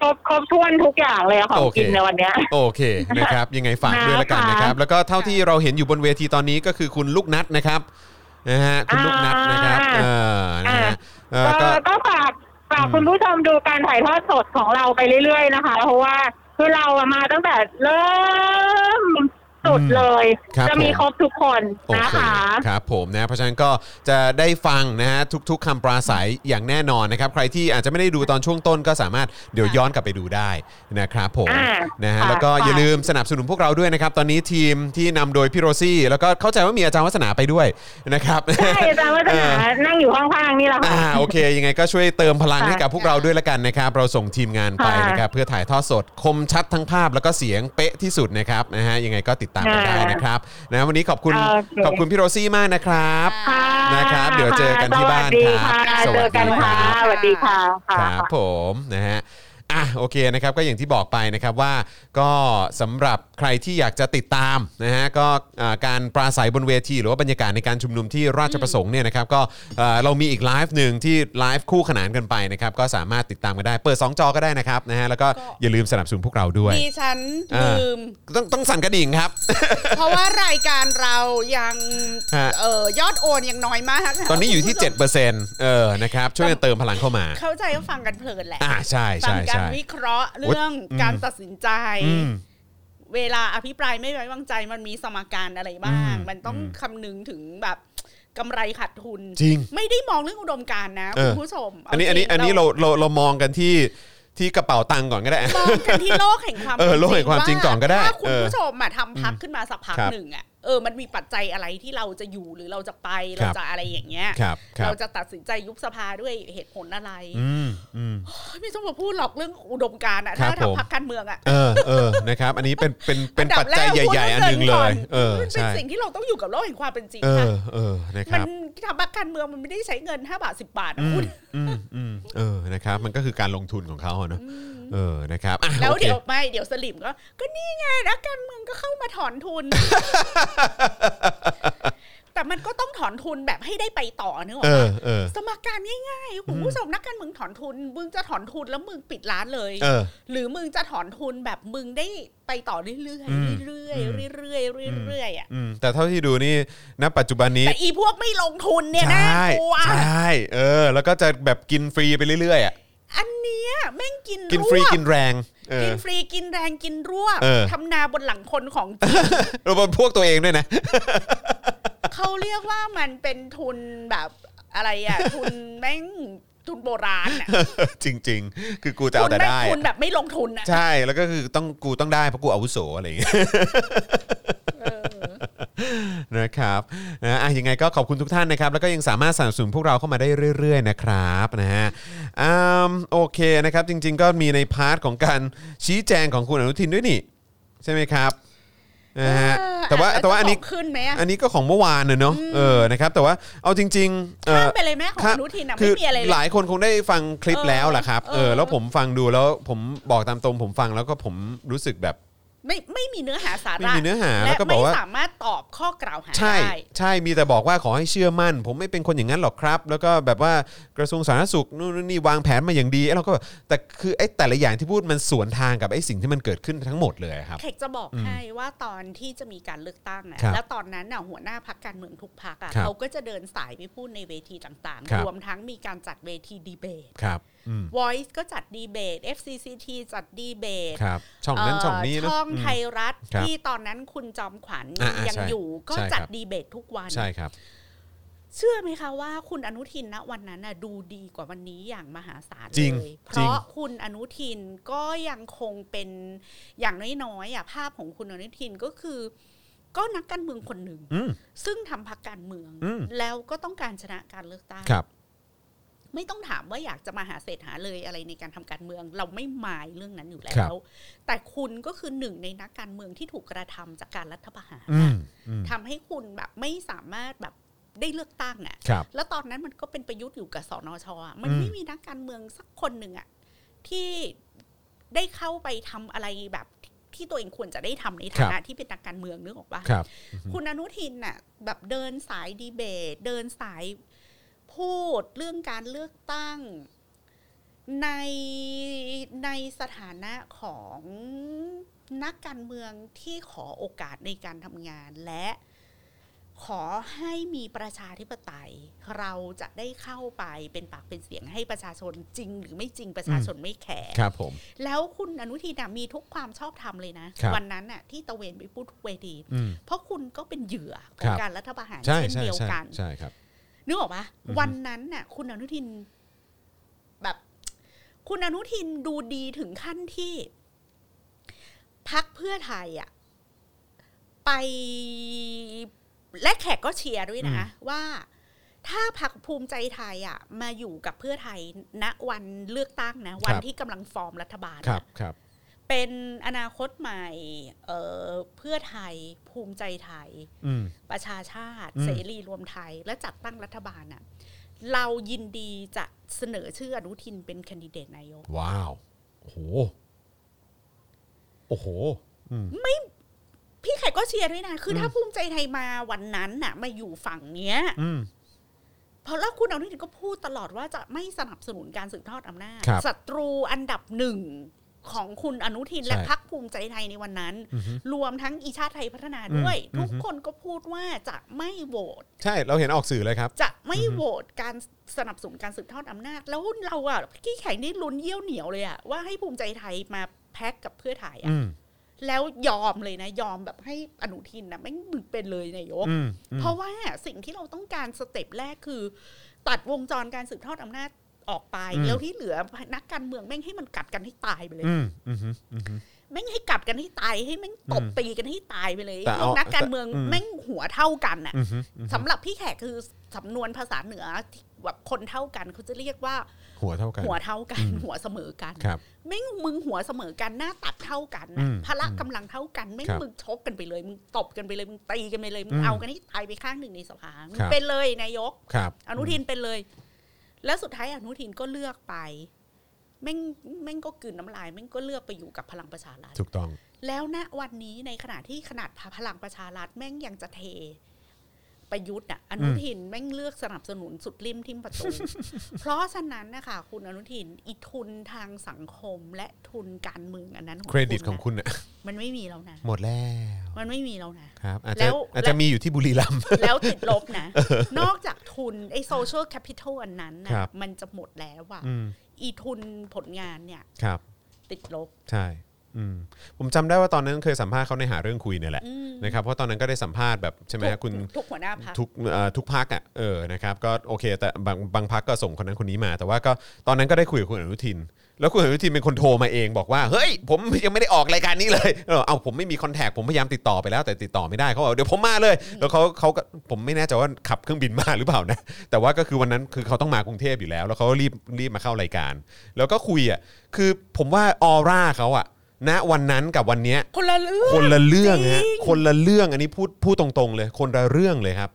[SPEAKER 4] ครบครบถ้วนทุกอย่างเลยอะของ
[SPEAKER 1] โอเค
[SPEAKER 4] กินในวันเนี้ย
[SPEAKER 1] โอเคนะครับ ยังไงฝากด้วยละกัน
[SPEAKER 4] นะคะ
[SPEAKER 1] นะครับ แล้วก็เท่าที่เราเห็นอยู่บนเวทีตอนนี้ก็คือคุณลูกนัดนะครับนะฮะคุณลูกนัดนะครับ
[SPEAKER 4] อ่า
[SPEAKER 1] เออนะฮะเออก็
[SPEAKER 4] ก็ก็ฝากฝาก
[SPEAKER 1] อืม
[SPEAKER 4] คุณผู้ชมดูการถ่ายทอดสดของเราไปเรื่อย ๆ นะคะ เพราะว่าคือเราอะมาตั้งแต่เริ่มส สุดเลย
[SPEAKER 1] ครับ
[SPEAKER 4] จะมี
[SPEAKER 1] ผม
[SPEAKER 4] ครบทุกคน
[SPEAKER 1] โอ
[SPEAKER 4] นะ
[SPEAKER 1] เค
[SPEAKER 4] คะ
[SPEAKER 1] ครับผมนะเพราะฉะนั้นก็จะได้ฟังนะฮะทุก ๆคำปราศัยอย่างแน่นอนนะครับ ใครที่อาจจะไม่ได้ดูตอนช่วงต้นก็สามารถเดี๋ยวย้อนกลับไปดูได้นะครับผม
[SPEAKER 4] อ่า
[SPEAKER 1] นะฮะ
[SPEAKER 4] ค่ะ
[SPEAKER 1] แล้วก็อย่าลืมสนับสนุนพวกเราด้วยนะครับ ตอนนี้ทีมที่นำโดยพี่โรซี่ แล้วก็เข้าใจว่ามีอาจารย์วัฒนาไปด้วยนะครับ
[SPEAKER 4] ใช่อาจารย์วัฒ
[SPEAKER 1] เอ
[SPEAKER 4] นา
[SPEAKER 1] อ
[SPEAKER 4] นั่งอยู่ข้างๆนี่แหละ
[SPEAKER 1] อ่า
[SPEAKER 4] ค่ะ
[SPEAKER 1] โอเค ยังไงก็ช่วยเติมพลัง
[SPEAKER 4] ค่ะ
[SPEAKER 1] ให้กับพวกเราด้วยละกันนะครับ เราส่งทีมงานไป
[SPEAKER 4] ค่ะ
[SPEAKER 1] นะครับ เพื่อถ่ายทอดสดคมชัดทั้งภาพแล้วก็เสียงเป๊ะที่สุดนะครับนะฮะยังไงก็ติดตามกัน
[SPEAKER 4] ค่ะ
[SPEAKER 1] ได้นะครับนะวันนี้ขอบคุณ
[SPEAKER 4] โอเค
[SPEAKER 1] ขอบคุณพี่โรซี่มากนะครับ
[SPEAKER 4] ค่ะ
[SPEAKER 1] นะครับเดี๋ยวเจอกันที่บ้านครับ
[SPEAKER 4] สวัสดีค่ะเจอกันค่ะ
[SPEAKER 2] ส
[SPEAKER 4] ส
[SPEAKER 2] วั
[SPEAKER 4] วั
[SPEAKER 2] ส
[SPEAKER 4] ส
[SPEAKER 2] ดี
[SPEAKER 4] ดี
[SPEAKER 2] ค่ะ
[SPEAKER 4] ค่ะค่ะ
[SPEAKER 1] ครับผมนะฮะอ่ะโอเคนะครับก็อย่างที่บอกไปนะครับว่าก็สำหรับใครที่อยากจะติดตามนะฮะก็อ่าการปราศัยบนเวทีหรือว่าบรรยากาศในการชุมนุมที่ราชประสงค์เนี่ยนะครับก็เอ่อเรามีอีกไลฟ์หนึ่งที่ไลฟ์คู่ขนานกันไปนะครับก็สามารถติดตามกันได้เปิด 2 จอก็ได้นะครับนะฮะแล้วก็อย่าลืมสนับสนุนพวกเราด้วย
[SPEAKER 2] ดิฉัน
[SPEAKER 1] อ่า
[SPEAKER 2] ลืม
[SPEAKER 1] ต้องต้องสั่นกระดิ่งครับ
[SPEAKER 2] เพราะว่ารายการเรายัง
[SPEAKER 1] ฮะ
[SPEAKER 2] เอ่อยอดโอนยังน้อยมากะ
[SPEAKER 1] ตอนนี้อยู่ที่
[SPEAKER 2] คุณผู้ชม
[SPEAKER 1] 7%เออนะครับช่วยกันเติมพลังเข้ามา
[SPEAKER 2] เข้าใจว่าฟังกันเพลินแหละ
[SPEAKER 1] อ่าใช่
[SPEAKER 2] ฟั
[SPEAKER 1] ใช่
[SPEAKER 2] การ
[SPEAKER 1] ใช่
[SPEAKER 2] วิเคราะห์
[SPEAKER 1] โอ๊ย
[SPEAKER 2] เรื่อง
[SPEAKER 1] อืม
[SPEAKER 2] การตัดสินใจ
[SPEAKER 1] อืม
[SPEAKER 2] เวลาอภิปรายไม่ไว้วางใจมันมีสมการอะไรบ้าง
[SPEAKER 1] อืม
[SPEAKER 2] มันต้อง
[SPEAKER 1] อืม
[SPEAKER 2] คำนึงถึงแบบกำไรขาดทุน
[SPEAKER 1] จริง
[SPEAKER 2] ไม่ได้มองเรื่องอุดมการณ์นะ
[SPEAKER 1] เอ
[SPEAKER 2] คุ
[SPEAKER 1] อ
[SPEAKER 2] ณผู้ชม
[SPEAKER 1] อันนี้อันนี้
[SPEAKER 2] จง
[SPEAKER 1] อันนี้เราเราเรามองกันที่ที่กระเป๋าตังค์ก่อนก็ได้
[SPEAKER 2] มองกันที่โลกแห่งความ
[SPEAKER 1] เออโลกแห่งความจริงก่อนก็ได้
[SPEAKER 2] ถ้าคุณ
[SPEAKER 1] เออ
[SPEAKER 2] ผู้ชมมาทำพักขึ้นมาสักพัก
[SPEAKER 1] ครับ
[SPEAKER 2] หนึ่งอ่ะเออมันมีปัจจัยอะไรที่เราจะอยู่หรือเราจะไป
[SPEAKER 1] ครั
[SPEAKER 2] เรา
[SPEAKER 1] บ
[SPEAKER 2] จะอะไรอย่างเงี้ย
[SPEAKER 1] ครับครั
[SPEAKER 2] เรา
[SPEAKER 1] บ
[SPEAKER 2] จะตัดสินใจยุบสภาด้วยเหตุผลอะไร
[SPEAKER 1] อืมอืม
[SPEAKER 2] ไม่ต้องมาพูดหรอกเรื่องอุดมการณ์อะ
[SPEAKER 1] ครั
[SPEAKER 2] ถ้า
[SPEAKER 1] บผม
[SPEAKER 2] ทำพักการเมืองอะ
[SPEAKER 1] เออเออนะครับอันนี้เป็นเป็นเป็น
[SPEAKER 2] ดั
[SPEAKER 1] ปัจ
[SPEAKER 2] บแร
[SPEAKER 1] จัย
[SPEAKER 2] ก
[SPEAKER 1] ใหญ่ ๆ อันหนึงเลย เออ
[SPEAKER 2] มันเป็น
[SPEAKER 1] ใช่
[SPEAKER 2] สิ่งที่เราต้องอยู่กับโลกแห่งความเป็นจริง
[SPEAKER 1] เอ
[SPEAKER 2] ค่ะ
[SPEAKER 1] อเออนะค
[SPEAKER 2] มั
[SPEAKER 1] รับ
[SPEAKER 2] นทำพักการเมืองมันไม่ได้ใช้เงิน 5 บาท 10 บาทนะ
[SPEAKER 1] อืม
[SPEAKER 2] คุณ
[SPEAKER 1] อืมอืมเออนะครับ มันก็คือการลงทุนของเขาอะเนอะเออนะครับอ่ะ
[SPEAKER 2] แล้ว
[SPEAKER 1] โอค
[SPEAKER 2] เดี๋ยวไม่เดี๋ยวสลิมก็ ก็นี่ไงนักการเมืองก็เข้ามาถอนทุ น แต่มันก็ต้องถอนทุนแบบให้ได้ไปต่อนึกออก
[SPEAKER 1] เออ
[SPEAKER 2] ปะ
[SPEAKER 1] เออ
[SPEAKER 2] สมการง่ายๆคุณผู้ชมนักการเมืองถอนทุน มึงจะถอนทุนแล้วมึงปิดร้านเลย
[SPEAKER 1] เออ
[SPEAKER 2] หรือมึงจะถอนทุนแบบมึงได้ไปต่อเรื่อยๆเรื่
[SPEAKER 1] อืม
[SPEAKER 2] อย
[SPEAKER 1] อืม
[SPEAKER 2] ๆเรื่อยๆเรื่อยๆอ่ะ
[SPEAKER 1] อืมแต่เท่าที่ดูนี่ณปัจจุบันนี้
[SPEAKER 2] แต่อีพวกไม่ลงทุนเนี่ย
[SPEAKER 1] ใช
[SPEAKER 2] นะ
[SPEAKER 1] ่
[SPEAKER 2] กลัว
[SPEAKER 1] ใช่เออ แล้วก็จะแบบกินฟรีไปเรื่อยๆอ่ะ
[SPEAKER 2] อันเนี้ยแม่งกิน
[SPEAKER 1] กิน
[SPEAKER 2] ร
[SPEAKER 1] ฟรี
[SPEAKER 2] วบ
[SPEAKER 1] กินแรงเอ
[SPEAKER 2] กิ
[SPEAKER 1] อ
[SPEAKER 2] นฟรีกินแรงกินรวบ
[SPEAKER 1] เออ
[SPEAKER 2] ทำนาบนหลังคน ของจริง
[SPEAKER 1] เราเป็นพวกตัวเองด้วยนะ
[SPEAKER 2] เขาเรียกว่ามันเป็นทุนแบบอะไรอ่ะ ทุนแม่งทุนโบราณอ่ะ
[SPEAKER 1] จริง ๆ คือกูจะเอา
[SPEAKER 2] น
[SPEAKER 1] แต่
[SPEAKER 2] แม่ง
[SPEAKER 1] ได้
[SPEAKER 2] ทุ
[SPEAKER 1] อะ
[SPEAKER 2] นแบบไม่ลงทุนอ่ะ
[SPEAKER 1] ใช่แล้วก็คือต้องกูต้องได้เพราะกูอาวุโสอะไรอย่างเงี้ย
[SPEAKER 2] เออ
[SPEAKER 1] นะครับนะอ่ะยังไงก็ขอบคุณทุกท่านนะครับ แล้วก็ยังสามารถสนับสนุนพวกเราเข้ามาได้เรื่อย ๆ นะครับนะฮะอืมโอเคนะครับ จริง ๆ ก็มีในพาร์ทของการชี้แจงของคุณอนุทินด้วยนี่ ใช่ไหมครับนะฮะ
[SPEAKER 2] เออ
[SPEAKER 1] แต่ว่า
[SPEAKER 2] อ่ะ
[SPEAKER 1] แต่ว่าอันนี้
[SPEAKER 2] แล้วจะส่งขึ้นไหมอะ
[SPEAKER 1] อันนี้ก็ของเมื่อวานน่ะเนอะเออนะครับแต่ว่าเอาจริงๆเอ่
[SPEAKER 2] ข้าม
[SPEAKER 1] อ
[SPEAKER 2] ไปเลยแม่ของ
[SPEAKER 1] ครับ
[SPEAKER 2] อนุทินอ่ะ
[SPEAKER 1] คื
[SPEAKER 2] ไม่มีอะไรเล
[SPEAKER 1] หลาย ยคนคงได้ฟังคลิป
[SPEAKER 2] เออ
[SPEAKER 1] แล้วล่ะครับ เอ
[SPEAKER 2] เอ
[SPEAKER 1] อ
[SPEAKER 2] อ
[SPEAKER 1] แล้วผมฟังดูแล้วผมบอกตามตรงผมฟังแล้วก็ผมรู้สึกแบบ
[SPEAKER 2] ไม่ไม่มีเนื้อหาสา
[SPEAKER 1] ไม่
[SPEAKER 2] ระ
[SPEAKER 1] มีเนื้อหา
[SPEAKER 2] และ
[SPEAKER 1] แล้วก็บ
[SPEAKER 2] ไม่
[SPEAKER 1] อกว่า
[SPEAKER 2] สามารถตอบข้อกล่าวหา
[SPEAKER 1] ใช่
[SPEAKER 2] ได้
[SPEAKER 1] ใช่มีแต่บอกว่าขอให้เชื่อมั่น ผมไม่เป็นคนอย่างนั้นหรอกครับ แล้วก็แบบว่ากระทรวงสาธารณสุขนู่นนนนี่วางแผนมาอย่างดีเอ้ยเราก็แบบแต่คือไอ้แต่ละอย่างที่พูดมันสวนทางกับไอ้สิ่งที่มันเกิดขึ้นทั้งหมดเลยครับ
[SPEAKER 2] เขกจะบอกให้ว่าตอนที่จะมีการเลือกตั้งนะครับแล้วตอนนั้นน่ะหัวหน้าพักการเมืองทุกพักอ่ะ
[SPEAKER 1] ครับ
[SPEAKER 2] เขาก็จะเดินสายไปพูดในเวทีต่าง
[SPEAKER 1] ครับ
[SPEAKER 2] ๆ รวมทั้งมีการจัดเวทีดีเบต
[SPEAKER 1] ครับอืม
[SPEAKER 2] Voice ก็จัดดีเบต FCCT จัดดีเบต
[SPEAKER 1] ครับ ช่องนั้น
[SPEAKER 2] เ
[SPEAKER 1] ช่องนี้เนอะ
[SPEAKER 2] ช่อง
[SPEAKER 1] อืม
[SPEAKER 2] ไทยรัฐ
[SPEAKER 1] ครับ
[SPEAKER 2] ที่ตอนนั้นคุณจอมขวัญ
[SPEAKER 1] อ่าอ่ายั
[SPEAKER 2] ยัง
[SPEAKER 1] ใช่
[SPEAKER 2] อยู่ก็
[SPEAKER 1] ใช่
[SPEAKER 2] จัด
[SPEAKER 1] ครับ
[SPEAKER 2] ดีเบตทุกวัน
[SPEAKER 1] ใช่ครับ
[SPEAKER 2] เชื่อไหมคะว่าคุณอนุทินณวันนั้นน่ะดูดีกว่าวันนี้อย่างมหาศาล
[SPEAKER 1] จริง
[SPEAKER 2] เลยเพ
[SPEAKER 1] จริง
[SPEAKER 2] ราะคุณอนุทินก็ยังคงเป็นอย่างน้อยๆอ่ะภาพของคุณอนุทินก็คือ ก็นักการเมืองคนหนึ่ง
[SPEAKER 1] อืม
[SPEAKER 2] ซึ่งทำพรรคการเมือง
[SPEAKER 1] อืม
[SPEAKER 2] แล้วก็ต้องการชนะการเลือกตั้ง
[SPEAKER 1] ครับ
[SPEAKER 2] ไม่ต้องถามว่าอยากจะมาหาเศษหาเลยอะไรในการทำการเมือง เราไม่หมายเรื่องนั้นอยู่แล้
[SPEAKER 1] ครับ
[SPEAKER 2] ว แต่คุณก็คือหนึ่งในนักการเมืองที่ถูกกระทำจากการรัฐประหาร
[SPEAKER 1] อืม
[SPEAKER 2] น่ะ
[SPEAKER 1] อืม
[SPEAKER 2] ทำให้คุณแบบไม่สามารถแบบได้เลือกตั้งอ่ะ
[SPEAKER 1] ครับ
[SPEAKER 2] แล้วตอนนั้นมันก็เป็นประยุทธ์อยู่กับสนชอะมัน
[SPEAKER 1] อืม
[SPEAKER 2] ไม่มีนักการเมืองสักคนหนึ่งอ่ะที่ได้เข้าไปทำอะไรแบบที่ตัวเองควรจะได้ทำในฐานะที่เป็นนักการเมืองนึกออกปะ
[SPEAKER 1] ครับ
[SPEAKER 2] คุณอนุทินน่ะแบบเดินสายดีเบต เดินสายพูดเรื่องการเลือกตั้ง ในในสถานะของนักการเมืองที่ขอโอกาสในการทำงานและ ขอให้มีประชาธิปไตย เราจะได้เข้าไปเป็นปากเป็นเสียงให้ประชาชนจริงหรือไม่จริงประชาชนไม่แคร์
[SPEAKER 1] ครับผม
[SPEAKER 2] แล้วคุณอนุทินนะมีทุกความชอบธรรมเลยนะ
[SPEAKER 1] ครับ
[SPEAKER 2] วันนั้นน่ะที่ตะเวนไปพูดทุกเวที
[SPEAKER 1] อืม
[SPEAKER 2] เพราะคุณก็เป็นเหยื่อข
[SPEAKER 1] ค
[SPEAKER 2] อง
[SPEAKER 1] รับ
[SPEAKER 2] การรัฐประหาร
[SPEAKER 1] ใช่
[SPEAKER 2] เช่น
[SPEAKER 1] ใช่
[SPEAKER 2] เดียว
[SPEAKER 1] ใช่
[SPEAKER 2] กัน
[SPEAKER 1] ใช่ครับ
[SPEAKER 2] นึกออกปะ
[SPEAKER 1] อือฮึ
[SPEAKER 2] วันนั้นน่ะ คุณอนุทิน แบบ คุณอนุทินดูดีถึงขั้นที่พักเพื่อไทยอะไปและแขกก็เชียร์ด้วยนะ ว่าถ้าพักภูมิใจไทยอะมาอยู่กับเพื่อไทยณวันเลือกตั้งนะ วันที่กำลังฟอร์มรัฐบาล
[SPEAKER 1] ค
[SPEAKER 2] อะ
[SPEAKER 1] รับครับ
[SPEAKER 2] เป็นอนาคตใหม่เอ่อเพื่อไทยภูมิใจไทย
[SPEAKER 1] อืม
[SPEAKER 2] ประชาชาติ
[SPEAKER 1] อืม
[SPEAKER 2] เสรีรวมไทยและจัดตั้งรัฐบาลน่ะเรายินดีจะเสนอชื่ออนุทินเป็นแคนดิเดตนายก
[SPEAKER 1] ว้าวโอ้โหโอ้โห อืม
[SPEAKER 2] พี่ไข่ก็เชียร์ด้วยนะ คืออ
[SPEAKER 1] ม
[SPEAKER 2] ถ้าภูมิใจไทยมาวันนั้นน่ะมาอยู่ฝั่งเนี้ย
[SPEAKER 1] อืม
[SPEAKER 2] เพราะแล้วคุณอนุทินก็พูดตลอดว่าจะไม่สนับสนุนการสืบทอดอำนาจ
[SPEAKER 1] ครับ
[SPEAKER 2] ศัตรูอันดับหนึ่งของคุณอนุทิน
[SPEAKER 1] ใช่
[SPEAKER 2] และพักภูมิใจไทยในวันนั้น
[SPEAKER 1] อือฮึ
[SPEAKER 2] รวมทั้งอีชาติไทยพัฒนาด้วย
[SPEAKER 1] อืม
[SPEAKER 2] ทุก
[SPEAKER 1] อืม
[SPEAKER 2] คนก็พูดว่าจะไม่โหวต
[SPEAKER 1] ใช่เราเห็นออกสื่อเลยครับ
[SPEAKER 2] จะไม่
[SPEAKER 1] อือฮึ
[SPEAKER 2] โหวตการสนับสนุนการสืบทอดอำนาจ แล้วเราอ่ะพี่แข่งนี่ลุ้นเยี่ยวเหนียวเลยอ่ะว่าให้ภูมิใจไทยมาแพ็กกับเพื่อไทยอ่ะ
[SPEAKER 1] อืม
[SPEAKER 2] แล้วยอมเลยนะ ยอมแบบให้อนุทินนะไม่งมึงเป็นเลยนายก
[SPEAKER 1] อืมอืม
[SPEAKER 2] เพราะว่าสิ่งที่เราต้องการสเต็ปแรกคือ ตัดวงจรการสืบทอดอำนาจออกไป แล้วที่เหลือนักการเมืองแม่งให้มันกัดกันให้ตายไปเลย
[SPEAKER 1] อืมอืมอืมอืม
[SPEAKER 2] แม่งให้กัดกันให้ตายให้แม่งตบตีกันให้ตายไปเลย
[SPEAKER 1] แต่เอา
[SPEAKER 2] แล้วนักการเมือง
[SPEAKER 1] แต่อืม
[SPEAKER 2] แม่งหัวเท่ากันอ่ะ
[SPEAKER 1] อืมอืม
[SPEAKER 2] สำหรับพี่แขกคือสำนวนภาษาเหนือที่แบบคนเท่ากันเขาจะเรียกว่า
[SPEAKER 1] หัวเท่ากัน
[SPEAKER 2] หัวเท่ากัน
[SPEAKER 1] อืม
[SPEAKER 2] หัวเสมอกัน
[SPEAKER 1] ครับ
[SPEAKER 2] แม่งมึงหัวเสมอกันหน้าตักเท่ากัน
[SPEAKER 1] อื
[SPEAKER 2] นะ
[SPEAKER 1] ม
[SPEAKER 2] พละกำลังเท่ากันแม่ง
[SPEAKER 1] ครับ
[SPEAKER 2] มึงชกกันไปเลยมึงตบกันไปเลยมึงตีกันไปเลยมึ
[SPEAKER 1] อื
[SPEAKER 2] ง
[SPEAKER 1] ม
[SPEAKER 2] เอากันให้ตายไปข้างหนึ่งในสภามึง
[SPEAKER 1] ครับ
[SPEAKER 2] เป็นเลยนายก
[SPEAKER 1] ครับ
[SPEAKER 2] อนุทินเป็นเลย แล้วสุดท้ายอนุทินก็เลือกไปแม่งแม่งก็กลืนน้ำลายแม่งก็เลือกไปอยู่กับพลังประชารัฐ
[SPEAKER 1] ถูกต้อง
[SPEAKER 2] แล้วณวันนี้ในขณะที่ขนาดพลังประชารัฐแม่งยังจะเท ประยุทธ์อ่ะอนุทินแม่งเลือกสนับสนุนสุดริมทิมประ ตู เพราะฉะนั้นนะคะคุณอนุทินอีทุนทางสังคมและทุนการเมืองอันนั้น
[SPEAKER 1] เครดิตของ
[SPEAKER 2] นะ
[SPEAKER 1] คุณน่ะ
[SPEAKER 2] มันไม่มี แล้วนะ
[SPEAKER 1] หมดแล้ว
[SPEAKER 2] มันไม่มีแล้วนะ
[SPEAKER 1] ครับ อาจ
[SPEAKER 2] แล้
[SPEAKER 1] จะ
[SPEAKER 2] ว
[SPEAKER 1] อาจจะมีอยู่ที่บุรีรัมย์
[SPEAKER 2] แล้วติดลบ นะ นอกจากทุนไอ้โซเชียลแคปิตอลอันนั้นนะครับ มันจะหมดแล้วอ่ะ
[SPEAKER 1] อืม
[SPEAKER 2] อีทุนผลงานเนี่ย
[SPEAKER 1] ครับ
[SPEAKER 2] ติดลบ
[SPEAKER 1] ใช่อืมผมจำได้ว่าตอนนั้นเคยสัมภาษณ์เขาในหาเรื่องคุยเนี่ยแหละ
[SPEAKER 2] อืม
[SPEAKER 1] นะครับเพราะตอนนั้นก็ได้สัมภาษณ์แบบใช่ไหมฮะ
[SPEAKER 2] ทุ
[SPEAKER 1] คุ
[SPEAKER 2] ก
[SPEAKER 1] ณ
[SPEAKER 2] ทุกหัวหน้าพัก
[SPEAKER 1] ทุกเอ่อทุกพักอ่ะเออนะครับก็โอเค แต่บางบางพักก็ส่งคนนั้นคนนี้มา แต่ว่าก็ตอนนั้นก็ได้คุยกับคุณอนุทิน แล้วคุณอนุทินเป็นคนโทรมาเองบอกว่าเฮ้ยผมยังไม่ได้ออกรายการนี้เลย เออเอาผมไม่มีคอนแทคผมพยายามติดต่อไปแล้วแต่ติดต่อไม่ได้เขาบอกเดี๋ยวผมมาเลย แล้วเขาเขาก็ผมไม่แน่ใจว่าขับเครื่องบินมาหรือเปล่านะ แต่ว่าก็คือวันนั้นคือเขาต้องมากรุงเทพอยู่แล้ว แล้วเขาก็รีบรีบมาเข้ารายการ แล้วก็คุยอ่ะคือผมว่าออร่าเขาอ่ะณวันนั้นกับวันเนี้ย
[SPEAKER 2] คนละเรื่อง
[SPEAKER 1] คนละเรื่องฮะ
[SPEAKER 2] จริง
[SPEAKER 1] คนละเรื่องอันนี้พูดพูดตรงๆ เลย คนละเรื่องเลยครับ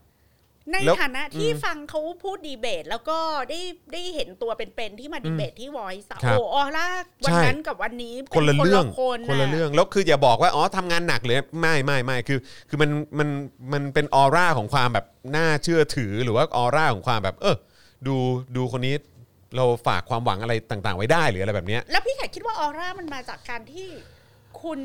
[SPEAKER 2] ใน
[SPEAKER 1] แล้ว
[SPEAKER 2] ฐานะที่
[SPEAKER 1] อืม
[SPEAKER 2] ฟังเขาพูดดีเบต แล้วก็ได้ได้เห็นตัวเป็นๆที่มาดีเบตที่วอยส์
[SPEAKER 1] ครั
[SPEAKER 2] โอบ ออร่าวัน
[SPEAKER 1] ใช่
[SPEAKER 2] นั้นกับวันนี้ป็
[SPEAKER 1] คนละเรื่อง
[SPEAKER 2] คน
[SPEAKER 1] คนละ
[SPEAKER 2] น่
[SPEAKER 1] เรื่องแล้วคืออย่าบอกว่าอ๋อทำงานหนักเลยไม่ไม่ไม่คือ คือมันมันมันเป็นออร่าของความแบบน่าเชื่อถือหรือว่าออร่าของความแบบ เออดูดูคนนี้เราฝากความหวังอะไรต่างๆ ไว้ได้หรืออะไรแบบเนี้ย
[SPEAKER 2] แล้วพี่แขกคิดว่าออร่ามันมาจากการที่คุณ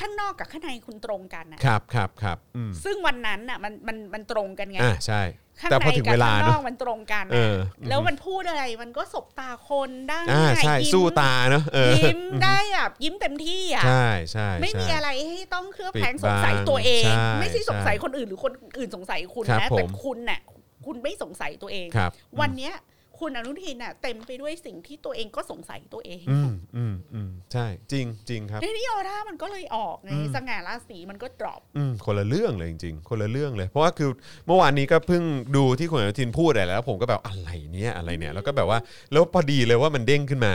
[SPEAKER 2] ข้างนอกกับข้างในคุณตรงกันนะครับ
[SPEAKER 1] ครับครับอืม
[SPEAKER 2] ซึ่งวันนั้นน่ะมันมันมันตรงกันไง
[SPEAKER 1] อ่าใช่
[SPEAKER 2] ข้าง
[SPEAKER 1] แต่
[SPEAKER 2] ใน
[SPEAKER 1] พอถึง
[SPEAKER 2] กับ
[SPEAKER 1] เวลา
[SPEAKER 2] ข้างน
[SPEAKER 1] เนาะ
[SPEAKER 2] อกมันตรงกัน
[SPEAKER 1] เอ
[SPEAKER 2] น่ะ
[SPEAKER 1] ออืม
[SPEAKER 2] แล้วมันพูดอะไรมันก็สบตาคนได้
[SPEAKER 1] อ่าใช่
[SPEAKER 2] ยิ้ม
[SPEAKER 1] สู้ตาเนาะเออ
[SPEAKER 2] ยิ้มได้แบบยิ้มเต็มที่อ่ะ
[SPEAKER 1] ใช่ใช่
[SPEAKER 2] ไม่มี
[SPEAKER 1] ใช่
[SPEAKER 2] อะไรให้ต้องเคลือบ
[SPEAKER 1] ปิด
[SPEAKER 2] แฝงสงสัย
[SPEAKER 1] บัง
[SPEAKER 2] ตัวเอง
[SPEAKER 1] ใช่
[SPEAKER 2] ไม่ใช่สงสัย
[SPEAKER 1] ใช่
[SPEAKER 2] คนอื่นหรือคนอื่นสงสัยคุณ
[SPEAKER 1] ครับ
[SPEAKER 2] นะ
[SPEAKER 1] ผม
[SPEAKER 2] แต่คุณน่ะคุณไม่สงสัยตัวเอง
[SPEAKER 1] ครับ
[SPEAKER 2] วันเนี้ยคุณอนุทินน่ะเต็มไปด้วยสิ่งที่ตัวเองก็สงสัยตัวเอง
[SPEAKER 1] อืมอืมอืมใช่จริงจริงครับ
[SPEAKER 2] ทีนี้ออร่ามันก็เลยออกไง
[SPEAKER 1] อืม
[SPEAKER 2] สง่าราศีมันก็ดรอป
[SPEAKER 1] อืมคนละเรื่องเลยจริงๆ คนละเรื่องเลย เพราะว่าคือเมื่อวานนี้ก็เพิ่งดูที่คุณอนุทินพูดอะไรแล้วผมก็แบบอะไรเนี่ยอะไรเนี่ยแล้วก็แบบว่าแล้วพอดีเลยว่ามันเด้งขึ้นมา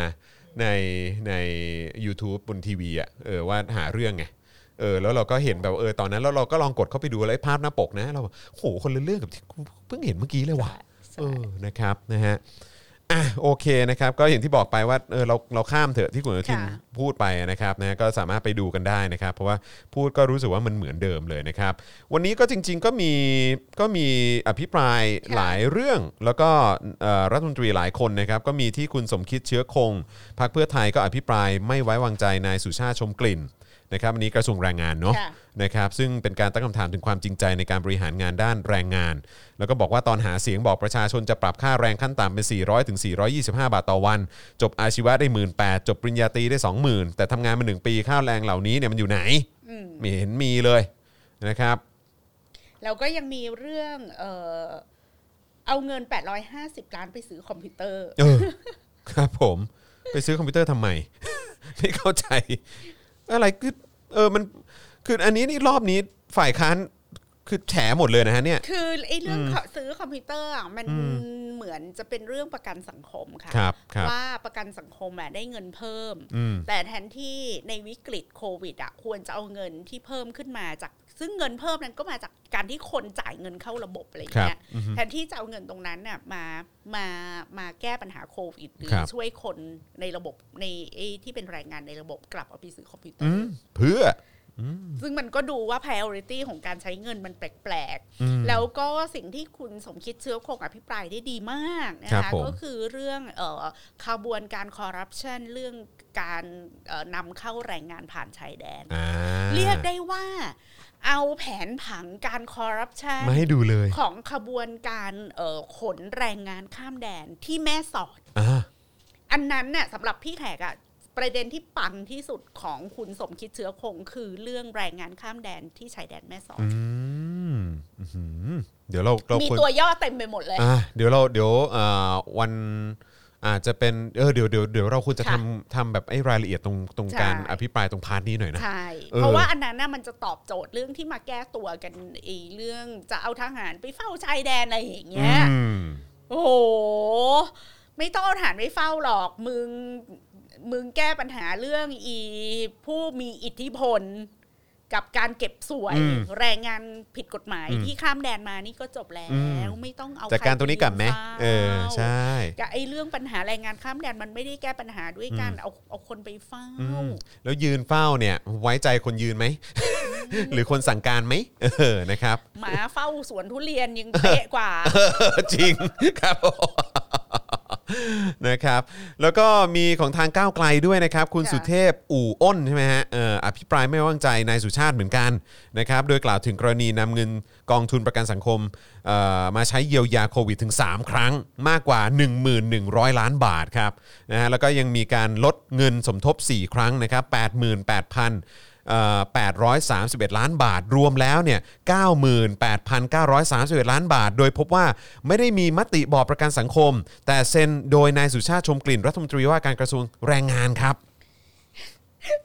[SPEAKER 1] ในใน u t u b e บนทีวีอ่ะเออว่าหาเรื่องไงเออแล้วเราก็เห็นแบบเออตอนนั้นแล้วเราก็ลองกดเข้าไปดูอะไรภาพหน้าปกนะเราบอกโหคนละเรื่องกับที่เพิ่งเห็นเมื่อกี้เลยว่ะ เออ นะครับ นะฮะ อ่ะ โอเค นะครับ ก็อย่างที่บอกไปว่า เออ เรา เราข้ามเถอะที่คุณอนุทิน
[SPEAKER 2] ค่ะ
[SPEAKER 1] พูดไปนะครับ นะ ก็สามารถไปดูกันได้นะครับ เพราะว่าพูดก็รู้สึกว่ามันเหมือนเดิมเลยนะครับ วันนี้ก็จริง ๆ ก็มี ก็มีอภิปรายหลายเรื่อง แล้วก็เอ่อรัฐมนตรีหลายคนนะครับ ก็มีที่คุณสมคิดเชื้อคง พรรคเพื่อไทยก็อภิปรายไม่ไว้วางใจนายสุชาติชมกลิ่น นะครับอันนี้กระทรวงแรงงานเนาะ
[SPEAKER 2] ค่ะ
[SPEAKER 1] นะครับซึ่งเป็นการตั้งคำถามถึงความจริงใจในการบริหารงานด้านแรงงาน แล้วก็บอกว่าตอนหาเสียงบอกประชาชนจะปรับค่าแรงขั้นต่ำเป็น 400ถึง425 บาทต่อวัน จบอาชีวะได้ 1 8ื่นจบปริญญาตรีได้ 20,000 แต่ทำงานมา 1 ปีค่าแรงเหล่านี้เนี่ยมันอยู่ไหน
[SPEAKER 2] อืม
[SPEAKER 1] ไม่เห็นมีเลยนะครับ
[SPEAKER 2] แล้วก็ยังมีเรื่องเออเอาเงิน 850 ล้านไปซื้อคอมพิวเตอร์
[SPEAKER 1] เออ ครับผม ไปซื้อคอมพิวเตอร์ทำไม ไม่เข้าใจ อะไรคือเออมันคืออันนี้นี่รอบนี้ฝ่ายค้านคือแฉหมดเลยนะฮะเนี่ย
[SPEAKER 2] คือไอ้เรื่อง
[SPEAKER 1] อืม
[SPEAKER 2] ขอซื้อคอมพิวเตอร์อะมัน
[SPEAKER 1] อืม
[SPEAKER 2] เหมือนจะเป็นเรื่องประกันสังคมค่ะ
[SPEAKER 1] ครับครับ
[SPEAKER 2] ว่าประกันสังคมอะได้เงินเพิ่ม
[SPEAKER 1] อืม
[SPEAKER 2] แต่แทนที่ในวิกฤตโควิดอะควรจะเอาเงินที่เพิ่มขึ้นมาจาก ซึ่งเงินเพิ่มนั้นก็มาจากการที่คนจ่ายเงินเข้าระบบอะไรอย่าง
[SPEAKER 1] ครั
[SPEAKER 2] เงี้
[SPEAKER 1] บ
[SPEAKER 2] ย
[SPEAKER 1] อือฮึ
[SPEAKER 2] แทนที่จะเอาเงินตรงนั้นน่ะมามามาแก้ปัญหาโควิดหรือ
[SPEAKER 1] ครับ
[SPEAKER 2] ช่วยคนในระบบในไอ้ที่เป็นแรงงานในระบบกลับเอาไปซื้อคอมพิวเตอ
[SPEAKER 1] อื
[SPEAKER 2] ร์
[SPEAKER 1] มเพื่ออืม
[SPEAKER 2] ซึ่งมันก็ดูว่า priority ของการใช้เงินมันแปลก
[SPEAKER 1] อืม
[SPEAKER 2] ๆ แล้วก็สิ่งที่คุณสมคิดเชื้อคงอภิปรายได้ดีมากนะครับ คะ
[SPEAKER 1] ผม
[SPEAKER 2] ก็คือเรื่องเออขบวนการคอร์รัปชันเรื่องการเอ่อนำเข้าแรงงานผ่านชายแดน
[SPEAKER 1] อ่า
[SPEAKER 2] เรียกได้ว่าเอาแผนผังการคอร์รัปชัน
[SPEAKER 1] มาให้ดูเลย
[SPEAKER 2] ของขบวนการเอ่อขนแรงงานข้ามแดนที่แม่สอด
[SPEAKER 1] อ่า
[SPEAKER 2] อันนั้นน่ะสำหรับพี่แขกอะประเด็นที่ปังที่สุดของคุณสมคิดเชื้อคง คือเรื่องแรงงานข้ามแดนที่ชายแดนแม่สอด
[SPEAKER 1] อืมอื้อหือเดี๋ยวเราเรา
[SPEAKER 2] มี
[SPEAKER 1] ควร
[SPEAKER 2] ตัวย่อเต็มไปหมดเลย
[SPEAKER 1] อ่ะเดี๋ยวเราเดี๋ยวอ่าวันอาจจะเป็นเออเดี๋ยวเดี๋ยวเดี๋ยวเราควรจะ
[SPEAKER 2] ค่ะ
[SPEAKER 1] ทำทำแบบไอ้รายละเอียดตรงตรง
[SPEAKER 2] ใช่
[SPEAKER 1] การอภิปรายตรงพาร์ทนี้หน่อยนะ
[SPEAKER 2] ใช่
[SPEAKER 1] เออ
[SPEAKER 2] เพราะว่าอันนั้นน่ะมันจะตอบโจทย์เรื่องที่มาแก้ตัวกันไอ้เรื่องจะเอาทหารไปเฝ้าชายแดนอะไรอย่างเงี้ย
[SPEAKER 1] อืม
[SPEAKER 2] โอ้โห ไม่ต้องเอาฐานไปเฝ้าหรอก มึง มึงแก้ปัญหาเรื่องอีผู้มีอิทธิพล กับการเก็บสวย
[SPEAKER 1] อืม
[SPEAKER 2] แรงงานผิดกฎหมาย
[SPEAKER 1] อืม
[SPEAKER 2] ที่ข้ามแดนมานี่ก็จบแล้
[SPEAKER 1] อื
[SPEAKER 2] ว
[SPEAKER 1] ม
[SPEAKER 2] ไม่ต้องเอา
[SPEAKER 1] จัดการตรงนี้กลับไหม
[SPEAKER 2] ใคป
[SPEAKER 1] เออ
[SPEAKER 2] ฝ้า
[SPEAKER 1] ใช่
[SPEAKER 2] กับไอ้เรื่องปัญหาแรงงานข้ามแดนมันไม่ได้แก้ปัญหาด้วยการ
[SPEAKER 1] อืม
[SPEAKER 2] เอาเอาคนไปเฝ้า
[SPEAKER 1] อืมแล้วยืนเฝ้าเนี่ย ไว้ใจคนยืนไหม หรือคนสั่งการไหมเออนะครับ
[SPEAKER 2] หมาเฝ้าสวนทุเรียนยังเป๊ะ กว่า
[SPEAKER 1] จริงครับ ผมนะครับ แล้วก็มีของทางก้าวไกลด้วยนะครับ คุณ
[SPEAKER 2] ค่ะ
[SPEAKER 1] สุเทพอู่อ้นใช่ไหมฮะเอ่ออภิปรายไม่ไว้วางใจนายสุชาติเหมือนกันนะครับ โดยกล่าวถึงกรณีนำเงินกองทุนประกันสังคมเอ่อมาใช้เยียวยาโควิดถึง 3 ครั้งมากกว่า 1,100 ล้านบาทครับนะฮะแล้วก็ยังมีการลดเงินสมทบ 4 ครั้งนะครับ 88,000 เอ่อ831 ล้านบาท รวมแล้วเนี่ย98,931 ล้านบาท โดยพบว่าไม่ได้มีมติบอร์ดประกันสังคม แต่เซ็นโดยนายสุชาติชมกลิ่นรัฐมนตรีว่าการกระทรวงแรงงานครับ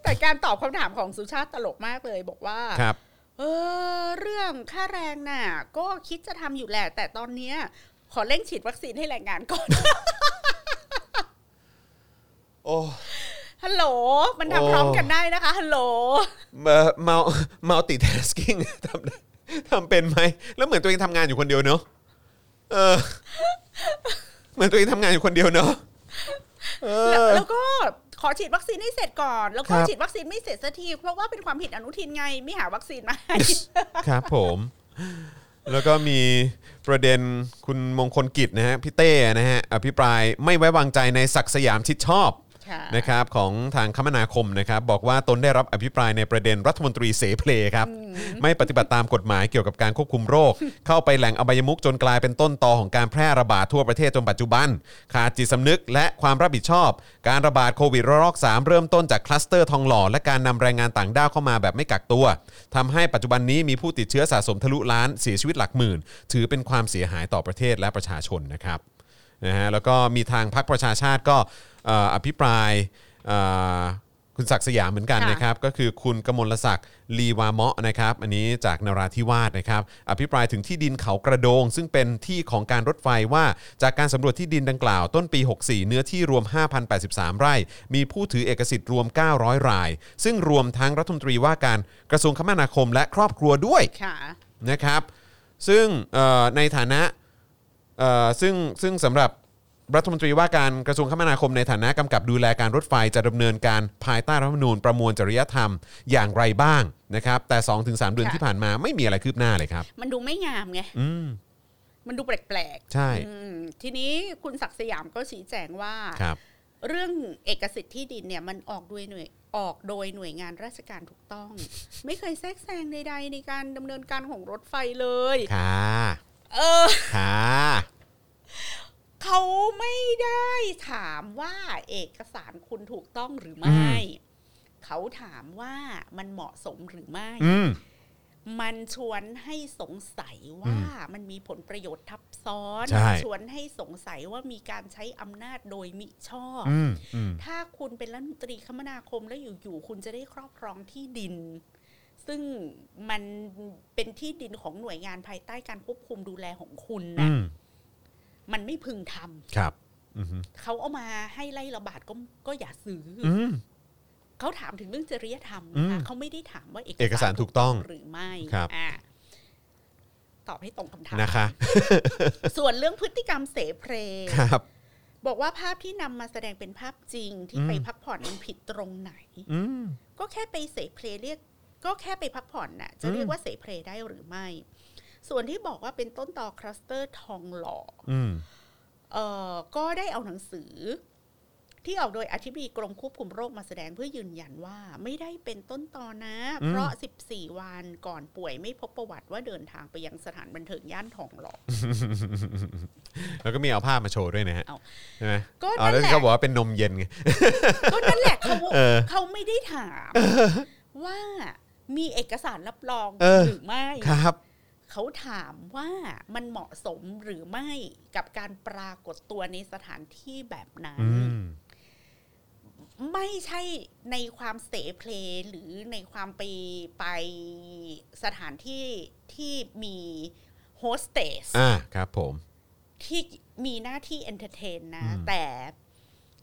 [SPEAKER 2] แต่การตอบคำถามของสุชาติตลกมากเลยบอกว่า
[SPEAKER 1] ครับ
[SPEAKER 2] เออเรื่องค่าแรงน่ะ ก็คิดจะทำอยู่แหละ แต่ตอนเนี้ยขอเร่งฉีดวัคซีนให้แรงงานก่อน
[SPEAKER 1] โอ้
[SPEAKER 2] ฮัลโหล มันทำพร้อมกันได้นะคะ ฮัลโหล
[SPEAKER 1] เมาเมาติดแทสกิ้ง ทำได้ทำเป็นไหม แล้วเหมือนตัวเองทำงานอยู่คนเดียวเนอะเออเหมือนตัวเองทำงานอยู่คนเดียวเนอะเออ
[SPEAKER 2] แล้วแล้วก็ขอฉีดวัคซีนให้เสร็จก่อน แล้วก็
[SPEAKER 1] ครับ
[SPEAKER 2] ฉีดวัคซีนไม่เสร็จสักที เพราะว่าเป็นความผิดอนุทินไง ไม่หาวัคซีนมาให้
[SPEAKER 1] ครับผม แล้วก็มีประเด็นคุณมงคลกิจนะฮะพี่เต้นะฮะอภิปรายไม่ไว้วางใจในศักดิ์สยามชิดชอบ
[SPEAKER 2] ค่ะ
[SPEAKER 1] นะครับของทางคมนาคมนะครับ บอกว่าตนได้รับอภิปรายในประเด็นรัฐมนตรีเสเพลครับ ไม่ปฏิบัติตามกฎหมายเกี่ยวกับการควบคุมโรค เข้าไปแหล่งอบายมุกจนกลายเป็นต้นตอของการแพร่ระบาดทั่วประเทศจนปัจจุบัน ขาดจิตสำนึกและความรับผิดชอบ การระบาดโควิดระลอก 3 เริ่มต้นจากคลัสเตอร์ทองหล่อและการนำแรงงานต่างด้าวเข้ามาแบบไม่กักตัวทำให้ปัจจุบันนี้มีผู้ติดเชื้อสะสมทะลุล้านเสียชีวิตหลักหมื่น ถือเป็นความเสียหายต่อประเทศและประชาชนนะครับ นะฮะแล้วก็มีทางพรรคประชาชาติก็เอ่ออภิปรายเอ่อคุณศักดิ์สยามเหมือนกัน
[SPEAKER 2] ค่ะ
[SPEAKER 1] นะครับ ก็คือคุณกมลศักดิ์ลีวาเมาะนะครับ อันนี้จากนราธิวาสนะครับ อภิปรายถึงที่ดินเขากระโดง ซึ่งเป็นที่ของการรถไฟว่าจากการสำรวจที่ดินดังกล่าวต้นปี 64 เนื้อที่รวม 5,083 ไร่ มีผู้ถือเอกสิทธิ์รวม 900 ราย ซึ่งรวมทั้งรัฐมนตรีว่าการกระทรวงคมนาคมและครอบครัวด้วย
[SPEAKER 2] ค่ะ
[SPEAKER 1] นะครับซึ่งเอ่อในฐานะเอ่อซึ่งซึ่งสำหรับรัฐมนตรีว่าการกระทรวงคมนาคมในฐานะกำกับดูแลการรถไฟจะดำเนินการภายใต้รัฐธรรมนูญประมวลจริยธรรมอย่างไรบ้างนะครับแต่ 2-3 เดือน
[SPEAKER 2] ค่ะ
[SPEAKER 1] ที่ผ่านมาไม่มีอะไรคืบหน้าเลยครับ
[SPEAKER 2] มันดูไม่งามไง
[SPEAKER 1] อืม
[SPEAKER 2] มันดูแปลกๆ
[SPEAKER 1] ใช่
[SPEAKER 2] อืมทีนี้คุณศักดิ์สยามก็ชี้แจงว่า
[SPEAKER 1] ครับ
[SPEAKER 2] เ เรื่องเอกสิทธิ์ที่ดินเนี่ยมันออกด้วยหน่วยออกโดยหน่วยงานราชการถูกต้อง ไม่เคยแทรกแซงใดๆในการดำเนินการของรถไฟเลย
[SPEAKER 1] ค่ะ
[SPEAKER 2] เออ
[SPEAKER 1] ค่ะ
[SPEAKER 2] เขาไม่ได้ถามว่าเอกสารคุณถูกต้องหรือไม่ เขาถามว่ามันเหมาะสมหรือไม่
[SPEAKER 1] อืม
[SPEAKER 2] มันชวนให้สงสัยว่ามันมีผลประโยชน์ทับซ้อน
[SPEAKER 1] ใช่
[SPEAKER 2] มัชวนให้สงสัยว่ามีการใช้อำนาจโดยมิชอบ
[SPEAKER 1] อืมอืม
[SPEAKER 2] ถ้าคุณเป็นรัฐมนตรีคมนาคมแล้วอยู่ๆคุณจะได้ครอบครองที่ดิน ซึ่งมันเป็นที่ดินของหน่วยงานภายใต้การควบคุมดูแลของคุณ
[SPEAKER 1] อื
[SPEAKER 2] นะ
[SPEAKER 1] ม
[SPEAKER 2] มันไม่พึงทำ
[SPEAKER 1] ครับอืม
[SPEAKER 2] เขาเอามาให้ไล่ระบาดก็ก็อย่าซื้ออ
[SPEAKER 1] อืม
[SPEAKER 2] เขาถามถึงเรื่องจริยธรรมนะคะ
[SPEAKER 1] อืม
[SPEAKER 2] เขาไม่ได้ถามว่า
[SPEAKER 1] เอกสารถูกต้อง
[SPEAKER 2] หรือไม่
[SPEAKER 1] ครับ
[SPEAKER 2] อ่ะตอบให้ตรงคำถาม
[SPEAKER 1] นะคะ
[SPEAKER 2] ส่วนเรื่องพฤติกรรมเสเพลง
[SPEAKER 1] ครับ
[SPEAKER 2] บอกว่าภาพที่นำมาแสดงเป็นภาพจริงที่
[SPEAKER 1] อืม
[SPEAKER 2] ไปพักผ่อนมันผิดตรงไหน
[SPEAKER 1] อืม
[SPEAKER 2] ก็แค่ไปเสเพลเรียก ก็แค่ไปพักผ่อนน่ะ จะเรีย
[SPEAKER 1] อื
[SPEAKER 2] ก
[SPEAKER 1] ม
[SPEAKER 2] ว่าเสเพลได้หรือไม่ ส่วนที่บอกว่าเป็นต้นต่อคลัสเตอร์ทองหล่อ
[SPEAKER 1] อืม
[SPEAKER 2] เอ่อก็ได้เอาหนังสือ ที่ออกโดยอธิบดีกรมควบคุมโรคมาแสดงเพื่อยืนยันว่า ไม่ได้เป็นต้นตอนะ
[SPEAKER 1] อืม
[SPEAKER 2] เพราะ 14 วันก่อนป่วยไม่พบประวัติว่าเดินทางไปยังสถานบันเทิงย่านทองหล่อ
[SPEAKER 1] แล้วก็มีเอาภาพมาโชว์ด้วยนะฮะ
[SPEAKER 2] เอา
[SPEAKER 1] ใช่ไหม
[SPEAKER 2] ก็
[SPEAKER 1] อ๋อ
[SPEAKER 2] นั่
[SPEAKER 1] แล้ว
[SPEAKER 2] นแหละ
[SPEAKER 1] เขาบอกว่าเป็นนมเย็นไง
[SPEAKER 2] ก็นั่นแหละเขา
[SPEAKER 1] เออ
[SPEAKER 2] เขาไม่ได้ถามว่ามีเอกสารรับรอง
[SPEAKER 1] เออ
[SPEAKER 2] หรือไม่
[SPEAKER 1] ครับ
[SPEAKER 2] เขาถามว่ามันเหมาะสมหรือไม่กับการปรากฏตัวในสถานที่แบบนั้น
[SPEAKER 1] อืม
[SPEAKER 2] ไม่ใช่ในความเสเพลหรือในความไปไปสถานที่ที่มีโฮสเตส
[SPEAKER 1] อ่าครับผม
[SPEAKER 2] ที่มีหน้าที่เอนเตอร์เทนนะ
[SPEAKER 1] อืม
[SPEAKER 2] แต่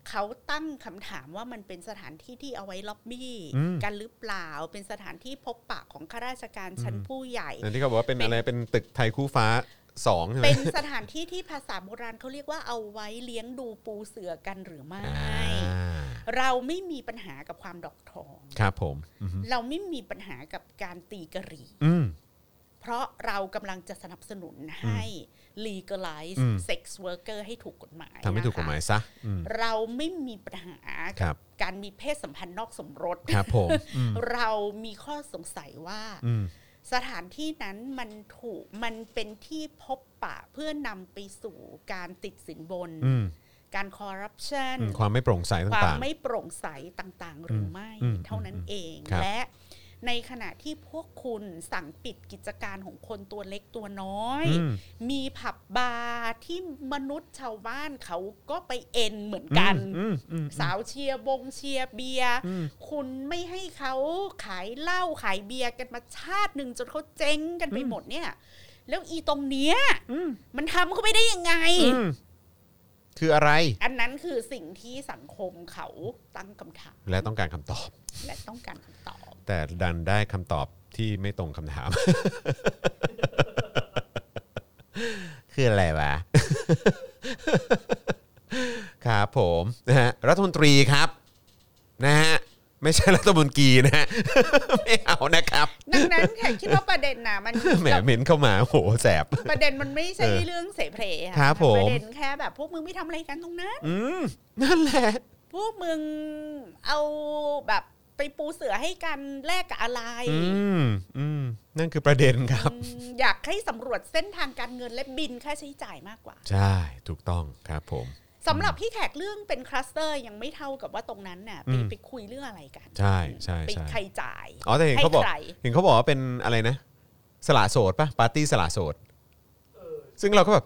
[SPEAKER 2] เขาตั้งคำถามว่ามันเป็นสถานที่ที่เอาไว้ล็อบบี้
[SPEAKER 1] อืม
[SPEAKER 2] กันหรือเปล่า เป็นสถานที่พบปะของข้าราชการชั้น
[SPEAKER 1] อืม
[SPEAKER 2] ผู้ใหญ่
[SPEAKER 1] อันที่เขาบอกว่าเป็นอะไรเป็นตึกไทยคู่ฟ้าสองใช่ไหม
[SPEAKER 2] เป็นสถานที่ที่ภาษาโบราณเขาเรียกว่าเอาไว้เลี้ยงดูปูเสือกันหรือไม่
[SPEAKER 1] อ่า
[SPEAKER 2] เราไม่มีปัญหากับความดอกทอง
[SPEAKER 1] ครับผม อืม
[SPEAKER 2] เราไม่มีปัญหากับการตีกะหรี่
[SPEAKER 1] อืม
[SPEAKER 2] เพราะเรากำลังจะสนับสนุนให้ legalize
[SPEAKER 1] อืม
[SPEAKER 2] sex worker ให้ถูกกฎหมาย
[SPEAKER 1] ทำให้ถูกกฎหมาย
[SPEAKER 2] นะคะ
[SPEAKER 1] ซะอืม
[SPEAKER 2] เราไม่มีปัญหา
[SPEAKER 1] ครั
[SPEAKER 2] กับ การมีเพศสัมพันธ์นอกสมรส
[SPEAKER 1] ครับผมอืม
[SPEAKER 2] เรามีข้อสงสัยว่า
[SPEAKER 1] อืม
[SPEAKER 2] สถานที่นั้นมันถูกมันเป็นที่พบปะเพื่อนำไปสู่การติดสินบน
[SPEAKER 1] อืม
[SPEAKER 2] การคอร์รัปชัน
[SPEAKER 1] อืมความไม่โปร่งใส
[SPEAKER 2] ความ
[SPEAKER 1] ต่าง
[SPEAKER 2] ไม่โปร่งใสต่างๆ หรือไม่
[SPEAKER 1] อืม
[SPEAKER 2] เท่านั้น
[SPEAKER 1] อืม
[SPEAKER 2] เอง
[SPEAKER 1] ครับ
[SPEAKER 2] และในขณะที่พวกคุณสั่งปิดกิจการของคนตัวเล็กตัวน้อย
[SPEAKER 1] ๆอืม
[SPEAKER 2] มีผับบาร์ที่มนุษย์ชาวบ้านเขาก็ไปเอ็นเหมือนกัน
[SPEAKER 1] อืมอืม
[SPEAKER 2] สาวเชียร์บงเชียร์เบียร์
[SPEAKER 1] อืม
[SPEAKER 2] คุณไม่ให้เขาขายเหล้าขายเบียร์กันมาชาติหนึ่งจนเขาเจ๊งกันไปหมดเนี่ย แล้วอีตรงเนี้ย
[SPEAKER 1] อืม
[SPEAKER 2] มันทำเขาไม่ได้ยังไง
[SPEAKER 1] อืมคืออะไร
[SPEAKER 2] อันนั้นคือสิ่งที่สังคมเขาตั้งคำถาม
[SPEAKER 1] และต้องการคำตอบ
[SPEAKER 2] และต้องการคำตอบ
[SPEAKER 1] แต่ดันได้คำตอบที่ไม่ตรงคำถาม คืออะไรวะ ครับผมนะฮะรัฐมนตรีครับ นะฮะ ไม่ใช่รัฐมนตรีนะฮ ะ ไม่เอานะครับ
[SPEAKER 2] ดังนั้นแขก คิดว่าประเด็นนะมัน
[SPEAKER 1] แหมเหม็นเข้ามาโอ้โหแสบ
[SPEAKER 2] ประเด็นมันไม่ใช่
[SPEAKER 1] เออ
[SPEAKER 2] เรื่องเสเพลอะ
[SPEAKER 1] ครับผม
[SPEAKER 2] ประเด็นแค่แบบ พวกมึงไม่ทำอะไรกันตรงนั้น
[SPEAKER 1] อืมนั่นแหละ
[SPEAKER 2] พวกมึงเอาแบบไปปูเสือให้กันแลกกับอะไร
[SPEAKER 1] อืมอืมนั่นคือประเด็นครับ
[SPEAKER 2] อืมอยากให้สำรวจเส้นทางการเงินและบินค่าใช้จ่ายมากกว่า
[SPEAKER 1] ใช่ถูกต้องครับผม
[SPEAKER 2] สำหรับพี่แขกเรื่องเป็นคลัสเตอร์ยังไม่เท่ากับว่าตรงนั้นน่ะไป
[SPEAKER 1] อืม
[SPEAKER 2] ไปคุยเรื่องอะไรกัน
[SPEAKER 1] ใช่ใช่ใช่
[SPEAKER 2] ไปใครจ่าย
[SPEAKER 1] อ๋อแต่เห็น
[SPEAKER 2] ให้
[SPEAKER 1] เขาบอก
[SPEAKER 2] ใคร
[SPEAKER 1] เห็นเขาบอกว่าเป็นอะไรนะ สละโสดปะปาร์ตี้สละโสดซึ่งเราก็แบบ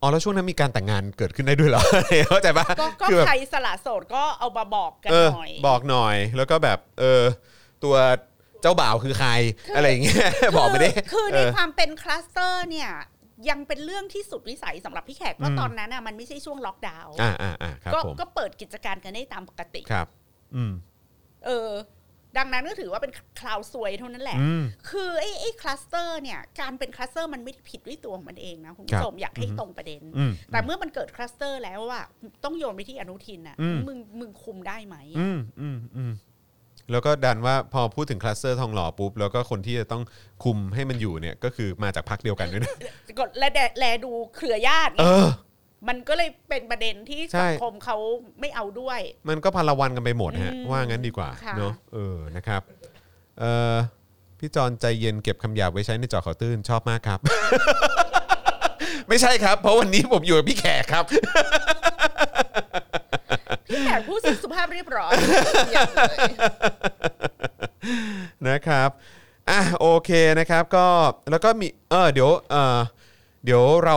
[SPEAKER 1] อ๋อแล้วช่วงนั้นมีการแต่งงานเกิดขึ้นได้ด้วยเหรอ เข้าใจปะ
[SPEAKER 2] ก็ก็
[SPEAKER 1] คือแบบ
[SPEAKER 2] ใครสละโสดก็เอามาบอกกัน
[SPEAKER 1] เออ
[SPEAKER 2] หน่อย
[SPEAKER 1] บอกหน่อยแล้วก็แบบเออตัวเจ้าบ่าวคือใคร อะไรอย่างเงี้ย บอกไม่ได้
[SPEAKER 2] คือคือในความเป็นคลัสเตอร์เนี่ย ยังเป็นเรื่องที่สุดวิสัยสำหรับพี่แขกเพ
[SPEAKER 1] อื
[SPEAKER 2] ราะ
[SPEAKER 1] ม
[SPEAKER 2] ตอนนั้นอ่ะมันไม่ใช่ช่วงล็อกดาวน์
[SPEAKER 1] อ่าอ่าอ่าครับ
[SPEAKER 2] ก็
[SPEAKER 1] ผม
[SPEAKER 2] ก็เปิดกิจการกันได้ตามปกติ
[SPEAKER 1] ครับ อืม
[SPEAKER 2] เออ ดังนั้นก็ถือว่าเป็นคลาวซวยเท่านั้นแหละ
[SPEAKER 1] อืม
[SPEAKER 2] คือไอ้ไอ้คลัสเตอร์เนี่ยการเป็นคลัสเตอร์มันไม่ได้ผิดด้วยตัวของมันเองนะคุณ
[SPEAKER 1] ครั
[SPEAKER 2] ผู้
[SPEAKER 1] บ
[SPEAKER 2] ชมอยากให้
[SPEAKER 1] อือฮึ
[SPEAKER 2] ตรงประเด็น
[SPEAKER 1] อืม
[SPEAKER 2] แต่เมื่อมันเกิดคลัสเตอร์แล้วว่าต้องโยนไปที่อนุทินนะ
[SPEAKER 1] อืม
[SPEAKER 2] มึงมึงคุมได้ไหม
[SPEAKER 1] อืมอืมอืมแล้วก็ดันว่าพอพูดถึงคลัสเตอร์ทองหล่อปุ๊บแล้วก็คนที่จะต้องคุมให้มันอยู่เนี่ยก็คือมาจากพักเดียวกันด้วยนะ
[SPEAKER 2] กดและแดะแลดูเครือญาติไง
[SPEAKER 1] เออ
[SPEAKER 2] มันก็เลยเป็นประเด็นที่
[SPEAKER 1] ใช่
[SPEAKER 2] สังคมเขาไม่เอาด้วย
[SPEAKER 1] มันก็พลวันกันไปหมดฮะ
[SPEAKER 2] อืม
[SPEAKER 1] ว่างั้นดีกว่า
[SPEAKER 2] ค่ะ
[SPEAKER 1] เนาะเออนะครับเอ่อพี่จอนใจเย็นเก็บคำหยาบไว้ใช้ในจอข่าวตื้นชอบมาก ครับ ไม่ใช่ครับ เพราะวันนี้ผมอยู่กับพี่แขกครับ
[SPEAKER 2] พี่แขกผู้สุสุภาพเรียบ ร้อยอย่างเลย
[SPEAKER 1] นะครับอ่ะโอเคนะครับก็แล้วก็มีเออเดี๋ยวเออเดี๋ยวเรา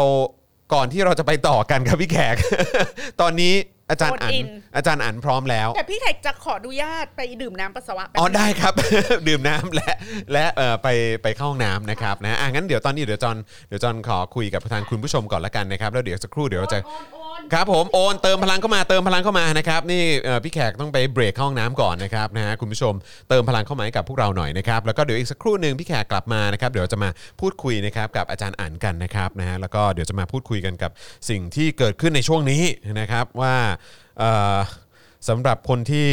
[SPEAKER 1] ก่อนที่เราจะไปต่อกันครับพี่แขก ตอนนี้อาจารย์อันอาจารย์อันพร้อมแล้ว
[SPEAKER 2] แต่พี่แขกจะขออนุญาตไปดื่มน้ำปัสสาวะแป๊บ
[SPEAKER 1] อ๋อได้ครับ ดื่มน้ำและและเอ่อไปไปเข้าห้องน้ำนะครับนะอ่ะงั้นเดี๋ยวตอนนี้เดี๋ยวจอนเดี๋ยวจอนขอคุยกับทางคุณผู้ชมก่อนละกันนะครับแล้วเดี๋ยวสักครู่เดี๋ยวเราจะ
[SPEAKER 2] โอนโอน
[SPEAKER 1] ครับผมโอนเติมพลังเข้ามาเติมพลังเข้ามานะครับนี่เอ่อพี่แขกต้องไปเบรกเข้าห้องน้ำก่อนนะครับนะฮะคุณผู้ชมเติมพลังเข้ามาให้กับพวกเราหน่อยนะครับแล้วก็เดี๋ยวอีกสักครู่หนึ่งพี่แขกกลับมานะครับเดี๋ยวจะมาพูดคุยนะครับกับอาจารย์อ่านกันนะครับนะฮะแล้วก็เดี๋ยวจะมาพูดคุยกันกับสิ่งที่เกิดขึ้นในช่วงนี้นะครับว่าเอ่อสำหรับคนที่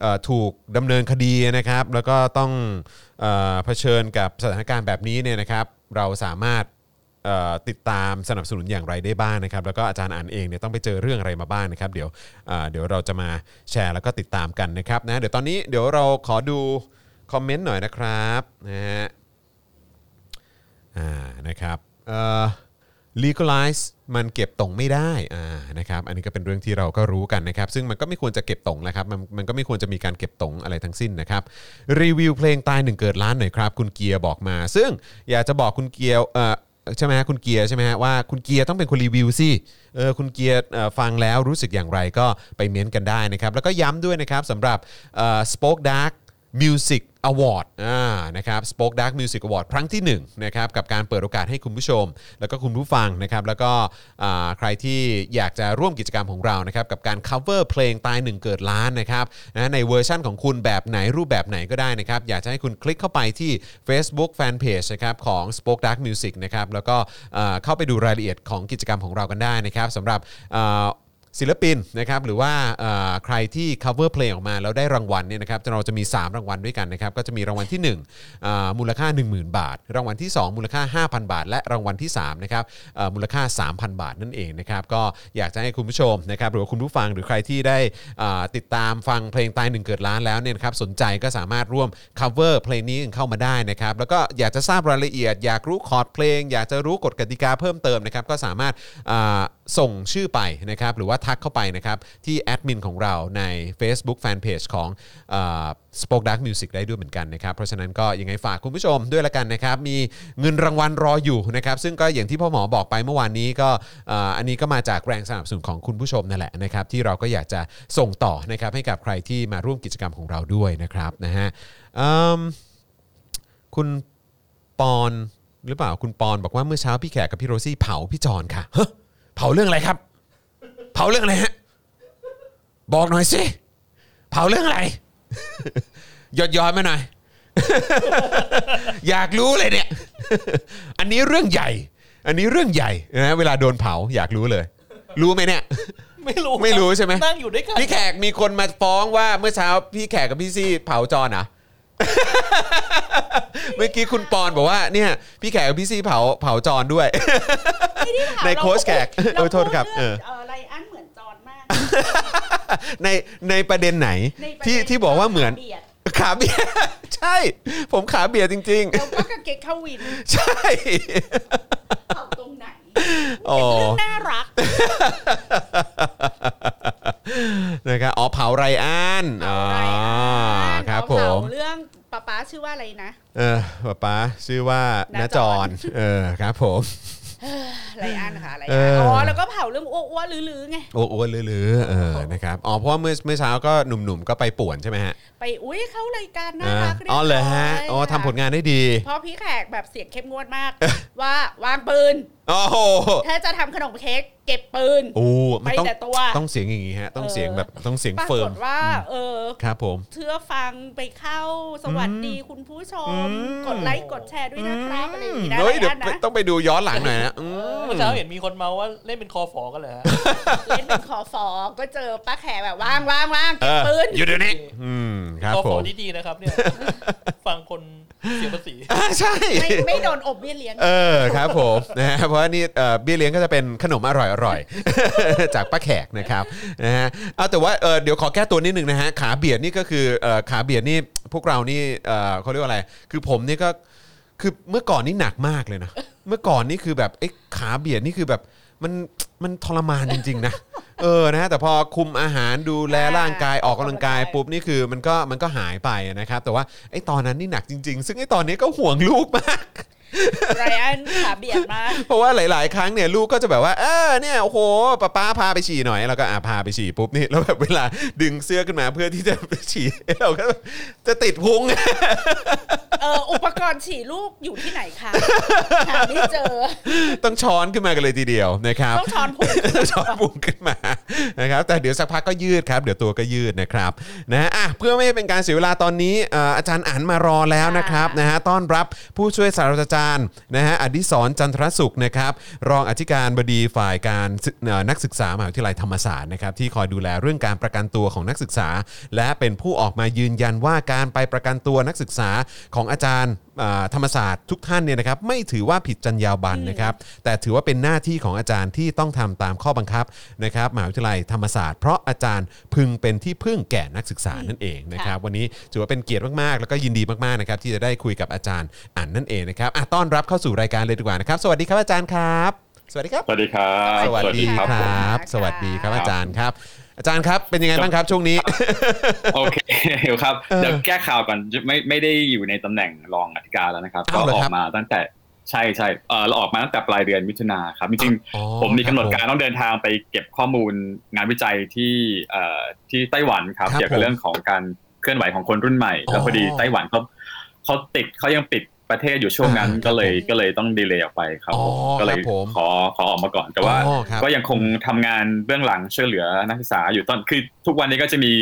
[SPEAKER 1] เอ่อถูกดำเนินคดีนะครับ แล้วก็ต้องเอ่อเผชิญกับสถานการณ์แบบนี้เนี่ยนะครับ เราสามารถ เอ่อติดตามสนับสนุนอย่างไรได้บ้างนะครับ แล้วก็อาจารย์อ่านเองเนี่ยต้องไปเจอเรื่องอะไรมาบ้างนะครับ เดี๋ยวเอ่อเดี๋ยวเราจะมาแชร์แล้วก็ติดตามกันนะครับนะเดี๋ยวตอนนี้เดี๋ยวเราขอดูคอมเมนต์หน่อยนะครับนะฮะอ่านะครับเอ่อ legalize มันเก็บตรงไม่ได้อ่านะครับอันนี้ก็เป็นเรื่องที่เราก็รู้กันนะครับ ซึ่งมันก็ไม่ควรจะเก็บตรงนะครับมันมันก็ไม่ควรจะมีการเก็บตรงอะไรทั้งสิ้นนะครับรีวิวเพลงตายหนึ่งเกิดล้านหน่อยครับคุณเกียร์บอกมา ซึ่งอยากจะบอกคุณเกียร์เอ่อ ใช่ไหมฮะคุณเกียร์ใช่ไหมฮะว่าคุณเกียร์ต้องเป็นคนรีวิวสิเออคุณเกียร์เอ่อฟังแล้วรู้สึกอย่างไรก็ไปเม้นต์กันได้นะครับ แล้วก็ย้ำด้วยนะครับสำหรับเอ่อ Spoke Dark Music Award อ่านะครับ Spoke Dark Music Award ครั้งที่หนึ่งนะครับกับการเปิดโอกาสให้คุณผู้ชม แล้วก็คุณผู้ฟังนะครับแล้วก็อ่าใครที่อยากจะร่วมกิจกรรมของเรานะครับกับการ cover เพลงตายหนึ่งเกิดล้านนะครับนะในเวอร์ชั่นของคุณแบบไหนรูปแบบไหนก็ได้นะครับอยากจะให้คุณคลิกเข้าไปที่ Facebook Fanpage นะครับของ Spoke Dark Music นะครับแล้วก็เอ่อเข้าไปดูรายละเอียดของกิจกรรมของเรากันได้นะครับสำหรับเอ่อศิลปินนะครับหรือว่าเอ่อใครที่ cover เพลงออกมาแล้วได้รางวัลเนี่ยนะครับเราจะมี 3 รางวัลด้วยกันนะครับก็จะมีรางวัลที่1อ่ามูลค่า 10,000 บาท รางวัลที่ 2 มูลค่า 5,000 บาท และรางวัลที่3นะครับเอ่อมูลค่า 3,000 บาทนั่นเองนะครับก็อยากจะให้คุณผู้ชมนะครับหรือว่าคุณผู้ฟังหรือใครที่ได้อ่าติดตามฟังเพลงตายหนึ่งเกิดล้านแล้วเนี่ยนะครับสนใจก็สามารถร่วม cover เพลงนี้กันเข้ามาได้นะครับแล้วก็อยากจะทราบรายละเอียด อยากรู้คอร์ดเพลง อยากจะรู้กฎกติกาเพิ่มเติมนะครับก็สามารถอ่าส่งชื่อไปนะครับหรือว่าทักเข้าไปนะครับที่แอดมินของเราใน Facebook Fanpage ของสป็อคดักมิวสิกได้ด้วยเหมือนกันนะครับเพราะฉะนั้นก็ยังไงฝากคุณผู้ชมด้วยละกันนะครับมีเงินรางวัลรออยู่นะครับซึ่งก็อย่างที่พ่อหมอบอกไปเมื่อวานนี้ก็อ่าอันนี้ก็มาจากแรงสนับสนุนของคุณผู้ชมนั่นแหละนะครับที่เราก็อยากจะส่งต่อนะครับให้กับใครที่มาร่วมกิจกรรมของเราด้วยนะครับนะฮะอืม คุณปอนหรือเปล่าคุณปอนบอกว่าเมื่อเช้าพี่แขกกับพี่โรซี่เผาพี่จอนค่ะฮะเผาเรื่องอะไรครับ เผาเรื่องอะไรฮะบอกหน่อยสิเผาเรื่องอะไร หยอดย้อนมาหน่อย อยากรู้เลยเนี่ย อันนี้เรื่องใหญ่ อันนี้เรื่องใหญ่นะเวลาโดนเผาอยากรู้เลย รู้ไหมเนี่ย
[SPEAKER 3] ไม่รู้
[SPEAKER 1] ไม่รู้ใช่ไหม
[SPEAKER 3] นั่งอยู่ด้วยกัน
[SPEAKER 1] พี่แขกมีคนมาฟ้องว่าเมื่อเช้าพี่แขกกับพี่ซี่เผาจอนเหรอ่ะ เมื่อกี้คุณปอนบอกว่าเนี่ยพี่แขกกับพี่ซี่เผาเผาจอนด้วย ในโค้ชแขกเออโทษครับเอ
[SPEAKER 2] เอ
[SPEAKER 1] อ
[SPEAKER 2] อไรอันเหมือนจอนมาก
[SPEAKER 1] ในในประเด็นไหน
[SPEAKER 2] ในประเด็น
[SPEAKER 1] ที่ที่บอกว่าเหมือน
[SPEAKER 2] บียด
[SPEAKER 1] ขาเบียด ใช่ ผมขาเบียดจริง
[SPEAKER 2] แล้วก็กางเกงเข้าวิน
[SPEAKER 1] ๆ ใช่
[SPEAKER 2] เผาตรงไหน
[SPEAKER 1] อ๋อ
[SPEAKER 2] เป็นเรื่องน่ารัก
[SPEAKER 1] นะครับอ๋อเผาไรอันอ๋อครับผม
[SPEAKER 2] เรื่องป๊าป๊าชื่อว่าอะไรนะ
[SPEAKER 1] เออป๊าป๊าชื่อว่า
[SPEAKER 2] ณ
[SPEAKER 1] นา
[SPEAKER 2] จ
[SPEAKER 1] จ
[SPEAKER 2] อ
[SPEAKER 1] ร
[SPEAKER 2] น
[SPEAKER 1] เออครับผม
[SPEAKER 2] ไรอันค่ะไร
[SPEAKER 1] เอ
[SPEAKER 2] อัน
[SPEAKER 1] ออ๋
[SPEAKER 2] อ๋อแล้วก็เผาเรื่องอ้วกๆลือๆไง
[SPEAKER 1] โอ้โหเลือๆเออนะครับอ๋อเพราะว่าเมื่อเมื่อเช้าก็หนุ่มๆก็ไปป่วนใช่ไหมฮะ
[SPEAKER 2] ไปอุ้ยเข้ารายการน่า
[SPEAKER 1] อ่า
[SPEAKER 2] รักรีบร้
[SPEAKER 1] อ๋อเหรอฮะอ๋อทำผลงานได้ดี
[SPEAKER 2] เพราะพี่แขกแบบเสียงเข้มงวดมาก ว่าวางปืน
[SPEAKER 1] โอ้โห
[SPEAKER 2] ถ้าจะทำขนมเค้กเก็บปืน
[SPEAKER 1] โอ้มันต้อง
[SPEAKER 2] ไปแต่ตัว
[SPEAKER 1] ต้องเสียงอย่างงี้ฮะต้องเสียงแบบต้องเสียง
[SPEAKER 2] ปรา
[SPEAKER 1] เฟิ
[SPEAKER 2] ก
[SPEAKER 1] ร์ม
[SPEAKER 2] ฏว่า เออ
[SPEAKER 1] ครับผม
[SPEAKER 2] เชื่อฟังไปเข้าสวัสดีคุณผู้ชม
[SPEAKER 1] อืม
[SPEAKER 2] กดไลค์กดแชร์ด้วยนะครับอะไรอย่างนี้นะ
[SPEAKER 1] เฮ้ย
[SPEAKER 2] ไร
[SPEAKER 1] เดี๋ยว
[SPEAKER 2] อันนะ
[SPEAKER 1] ต้องไปดูย้อนหลังหน่อยนะอืม
[SPEAKER 3] เมื่อเช้าเห็นมีคนเมาว่าเล่นเป็นคอฝอกันเลยฮะ
[SPEAKER 2] เล่นเป็นคอฟอก็เจอป้าแขกแบบว่างว่างว่าง
[SPEAKER 1] เออ
[SPEAKER 2] เก็บปืน
[SPEAKER 1] อยู่เดี๋ยวนี้อืมครับ
[SPEAKER 3] คอ
[SPEAKER 1] ผ
[SPEAKER 3] ฝอ
[SPEAKER 1] ม
[SPEAKER 3] ดีๆนะครับเนี่ย ฟังคน เสียภาษี
[SPEAKER 1] อ่าใช่
[SPEAKER 2] ไม่ไม่โดนอบเบี้ยเลี้ยง
[SPEAKER 1] เออครับผม นะฮะเพราะว่านี่เอ่อเบี้ยเลี้ยงก็จะเป็นขนมอร่อยอร่อย จากป้าแขกนะครับนะฮะเอาแต่ว่าเออเดี๋ยวขอแก้ตัวนิดนึงนะฮะขาเบียดนี่ก็คือเอ่อขาเบียดนี่พวกเรานี่เอ่อเขาเรียกว่าอะไร คือผมนี่ก็คือเมื่อก่อนนี่หนักมากเลยนะเมื่อก่อนนี่คือแบบไอ้ขาเบียดนี่คือแบบมันมันทรมานจริงๆนะเออนะฮะแต่พอคุมอาหารดูแลร่างกายออกกำลังกายปุ๊บ ปุ๊บนี่คือมันก็มันก็หายไปนะครับ แต่ว่าไอ้ตอนนั้นนี่หนักจริง ๆ ซึ่งไอ้ตอนนี้ก็ห่วงลูกมาก
[SPEAKER 2] ไรอันขาเบียดมาก
[SPEAKER 1] เพราะว่าหลาย ๆ ครั้งเนี่ยลูกก็จะแบบว่าเออเนี่ยโอ้โหป้าป้าพาไปฉี่หน่อยแล้วก็อ่ะพาไปฉี่ปุ๊บนี่แล้วแบบเวลาดึงเสื้อขึ้นมาเพื่อที่จะไปฉี่ เราก็จะติดพุง
[SPEAKER 2] เอออุปกรณ์ฉี่ลูกอยู่ที่ไหนคะหาไม่เจอ
[SPEAKER 1] ต้องช้อนขึ้นมากันเลยทีเดียวนะครับ
[SPEAKER 2] ต้องช้อนผุง
[SPEAKER 1] ต้อง ช้อนบุ้งขึ้นมานะครับแต่เดี๋ยวสักพักก็ยืดครับ เดี๋ยวตัวก็ยืดนะครับนะอ่ะเพื่อไม่ให้เป็นการเสียเวลาตอนนี้เอ่ออาจารย์อ่านมารอแล้วนะครับนะฮะต้อนรับผู้ช่วยศาสตราจารย์นะฮะอดิศรจันทรสุขนะครับ รองอธิการบดีฝ่ายการศึกเอ่อนักศึกษามหาวิทยาลัยธรรมศาสตร์นะครับที่คอยดูแลเรื่องการประกันตัวของนักศึกษา และเป็นผู้ออกมายืนยันว่าการไปประกันตัวนักศึกษาของอาจารย์อ่าธรรมศาสตร์ทุกท่านเนี่ยนะครับไม่ถือว่าผิดจรรยาบรรณนะครับ แต่ถือว่าเป็นหน้าที่ของอาจารย์ที่ต้องทำตามข้อบังคับนะครับมหาวิทยาลัยธรรมศาสตร์เพราะอาจารย์พึงเป็นที่พึ่งแก่นักศึกษานั่นเองนะครับวันนี้ถือว่าเป็นเกียรติมากๆ แล้วก็ยินดีมากๆนะครับที่จะได้คุยกับอาจารย์อ่านนั่นเองนะครับอ่ะต้อนรับเข้าสู่รายการเลยดีกว่านะครับ สวัสดีครับอาจารย์ครับ สวัสดีครับ
[SPEAKER 5] สวัสดีครับ
[SPEAKER 1] สวัสดีค
[SPEAKER 5] ผม
[SPEAKER 1] รับ สวัสดีครับอาจารย์ครับ อาจารย์ครับเป็นยังไงบ้างครับช่วงนี้
[SPEAKER 5] โอเคครับ เดี๋ยวแก้ข่าวก่อนไม่ไม่ได้อยู่ในตำแหน่งรองอธิการแล้วนะครับ ก็
[SPEAKER 1] อ้าวเหรอ
[SPEAKER 5] ออ
[SPEAKER 1] ครับ
[SPEAKER 5] กมาตั้งแต่ใช่ใช่เออเราออกมาตั้งแต่ปลายเดือนมิถุนาครับ จริง
[SPEAKER 1] อ๋อ
[SPEAKER 5] ๆผมมีกำหนดการต้องเดินทางไปเก็บข้อมูลงานวิจัยที่เอ่อที่ไต้หวันครับ
[SPEAKER 1] ครับ
[SPEAKER 5] เกี่ยวกับเรื่องของการเคลื่อนไหวของคนรุ่นใหม่ แล้วพอดี
[SPEAKER 1] อ๋อ
[SPEAKER 5] ไต้หวันเขาเขาติดเขายังปิดประเทศอยู่ช่วงนั้น
[SPEAKER 1] อ่า
[SPEAKER 5] ก็เลยก็เลยต้องดีเลย์ออกไปครับ
[SPEAKER 1] อ๋อ
[SPEAKER 5] ก็เล
[SPEAKER 1] ค
[SPEAKER 5] ย
[SPEAKER 1] รับผม
[SPEAKER 5] ขอขอออกมาก่อนแต่ว่า
[SPEAKER 1] อ๋อครับ
[SPEAKER 5] ก็ยังคงทำงานเบื้องหลังช่วยเหลือนักศึกษาอยู่ตอนคือทุกวันนี้ก็จะมี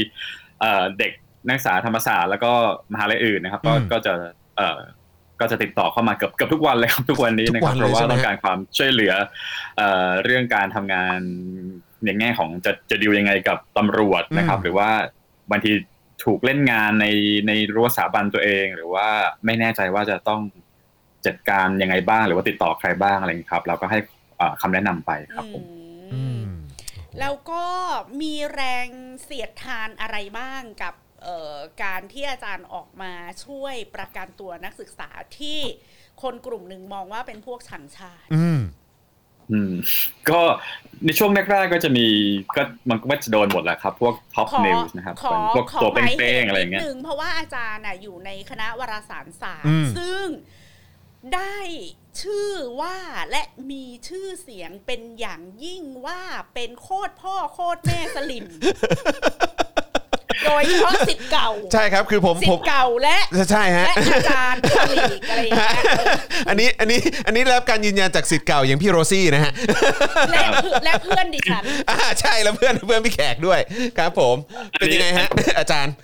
[SPEAKER 5] เอ่อเด็กนักศึกษาธรรมศาสตร์แล้วก็มหาลัยอื่นนะครับ ก็
[SPEAKER 1] อืม
[SPEAKER 5] ก็จะเอ่อก็จะติดต่อเข้ามาเกือบเกือบทุกวันเลยครับ ทุกวันนี้นะครั
[SPEAKER 1] ทุกวัน
[SPEAKER 5] บ
[SPEAKER 1] เลย
[SPEAKER 5] เพราะว่า
[SPEAKER 1] ใช่ไหม
[SPEAKER 5] ต้องการความช่วยเหลือเอ่อเรื่องการทำงานในแง่ของจะจะดิวยังไงกับตำรวจนะครับ
[SPEAKER 1] อืม
[SPEAKER 5] หรือว่าบางทีถูกเล่นงานในในรั้วสถาบันตัวเอง หรือว่าไม่แน่ใจว่าจะต้องจัดการยังไงบ้าง หรือว่าติดต่อใครบ้างอะไรอย่างนี้ครับ เราก็ให้เอ่อคำแนะนำไปครับผม
[SPEAKER 2] อืมแล้วก็มีแรงเสียดทานอะไรบ้างกับเอ่อการที่อาจารย์ออกมาช่วยประกันตัวนักศึกษาที่คนกลุ่มหนึ่งมองว่าเป็นพวกฉันชาติ
[SPEAKER 1] อืม
[SPEAKER 5] อืมก็ในช่วงแรกๆก็จะมีก็มันก็จะโดนหมดแหละครับ พวกท็อป
[SPEAKER 2] ขอ
[SPEAKER 5] นิวส์นะครับ
[SPEAKER 2] ขอ
[SPEAKER 5] พวก
[SPEAKER 2] ขอ
[SPEAKER 5] ตัว
[SPEAKER 2] หมายเหตุ
[SPEAKER 5] เป้งๆอะไรอย่างเงี้ย
[SPEAKER 2] นิดนึเพราะว่าอาจารย์น่ะอยู่ในคณะวารสารศาสต
[SPEAKER 1] อื
[SPEAKER 2] ร์
[SPEAKER 1] ม
[SPEAKER 2] ซึ่งได้ชื่อว่าและมีชื่อเสียงเป็นอย่างยิ่งว่าเป็นโคตรพ่อโคตรแม่สลิม โดยเฉพาะสิทธิ์เก่า
[SPEAKER 1] ใช่ครับคือผม
[SPEAKER 2] สิ
[SPEAKER 1] ผ
[SPEAKER 2] ท
[SPEAKER 1] ม
[SPEAKER 2] ธิ์เก่าและ
[SPEAKER 1] ใช่ฮะ
[SPEAKER 2] และอาจารย์คลีกอะไรอย่างเงี้ยเออ
[SPEAKER 1] อันนี้อันนี้อันนี้ได้รับการยืนยันจากสิทธิ์เก่าอย่างพี่โรซี่นะฮะ
[SPEAKER 2] และและเพื่อนดิฉัน
[SPEAKER 1] อ่าใช่แล้วเพื่อนเพื่อนพี่แขกด้วยครับผมเป็นยังไงฮะ อาจารย์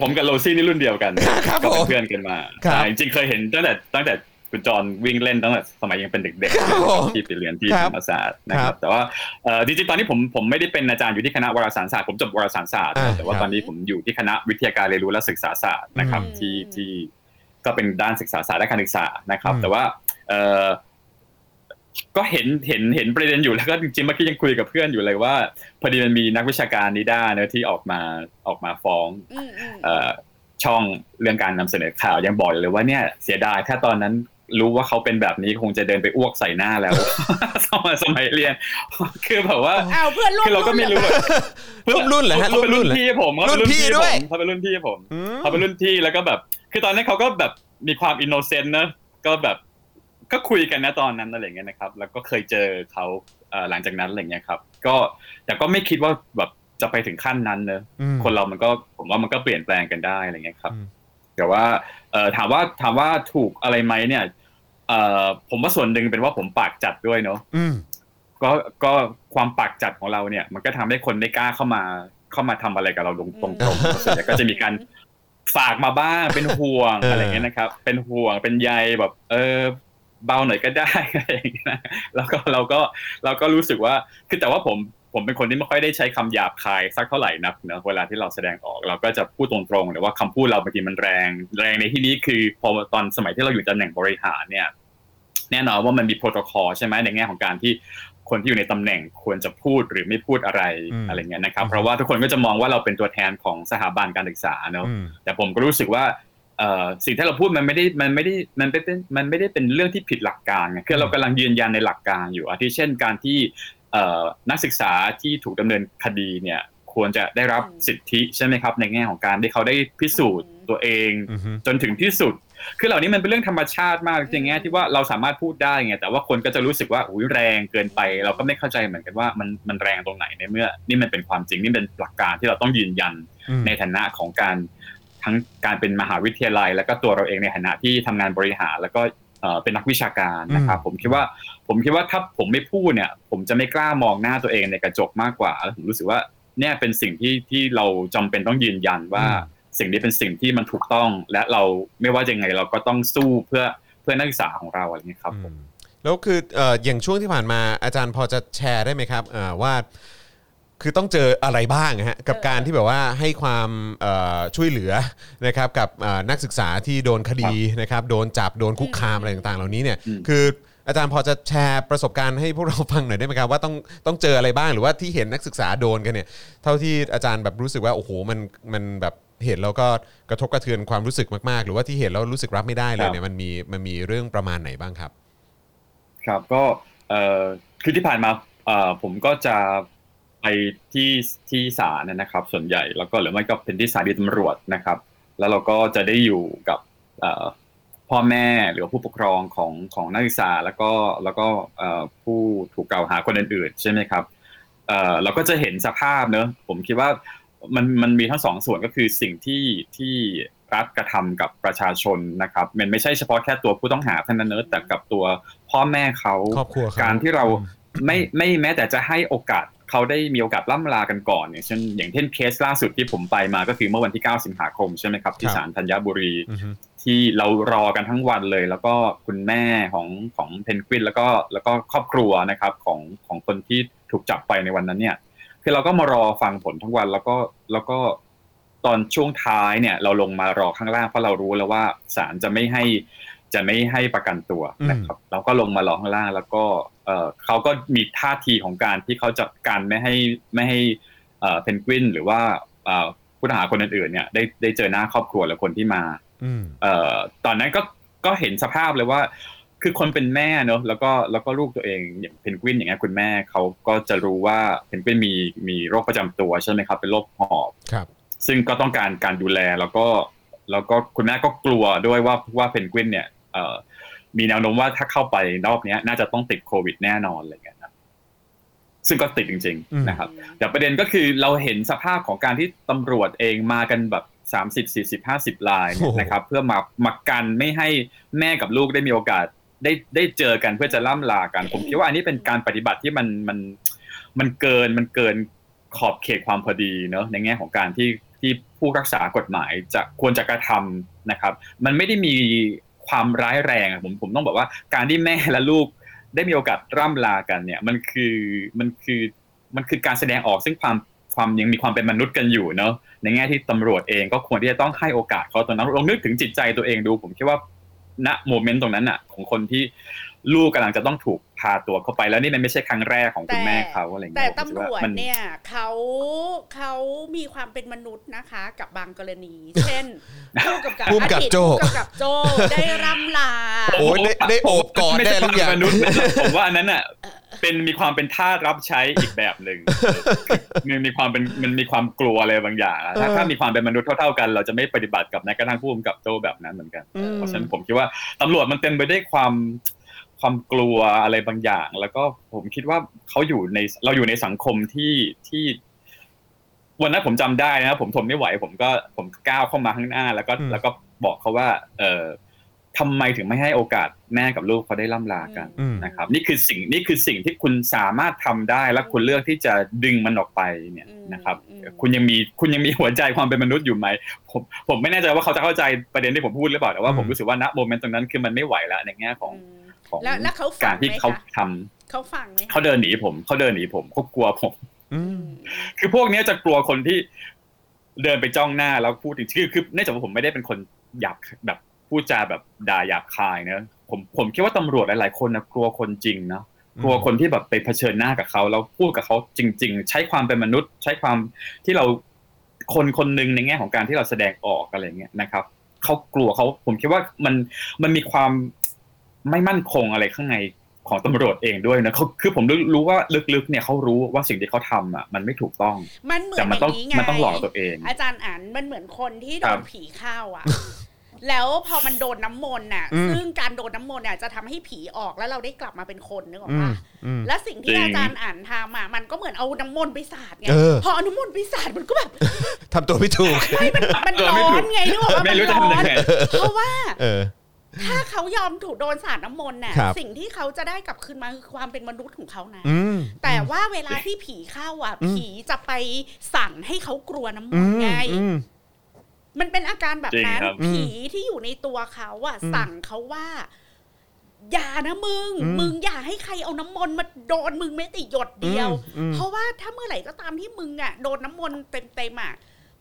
[SPEAKER 5] ผมกับโรซี่นี่รุ่นเดียวกัน
[SPEAKER 1] ครับ
[SPEAKER 5] ก็
[SPEAKER 1] ผ
[SPEAKER 5] เป็น
[SPEAKER 1] ม
[SPEAKER 5] เพื่อนกันมา
[SPEAKER 1] ครับ
[SPEAKER 5] ใช่จริงๆเคยเห็นตั้งแต่ตั้งแต่คุณจรวิ่งเล่นตั้งแต่สมัยยังเป็นเด็ก
[SPEAKER 1] ครับผม
[SPEAKER 5] ที่ไปเรียนที่
[SPEAKER 1] ครั
[SPEAKER 5] ธ
[SPEAKER 1] บ
[SPEAKER 5] รรมศาสตร์นะค
[SPEAKER 1] ครั
[SPEAKER 5] รั
[SPEAKER 1] บบ
[SPEAKER 5] แต่ว่าเอ่อจริงๆตอนนี้ผมผมไม่ได้เป็นอาจารย์อยู่ที่คณะวารสารศาสตร์ผมจบวารสารศาสตร์
[SPEAKER 1] อ่า
[SPEAKER 5] แต่ว่า
[SPEAKER 1] ครับ
[SPEAKER 5] ตอนนี้ผมอยู่ที่คณะวิทยาการเรียนรู้และศึกษาศาสตร์นะครับ
[SPEAKER 2] อืม
[SPEAKER 5] ที่ที่ก็เป็นด้านศึกษาศาสตร์และการศึกษานะครับ
[SPEAKER 1] อืม
[SPEAKER 5] แต่ว่าเอ่อก็เห็นเห็นเห็นประเด็นอยู่แล้วก็จริงๆเมื่อกี้ยังคุยกับเพื่อนอยู่เลยว่า พอดีมันมีนักวิชาการนิด้าเนอะที่ออกมาออกมาฟ้อง
[SPEAKER 2] อืมอืม
[SPEAKER 5] เอ่อช่องเรื่องการนำเสนอข่าวยังบอกอยู่เลยว่าเนี่ยเสียดายถ้าตอนนั้นรู้ว่าเขาเป็นแบบนี้คงจะเดินไปอ้วกใส่หน้าแล้ว สมัยสมัยเรียน คือแบบว่า
[SPEAKER 2] เอาเพื่อนร่วม
[SPEAKER 5] คือเราก็ไม่
[SPEAKER 2] น
[SPEAKER 5] รู้อะ
[SPEAKER 1] ร่วมรุ่นเหรอฮะ
[SPEAKER 5] เขาเป็น
[SPEAKER 1] ร่วมรุ่นเหร
[SPEAKER 5] รุ่น
[SPEAKER 1] อ
[SPEAKER 5] พี่ผมเขาเป็
[SPEAKER 1] รุ่
[SPEAKER 5] น
[SPEAKER 1] น
[SPEAKER 5] รุ่น
[SPEAKER 1] พี่
[SPEAKER 5] พี่
[SPEAKER 1] ด้
[SPEAKER 5] ผ
[SPEAKER 1] วย
[SPEAKER 5] มเขาเป็นรุ่นพี่ผม
[SPEAKER 1] อืม
[SPEAKER 5] เขาเป็นรุ่นพี่แล้วก็แบบ คือตอนนั้นเขาก็แบบมีความอินโนเซนต์นะก็แบบก็คุยกันนะตอนนั้นอะไรอย่างเงี้ยนะครับ แล้วก็เคยเจอเขาเอ่อหลังจากนั้นอะไรอย่างเงี้ยครับ ก็แต่ก็ไม่คิดว่าแบบจะไปถึงขั้นนั้นเนอะ
[SPEAKER 1] อืม
[SPEAKER 5] คนเรามันก็ผมว่ามันก็เปลี่ยนแปลงกันได้อะไรเงี้ยครับ
[SPEAKER 1] อืม
[SPEAKER 5] แต่ว่าเอ่อถามว่าถามว่าถูกอะไรไหมเนี่ยเอ่อผมว่าส่วนหนึ่งเป็นว่าผมปากจัดด้วยเนาะ
[SPEAKER 1] อืม
[SPEAKER 5] ก็ก็ความปากจัดของเราเนี่ย มันก็ทำให้คนไม่กล้าเข้ามาเข้ามาทำอะไรกับเราตรงตรงตรงส่วนใหญ่ก็จะมีการฝากมาบ้างเป็นห่วง
[SPEAKER 1] เอออ
[SPEAKER 5] อะไรเงี้ยนะครับ เป็นห่วงเป็นใยแบบ เออ เบาหน่อยก็ได้ อะไรอย่างเงี้ยนะแล้วก็เราก็เราก็รู้สึกว่าคือแต่ว่าผม ผมเป็นคนที่ไม่ค่อยได้ใช้คำหยาบคายสักเท่าไหร่นักเนอะเวลาที่เราแสดงออกเราก็จะพูดตรงๆหรือว่าคำพูดเราบางทีมันแรง แรงในที่นี้คือพอตอนสมัยที่เราอยู่ตำแหน่งบริหารเนี่ยแน่นอนว่ามันมีโปรโตคอลใช่ไหมในแง่ของการที่คนที่อยู่ในตำแหน่งควรจะพูดหรือไม่พูดอะไร
[SPEAKER 1] อืม
[SPEAKER 5] อะไรเงี้ยนะครับเพราะว่าทุกคนก็จะมองว่าเราเป็นตัวแทนของสถาบันการศึกษาเนอะ
[SPEAKER 1] อืม
[SPEAKER 5] แต่ผมก็รู้สึกว่าเอ่อสิ่งที่เราพูดมันไม่ได้มันไม่ได้มันไม่เป็นมันไม่ได้เป็นเรื่องที่ผิดหลักการไงคือเรากำลังยืนยันในหลักการอยู่อาทิเช่นการที่เอ่อนักศึกษาที่ถูกดำเนินคดีเนี่ยควรจะได้รับสิทธิใช่ไหมครับ ในแง่ของการที่เขาได้พิสูจน์
[SPEAKER 2] อืม
[SPEAKER 5] ตัวเอง
[SPEAKER 1] อืมฮึ
[SPEAKER 5] จนถึงที่สุด คือเหล่านี้มันเป็นเรื่องธรรมชาติมากในแง่ที่ว่าเราสามารถพูดได้ไงแต่ว่าคนก็จะรู้สึกว่าอุ้ยแรงเกินไป เราก็ไม่เข้าใจเหมือนกันว่ามันมันแรงตรงไหนในเมื่อ นี่มันเป็นความจริงนี่เป็นหลักการที่เราต้องยืนยัน ในฐานะของการทั้งการเป็นมหาวิทยาลัย แล้วก็ตัวเราเองในฐานะที่ทำงานบริหาร แล้วก็เอ่อเป็นนักวิชาการนะครับ
[SPEAKER 1] อืม
[SPEAKER 5] ผมคิดว่าผมคิดว่าถ้าผมไม่พูดเนี่ย ผมจะไม่กล้ามองหน้าตัวเองในกระจกมากกว่าแล้วผมรู้สึกว่าเนี่ยเป็นสิ่งที่ที่เราจำเป็นต้องยืนยันว่าสิ่งนี้เป็นสิ่งที่มันถูกต้อง และเราไม่ว่ายังไงเราก็ต้องสู้เพื่อเพื่อนักศึกษาของเราอะไรอย่างนี้ยครับผม
[SPEAKER 1] อืมแล้วคือเอ่ออย่างช่วงที่ผ่านมาอาจารย์พอจะแชร์ได้ไหมครับเอ่อว่าคือต้องเจออะไรบ้างฮะกับการที่แบบว่าให้ความเอ่อช่วยเหลือนะครับกับเอ่อนักศึกษาที่โดนคดีนะครับโดนจับโดนคุกคามอะไรต่างๆ เหล่านี้เนี่ย
[SPEAKER 5] อืม
[SPEAKER 1] คืออาจารย์พอจะแชร์ประสบการณ์ให้พวกเราฟังหน่อยได้ไหมครับว่าต้องต้องเจออะไรบ้างหรือว่าที่เห็นนักศึกษาโดนกันเนี่ยเท่าที่อาจารย์แบบรู้สึกว่าโอ้โหมันมันแบบเห็นแล้วก็กระทบกระเทือนความรู้สึกมากๆ หรือว่าที่เห็นแล้วรู้สึกรับไม่ได้เลยเนี่ยมันมีมันมีเรื่องประมาณไหนบ้างครับ
[SPEAKER 5] ครับก็เอ่อคือที่ผ่านมาเอ่อผมก็จะไปที่ที่ศาลนะครับ ส่วนใหญ่แล้วก็หรือไม่ก็เป็นที่สถานีตำรวจนะครับ แล้วเราก็จะได้อยู่กับเอ่อพ่อแม่หรือว่าผู้ปกครองของของนักศึกษาแล้วก็แล้วก็เอ่อผู้ถูกกล่าวหาคนอื่นๆใช่ไหมครับเอ่อเราก็จะเห็นสภาพเนอะผมคิดว่ามันมันมีทั้งสองส่วนก็คือสิ่งที่ที่รัฐกระทำกับประชาชนนะครับมันไม่ใช่เฉพาะแค่ตัวผู้ต้องหาเท่านั้นเนอะแต่กับตัวพ่อแม่เขา
[SPEAKER 1] ครอบครัวเขา
[SPEAKER 5] การที่เรา
[SPEAKER 1] อืม
[SPEAKER 5] ไม่ไม่แม้แต่จะให้โอกาสเขาได้มีโอกาสล่ำลากันก่อนอย่างเช่นอย่างเช่นเคสล่าสุดที่ผมไปมาก็คือเมื่อวันที่ 9 สิงหาคมใช่ไหมครับ
[SPEAKER 1] ค
[SPEAKER 5] ที่
[SPEAKER 1] รับ
[SPEAKER 5] ศาลธัญบุรี
[SPEAKER 1] อือฮึ
[SPEAKER 5] ที่เรารอกันทั้งวันเลย แล้วก็คุณแม่ของของเพนกวินแล้วก็แล้วก็ครอบครัวนะครับของของคนที่ถูกจับไปในวันนั้นเนี่ยคือเราก็มารอฟังผลทั้งวันแล้วก็แล้วก็ตอนช่วงท้ายเนี่ย เราลงมารอข้างล่างเพราะเรารู้แล้วว่าศาลจะไม่ให้จะไม่ให้ประกันตัวนะครับเราก็ลงมารอข้างล่าง แล้วก็เออเขาก็มีท่าทีของการที่เขาจะการไม่ให้ไม่ให้ เอ่อเพนกวินหรือว่าเอ่อผู้ต้องหาคนอื่นๆเนี่ยได้ได้เจอหน้าครอบครัวและคนที่มา
[SPEAKER 1] อืม
[SPEAKER 5] เอ่อตอนนั้นก็ก็เห็นสภาพเลยว่า คือคนเป็นแม่เนอะแล้วก็แล้วก็ลูกตัวเองอย่างเพนกวินอย่างเงี้ยคุณแม่เขาก็จะรู้ว่าเพนกวินมีมีโรคประจำตัวใช่ไหมครับเป็นโรคหอบ
[SPEAKER 1] ครับ
[SPEAKER 5] ซึ่งก็ต้องการการดูแลแล้วก็แล้วก็คุณแม่ก็กลัวด้วยว่าว่าเพนกวินเนี่ยเอ่อมีแนวโน้มว่าถ้าเข้าไปรอบเนี้ยน่าจะต้องติดโควิดแน่นอนอะไรเงี้ยนะซึ่งก็ติดจริง
[SPEAKER 1] อืม
[SPEAKER 5] ๆ นะครับ แต่ประเด็นก็คือเราเห็นสภาพของการที่ตำรวจเองมากันแบบ 30 40 50ลายเนี่ย
[SPEAKER 1] โอ้โห
[SPEAKER 5] นะครับ เพื่อมามากันไม่ให้แม่กับลูกได้มีโอกาสได้ได้เจอกันเพื่อจะล่ำลากัน ผมคิดว่าอันนี้เป็นการปฏิบัติที่มันมันมันเกินมันเกินขอบเขตความพอดีเนอะในแง่ของการที่ที่ผู้รักษากฎหมายจะควรจะกระทำนะครับ มันไม่ได้มีความร้ายแรงอะผมผมต้องบอกว่าการที่แม่และลูกได้มีโอกาสร่ำลากันเนี่ยมันคือมันคือ มันคือการแสดงออกซึ่งความความยังมีความเป็นมนุษย์กันอยู่เนอะในแง่ที่ตำรวจเองก็ควรที่จะต้องให้โอกาสเขาตรงนั้นลองนึกถึงจิตใจตัวเองดู ผมคิดว่าณโมเมนต์ตรงนั้นน่ะ ของคนที่ลูกกำลังจะต้องถูกพาตัวเข้าไปแล้วนี่มันไม่ใช่ครั้งแรกของคุณแม่เขาอะไรเงี้ย
[SPEAKER 2] แต่
[SPEAKER 5] ผมคิ
[SPEAKER 2] ตำ
[SPEAKER 5] ด
[SPEAKER 2] รวจ
[SPEAKER 5] ามัน
[SPEAKER 2] เนี่ยเขาเขามีความเป็นมนุษย์นะคะกับบางกรณี เช่นผู้กำกับ
[SPEAKER 1] ภูมิกับ
[SPEAKER 2] อดีต
[SPEAKER 1] โจ้
[SPEAKER 2] ผู้กำกับโจได้ร่ำลา
[SPEAKER 1] โอ้ยได้ได้โอบกอด
[SPEAKER 5] ไม่
[SPEAKER 1] ได้
[SPEAKER 5] ใช่
[SPEAKER 1] ทุกอย่าง
[SPEAKER 5] มนุษย์ ผมว่าอันนั้นอ่ะเป็นมีความเป็นท่าสรับใช้อีกแบบ หนึ่งมันมีความเป็นมันมีความกลัวอะไรบางอย่างอะถ้า
[SPEAKER 1] เออ
[SPEAKER 5] ถ้ามีความเป็นมนุษย์เท่าๆกัน เราจะไม่ปฏิบัติกับแม้กระทั่งผู้กำกับโตแบบนั้นเหมือนกัน
[SPEAKER 1] อืม
[SPEAKER 5] เพราะฉะนั้นผมคิดว่าตำรวจมันเต็มไปด้วยความความกลัวอะไรบางอย่าง แล้วก็ผมคิดว่าเขาอยู่ในเราอยู่ในสังคมที่ที่ วันนั้นผมจำได้นะผมทนไม่ไหว ผมก็ผมก้าวเข้ามาข้างหน้า แล้วก็
[SPEAKER 1] อืม
[SPEAKER 5] แล้วก็บอกเขาว่า เอ่อทำไมถึงไม่ให้โอกาสแม่กับลูกเขาได้ล่ำลากัน
[SPEAKER 1] อืม
[SPEAKER 5] นะครับ นี่คือสิ่งนี่คือสิ่งที่คุณสามารถทำได้ และคุณเลือกที่จะดึงมันออกไปเนี่ย
[SPEAKER 2] อืม
[SPEAKER 5] นะครับ
[SPEAKER 2] อืม
[SPEAKER 5] คุณยังมีคุณยังมีหัวใจความเป็นมนุษย์อยู่ไหมผมผมไม่แน่ใจว่าเขาจะเข้าใจประเด็นที่ผมพูดหรือเปล่าแต่ว่า
[SPEAKER 1] อืม
[SPEAKER 5] ผมรู้สึกว่าณโมเมนต์ตรงนั้นคือมันไม่ไหวแล้วในแง่ของ
[SPEAKER 2] ม
[SPEAKER 5] ของ
[SPEAKER 2] แล้วแล้วเขา
[SPEAKER 5] กา
[SPEAKER 2] ฟั
[SPEAKER 5] รง ที่
[SPEAKER 2] ไหม
[SPEAKER 5] เขา
[SPEAKER 2] คะ
[SPEAKER 5] ทำ
[SPEAKER 2] เขาฟังไหมคะ
[SPEAKER 5] เขาเดินหนีผมเขาเดินหนีผมเขากลัวผม
[SPEAKER 1] อืม
[SPEAKER 5] คือพวกเนี้ยจะกลัวคนที่เดินไปจ้องหน้าแล้วพูดถึงชื่อคือเนื่องจากว่าผมไม่ได้เป็นคนหยาบแบบพูดจาแบบด่าหยาบคายนะผมผมคิดว่าตำรวจหลายๆคนนะกลัวคนจริงนะ
[SPEAKER 1] อืม
[SPEAKER 5] กลัวคนที่แบบไปเผชิญหน้ากับเขาแล้วพูดกับเขาจริง ๆ ใช้ความเป็นมนุษย์ ใช้ความที่เราคนคนหนึ่งในแง่ของการที่เราแสดงออกอะไรอย่างเงี้ยนะครับเขากลัวเขาผมคิดว่ามันมันมีความไม่มั่นคงอะไรข้างใน ของตำรวจเองด้วยนะเขาคือผมรู้ว่าลึกๆ เนี่ยเขารู้ว่าสิ่งที่เขาทำอ่ะมันไม่ถูกต้อง
[SPEAKER 2] มันเหมือน
[SPEAKER 5] แต่มันต้อง
[SPEAKER 2] ย่าไ
[SPEAKER 5] มันต้องหลอกตัวเอง
[SPEAKER 2] อาจารย์อ่านมันเหมือนคนที่
[SPEAKER 5] ค
[SPEAKER 2] โด
[SPEAKER 5] รั
[SPEAKER 2] น
[SPEAKER 5] บ
[SPEAKER 2] ผีเข้าอ่ะ แล้วพอมันโดนน้ำมนต์น่ะ
[SPEAKER 1] อืม
[SPEAKER 2] ซึ่งการโดนน้ำมนต์น่ะจะทำให้ผีออกแล้วเราได้กลับมาเป็นคนนึกออก
[SPEAKER 1] อืม
[SPEAKER 2] ปะ
[SPEAKER 1] อืม
[SPEAKER 2] และสิ่งที่
[SPEAKER 5] จริง
[SPEAKER 2] อาจารย์อ่านทำอ่ะมันก็เหมือนเอาน้ำมนต์ไปสาดไง
[SPEAKER 1] เออ
[SPEAKER 2] พอเอาน้ำมนต์ไปสาดมันก็ แบบ
[SPEAKER 1] ทำตัวไม่ถูก
[SPEAKER 2] ไม่มันมันร้อนไงนึกออกปะ
[SPEAKER 5] ไม่
[SPEAKER 2] มัน
[SPEAKER 5] รู้จะ
[SPEAKER 2] ร้อ
[SPEAKER 5] ทำยั
[SPEAKER 2] น
[SPEAKER 5] งไง
[SPEAKER 2] เพราะว่า
[SPEAKER 1] เออ
[SPEAKER 2] ถ้าเขายอมถูกโดนสาดน้ำมนต์น่ะ
[SPEAKER 1] ครับ
[SPEAKER 2] สิ่งที่เขาจะได้กลับคืนมาคือความเป็นมนุษย์ของเขานะ
[SPEAKER 1] อืม
[SPEAKER 2] แต่ว่าเวลาที่ผีเข้าอ่ะ
[SPEAKER 1] อืม
[SPEAKER 2] ผีจะไปสั่งให้เขากลัวน้ำม
[SPEAKER 1] อืม
[SPEAKER 2] นต์ไง
[SPEAKER 1] อืม
[SPEAKER 2] มันเป็นอาการแบบนั้น
[SPEAKER 5] จริงครับ
[SPEAKER 2] ผีที่อยู่ในตัวเขาอะ
[SPEAKER 1] อืม
[SPEAKER 2] สั่งเขาว่า อย่านะมึง
[SPEAKER 1] อืม
[SPEAKER 2] มึงอย่าให้ใครเอาน้ำมนต์มาโดนมึงแม้แต่หยดเดียว
[SPEAKER 1] อืมอืม
[SPEAKER 2] เพราะว่าถ้าเมื่อไหร่ก็ตามที่มึงอะโดนน้ำมนต์เต็มๆอะ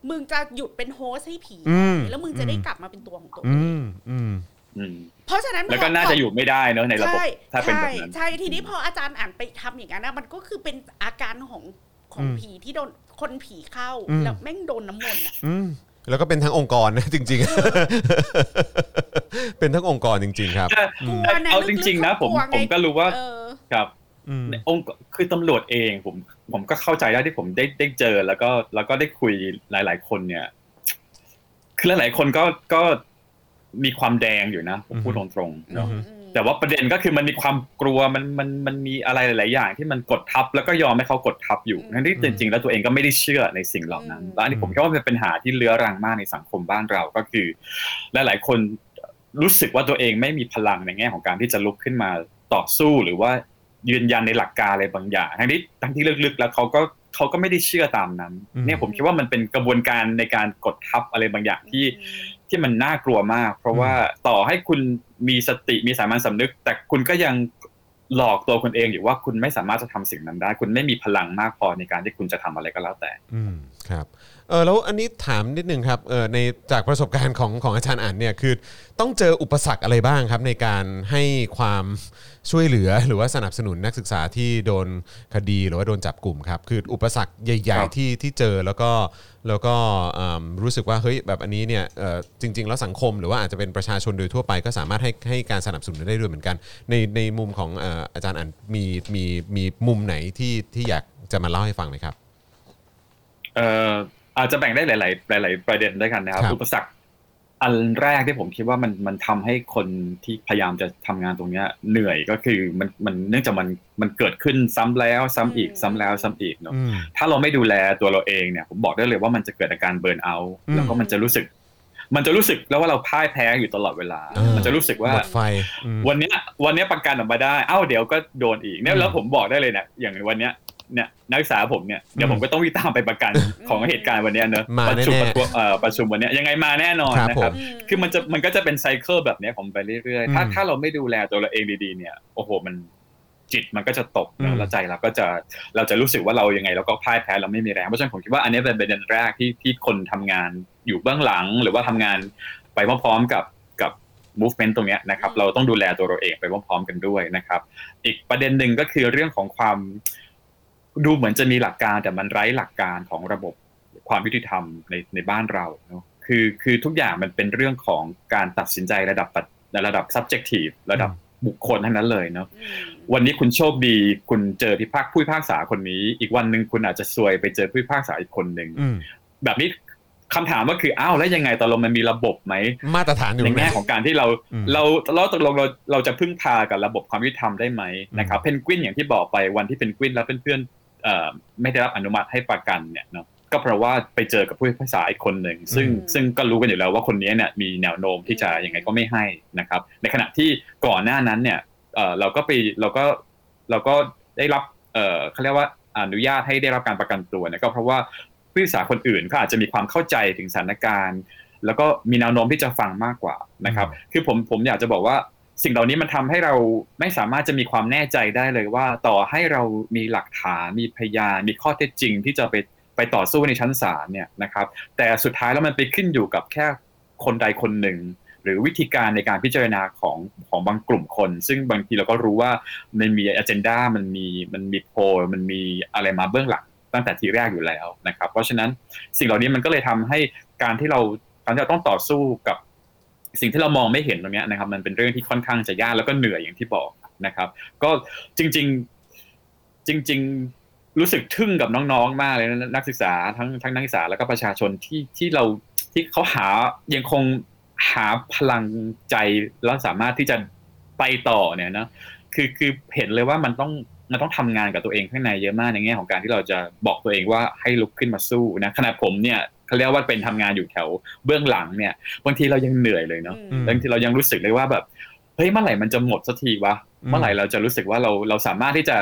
[SPEAKER 2] มึงจะหยุดเป็นโฮสให้ผี
[SPEAKER 1] อืม
[SPEAKER 2] แล้วมึงจะได้กลับมาเป็นตัวของตัวเอ
[SPEAKER 1] อื
[SPEAKER 2] ง
[SPEAKER 1] มอืม
[SPEAKER 5] อืม
[SPEAKER 2] เพราะฉะนั้น
[SPEAKER 5] แล้วก็น่าจะอยู่ไม่ได้เนอะในระบบ
[SPEAKER 2] ใช่
[SPEAKER 5] ถ้าเป็นแบบ
[SPEAKER 2] ใช่
[SPEAKER 5] นั้น
[SPEAKER 2] ใช่ทีนี้พออาจารย์อ่านไปทำอย่างนั้นนะมันก็คือเป็นอาการของของ
[SPEAKER 1] อืม
[SPEAKER 2] ผีที่โดนคนผีเข้า
[SPEAKER 1] อืม
[SPEAKER 2] แล้วแม่งโดนน้ำมนต์อะ
[SPEAKER 1] อืมแล้วก็เป็นทั้งองค์กรนะจริง ๆ เป็นทั้งองค์กรจริง ๆ ครับ
[SPEAKER 2] กลัว
[SPEAKER 5] แต่
[SPEAKER 2] นะ
[SPEAKER 5] เอา
[SPEAKER 2] ลึกๆ
[SPEAKER 5] จริง ๆ นะ ผม
[SPEAKER 2] เขากลัวไง
[SPEAKER 5] ผมก็รู้ว่า
[SPEAKER 2] เออ
[SPEAKER 5] ครับ
[SPEAKER 1] อืม
[SPEAKER 5] ในองค์คือตำรวจเอง ผมผมก็เข้าใจได้ที่ผมได้ได้เจอ แล้วก็แล้วก็ได้คุยหลาย ๆ คนเนี่ย คือหลายๆคนก็ก็มีความแดงอยู่นะผมพูด
[SPEAKER 1] อื
[SPEAKER 5] ต
[SPEAKER 1] ม
[SPEAKER 5] รงๆเนอะ
[SPEAKER 1] อืม
[SPEAKER 5] แต่ว่าประเด็นก็คือมันมีความกลัวมันมันมันมีอะไรหลาย ๆ อย่าง ที่มันกดทับแล้วก็ยอมให้เขากดทับอยู่
[SPEAKER 2] อืม
[SPEAKER 5] ทั้งที่จริง ๆ แล้วตัวเองก็ไม่ได้เชื่อในสิ่งเหล่านั้น
[SPEAKER 2] อืม
[SPEAKER 5] และอันนี้ผมคิดว่ามันเป็นปัญหาที่เลื้อรังมากในสังคมบ้านเราก็คือ หลาย ๆ คนรู้สึกว่าตัวเองไม่มีพลังในแง่ของการที่จะลุกขึ้นมาต่อสู้หรือว่ายืนยันในหลักการอะไรบางอย่างทั้งที่ทั้งที่ลึก ๆ แล้วเขาก็เขาก็ไม่ได้เชื่อตามนั้น
[SPEAKER 1] อืม
[SPEAKER 5] เนี่ยผมคิดว่ามันเป็นกระบวนการในการกดทับอะไรบางอย่างที่
[SPEAKER 2] อืม
[SPEAKER 5] ที่มันน่ากลัวมาก เพราะว่าต่อให้คุณมีสติมีสามัญสำนึก แต่คุณก็ยังหลอกตัวคุณเองอยู่ว่าคุณไม่สามารถจะทำสิ่งนั้นได้ คุณไม่มีพลังมากพอในการที่คุณจะทำอะไรก็แล้วแต่
[SPEAKER 1] อืมครับเออแล้วอันนี้ถามนิดนึงครับเออในจากประสบการณ์ของของอาจารย์อ่านเนี่ยคือต้องเจออุปสรรคอะไรบ้างครับ ในการให้ความช่วยเหลือหรือว่าสนับสนุนนักศึกษาที่โดนคดีหรือว่าโดนจับกลุ่มครับ คืออุปสรรคใหญ่
[SPEAKER 5] ครับ
[SPEAKER 1] ๆ ที่ที่เจอแล้วก็แล้วก็อืมรู้สึกว่าเฮ้ยแบบอันนี้เนี่ยเออจริง ๆ แล้วสังคมหรือว่าอาจจะเป็นประชาชนโดยทั่วไป ก็สามารถให้ให้การสนับสนุนได้ด้วยเหมือนกัน ในในมุมของเอ่ออาจารย์อ่านมีมีมีมุมไหนที่ที่อยากจะมาเล่าให้ฟังไหมครับ
[SPEAKER 5] เอ่ออาจจะแบ่งได้หลาย ๆ หลาย ๆ ประเด็นด้วยกันนะครับ
[SPEAKER 1] ครับ
[SPEAKER 5] อุปสรรคอันแรกที่ผมคิดว่ามันมันทำให้คนที่พยายามจะทำงานตรงเนี้ยเหนื่อยก็คือมันมันเนื่องจากมันมันเกิดขึ้นซ้ำแล้วซ้ำอีก
[SPEAKER 2] อืม
[SPEAKER 5] ซ้ำแล้วซ้ำอีกเนาะ
[SPEAKER 1] อืม
[SPEAKER 5] ถ้าเราไม่ดูแลตัวเราเองเนี่ยผมบอกได้เลยว่ามันจะเกิดอาการเบิร์นเอาท์
[SPEAKER 1] อืม
[SPEAKER 5] แล้วก็มันจะรู้สึก มันจะรู้สึกแล้วว่าเราพ่ายแพ้อยู่ตลอดเวลา
[SPEAKER 1] อ่ามั
[SPEAKER 5] มันจะรู้สึกว่า
[SPEAKER 1] หมดไฟอืม
[SPEAKER 5] วันเนี้ยวันเนี้ยประกันออกมาได้เอ้าเดี๋ยวก็โดนอีกเนี่ย
[SPEAKER 1] อืม
[SPEAKER 5] แล้วผมบอกได้เลยเนี่ยอย่างวันเนี้ยเนี่ยนักศึกษาผมเนี่ยเดี๋ยวผมก็ต้องวิ่งตามไปประกันของเหตุการณ์วันเนี้ยเนอะ
[SPEAKER 1] มา
[SPEAKER 5] ประชุม
[SPEAKER 1] แน่ๆ
[SPEAKER 5] ประท้วงเอ่อประชุมวันเนี้ยยังไงมาแน่นอน
[SPEAKER 1] ครับ
[SPEAKER 5] นะ
[SPEAKER 1] ผ
[SPEAKER 5] ครั
[SPEAKER 1] ม
[SPEAKER 5] บ คือมันจะมันก็จะเป็นไซเคิลแบบเนี้ยของไปเรื่อยๆ ถ้า
[SPEAKER 1] อืม
[SPEAKER 5] ถ้าเราไม่ดูแลตัวเราเองดีๆ เนี่ยโอ้โหมันจิตมันก็จะตก
[SPEAKER 1] อืม
[SPEAKER 5] นะแล้วใจเราก็จะเราจะรู้สึกว่าเรายังไงเราก็พ่ายแพ้เราไม่มีแรงเพราะฉะนั้นผมคิดว่าอันนี้เป็นประเด็นแรกที่ที่คนทำงานอยู่เบื้องหลัง หรือว่าทำงานไปพร้อมๆกับกับ movement ตรงเนี้ยนะครับ
[SPEAKER 2] อืม
[SPEAKER 5] เราต้องดูแลตัวเราเองไปพร้อมๆกันด้วยนะครับ อีกประเด็นหนึ่งก็คือเรื่องของความดูเหมือนจะมีหลักการแต่มันไร้หลักการของระบบความยุติธรรมในในบ้านเราเนอะคือคือทุกอย่างมันเป็นเรื่องของการตัดสินใจระดับปัจระดับ subjective ระดับบุคคลทั้งนั้นเลยเนาะ
[SPEAKER 2] อืม
[SPEAKER 5] วันนี้คุณโชคดี คุณเจอพิพากผู้พิพากษาคนนี้ อีกวันหนึ่งคุณอาจจะซวยไปเจอผู้พิพากษาอีกคนหนึ่ง
[SPEAKER 1] อืม
[SPEAKER 5] แบบนี้คำถามก็คืออ้าวแล้วยังไงตกลงมันมีระบบไหม
[SPEAKER 1] มาตรฐานอยู่
[SPEAKER 5] ใน
[SPEAKER 1] ตรงไหน
[SPEAKER 5] แง่ของการที่เรา
[SPEAKER 1] อืม
[SPEAKER 5] เราเราตกลงเราเราจะพึ่งพากับระบบความยุติธรรมได้ไหมนะครับเพนกวินอย่างที่บอกไปวันที่เพนกวินแล้วเพื่อนๆเอ่อไม่ได้รับอนุมัติให้ประกันเนี่ยเนาะก็เพราะว่าไปเจอกับผู้พิพากษาอีกคนหนึ่งซึ่ง
[SPEAKER 2] อืม
[SPEAKER 5] ซึ่งก็รู้กันอยู่แล้วว่าคนนี้เนี่ยมีแนวโน้มที่จะยังไงก็ไม่ให้นะครับ ในขณะที่ก่อนหน้านั้นเนี่ยเอ่อเราก็ไปเราก็เราก็ได้รับเอ่อเขาเรียกว่าอนุญาตให้ได้รับการประกันตัวเนี่ยก็เพราะว่าผู้พิพากษาคนอื่นก็อาจจะมีความเข้าใจถึงสถานการณ์ แล้วก็มีแนวโน้มที่จะฟังมากกว่านะครับ คือผมผมอยากจะบอกว่า สิ่งเหล่านี้มันทำให้เราไม่สามารถจะมีความแน่ใจได้เลยว่า ต่อให้เรามีหลักฐานมีพยานมีข้อเท็จจริง ที่จะไปไปต่อสู้ในชั้นศาลเนี่ยนะครับ แต่สุดท้ายแล้วมันไปขึ้นอยู่กับแค่คนใดคนหนึ่ง หรือวิธีการในการพิจารณาของของบางกลุ่มคน ซึ่งบางทีเราก็รู้ว่ามันมี agenda มันมีมันมีโพลมันมีอะไรมาเบื้องหลังตั้งแต่ทีแรกอยู่แล้วนะครับ เพราะฉะนั้นสิ่งเหล่านี้มันก็เลยทำให้การที่เราการที่เราต้องต่อสู้กับ สิ่งที่เรามองไม่เห็นตรงเนี้ยนะครับ มันเป็นเรื่องที่ค่อนข้างจะยากแล้วก็เหนื่อยอย่างที่บอกนะครับ ก็จริง ๆจริง ๆ รู้สึกทึ่งกับน้องๆ มากเลยนะนักศึกษาทั้งทั้งนักศึกษาแล้วก็ประชาชนที่ที่เราที่เขาหายังคงหาพลังใจแล้วสามารถที่จะไปต่อเนี่ยนะคือคือเห็นเลยว่ามันต้องมันต้องทำงานกับตัวเองข้างในเยอะมากในแง่ของการที่เราจะบอกตัวเองว่าให้ลุกขึ้นมาสู้นะขณะผมเนี่ยเขาเรียกว่าเป็นทำงานอยู่แถวเบื้องหลังเนี่ยบางทีเรายังเหนื่อยเลยเนาะ
[SPEAKER 1] อืม
[SPEAKER 5] บางทีเรายังรู้สึกเลยว่าแบบเฮ้ยเมื่อไหร่มันจะหมดสักทีวะ
[SPEAKER 1] อืม
[SPEAKER 5] เมื่อไหร่เราจะรู้สึกว่าเราเราสามารถที่จะ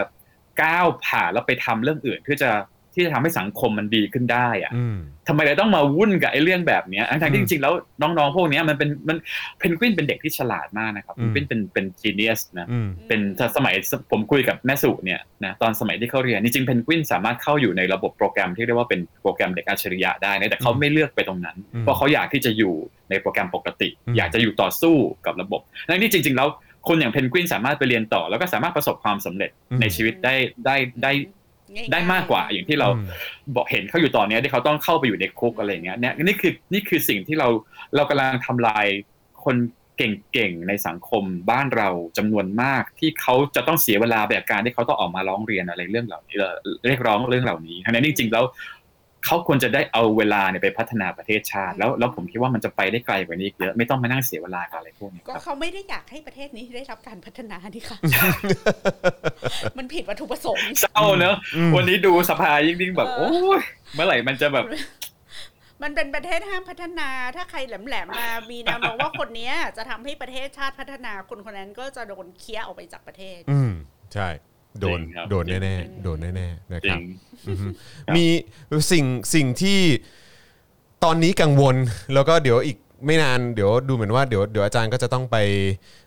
[SPEAKER 5] ก้าวผ่านแล้วไปทำเรื่องอื่นเพื่อจะที่จะทำให้สังคมมันดีขึ้นได้อะ
[SPEAKER 1] อืม
[SPEAKER 5] ทำไมเราต้องมาวุ่นกับไอ้เรื่องแบบเนี้ยทั้งๆที่
[SPEAKER 1] อื
[SPEAKER 5] จ
[SPEAKER 1] ม
[SPEAKER 5] ริงๆแล้วน้องๆพวกเนี้ยมันเป็นมันเพนกวินเป็นเด็กที่ฉลาดมากนะครับ
[SPEAKER 1] อืม
[SPEAKER 5] เพนกวินเป็นเป็นจีเนียสนะ
[SPEAKER 1] อืม
[SPEAKER 5] เป็นสมัยผมคุยกับแม่สุเนี่ยนะตอนสมัยที่เขาเรียนจริงๆเพนกวินสามารถเข้าอยู่ในระบบโปรแกรมที่เรียกว่าเป็นโปรแกรมเด็กอัจฉริยะได้นะแต่เขา
[SPEAKER 1] อืม
[SPEAKER 5] ไม่เลือกไปตรงนั้น
[SPEAKER 1] อืม
[SPEAKER 5] เพราะเขาอยากที่จะอยู่ในโปรแกรมปกติ
[SPEAKER 1] อืม
[SPEAKER 5] อยากจะอยู่ต่อสู้กับระบบนั่นนี่จริง ๆ แล้วคนอย่างเพนกวินสามารถไปเรียนต่อ แล้วก็สามารถประสบความสำเร็จในชีวิตได้ได้ได้
[SPEAKER 2] ง่ยๆ
[SPEAKER 5] ได้มากกว่าอย่างที่เรา
[SPEAKER 1] อืม
[SPEAKER 5] บอกเห็นเขาอยู่ตอนเนี้ยที่เขาต้องเข้าไปอยู่ในคุกอะไรอย่างเงี้ยเนี่ยนี่คือนี่คือสิ่งที่เราเรากำลังทำลายคนเก่งๆในสังคมบ้านเราจำนวนมากที่เขาจะต้องเสียเวลาแบบการที่เขาต้องออกมาร้องเรียนอะไรเรื่องเหล่านี้เอ่อเรียกร้องเรื่องเหล่านี้ทั้งนั้นจริงๆแล้วเขาควรจะได้เอาเวลาเนี่ยไปพัฒนาประเทศชาติ แล้วแล้วผมคิดว่ามันจะไปได้ไกลกว่านี้อีกเยอะไม่ต้องมานั่งเสียเวลากับอะไรพวกนี้ค
[SPEAKER 2] ก็
[SPEAKER 5] รับ
[SPEAKER 2] เขาไม่ได้อยากให้ประเทศนี้ได้รับการพัฒนานี่ค่ะ มันผิดวัตถุประสงค์
[SPEAKER 5] เศร้าเนอะ
[SPEAKER 1] อืม
[SPEAKER 5] วันนี้ดูสภายิ่งๆแบบ
[SPEAKER 2] เออ
[SPEAKER 5] โอ้ยเมื่อไหร่มันจะแบบ
[SPEAKER 2] มันเป็นประเทศห้ามพัฒนา ถ้าใครแหลมๆมา มีแนวโน้มว่าคนเนี้ยจะทำให้ประเทศชาติพัฒนา คนคนนั้นก็จะโดนเคี้ยออกไปจากประเทศ
[SPEAKER 1] อืมใช่ โดน
[SPEAKER 5] จริงครับ
[SPEAKER 1] โดน
[SPEAKER 5] จริง
[SPEAKER 1] แน่ๆโดนแน่ๆนะ
[SPEAKER 5] จ
[SPEAKER 1] ค
[SPEAKER 5] ริ
[SPEAKER 1] รับ
[SPEAKER 5] ง
[SPEAKER 1] อือฮึ
[SPEAKER 5] ครับ
[SPEAKER 1] มีสิ่งสิ่งที่ตอนนี้กังวล แล้วก็เดี๋ยวอีกไม่นานเดี๋ยวดูเหมือนว่าเดี๋ยวเดี๋ยวอาจารย์ก็จะต้องไป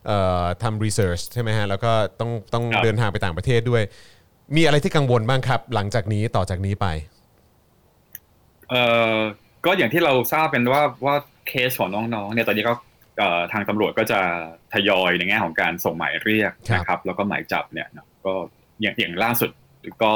[SPEAKER 1] เอ่อทำรีเสิร์ชใช่ไหมฮะแล้วก็ต้องต้อง
[SPEAKER 5] ครับ
[SPEAKER 1] เดินทางไปต่างประเทศด้วย มีอะไรที่กังวลบ้างครับ หลังจากนี้ต่อจากนี้ไป
[SPEAKER 5] เอ่อก็อย่างที่เราทราบกันว่าว่าเคสของน้องๆเนี่ยตอนนี้ก็เอ่อทางตำรวจก็จะทยอยในแง่ของการส่งหมายเรียก
[SPEAKER 1] ครับ
[SPEAKER 5] นะครับ แล้วก็หมายจับเนี่ยนะก็อย่างอย่างล่าสุดก็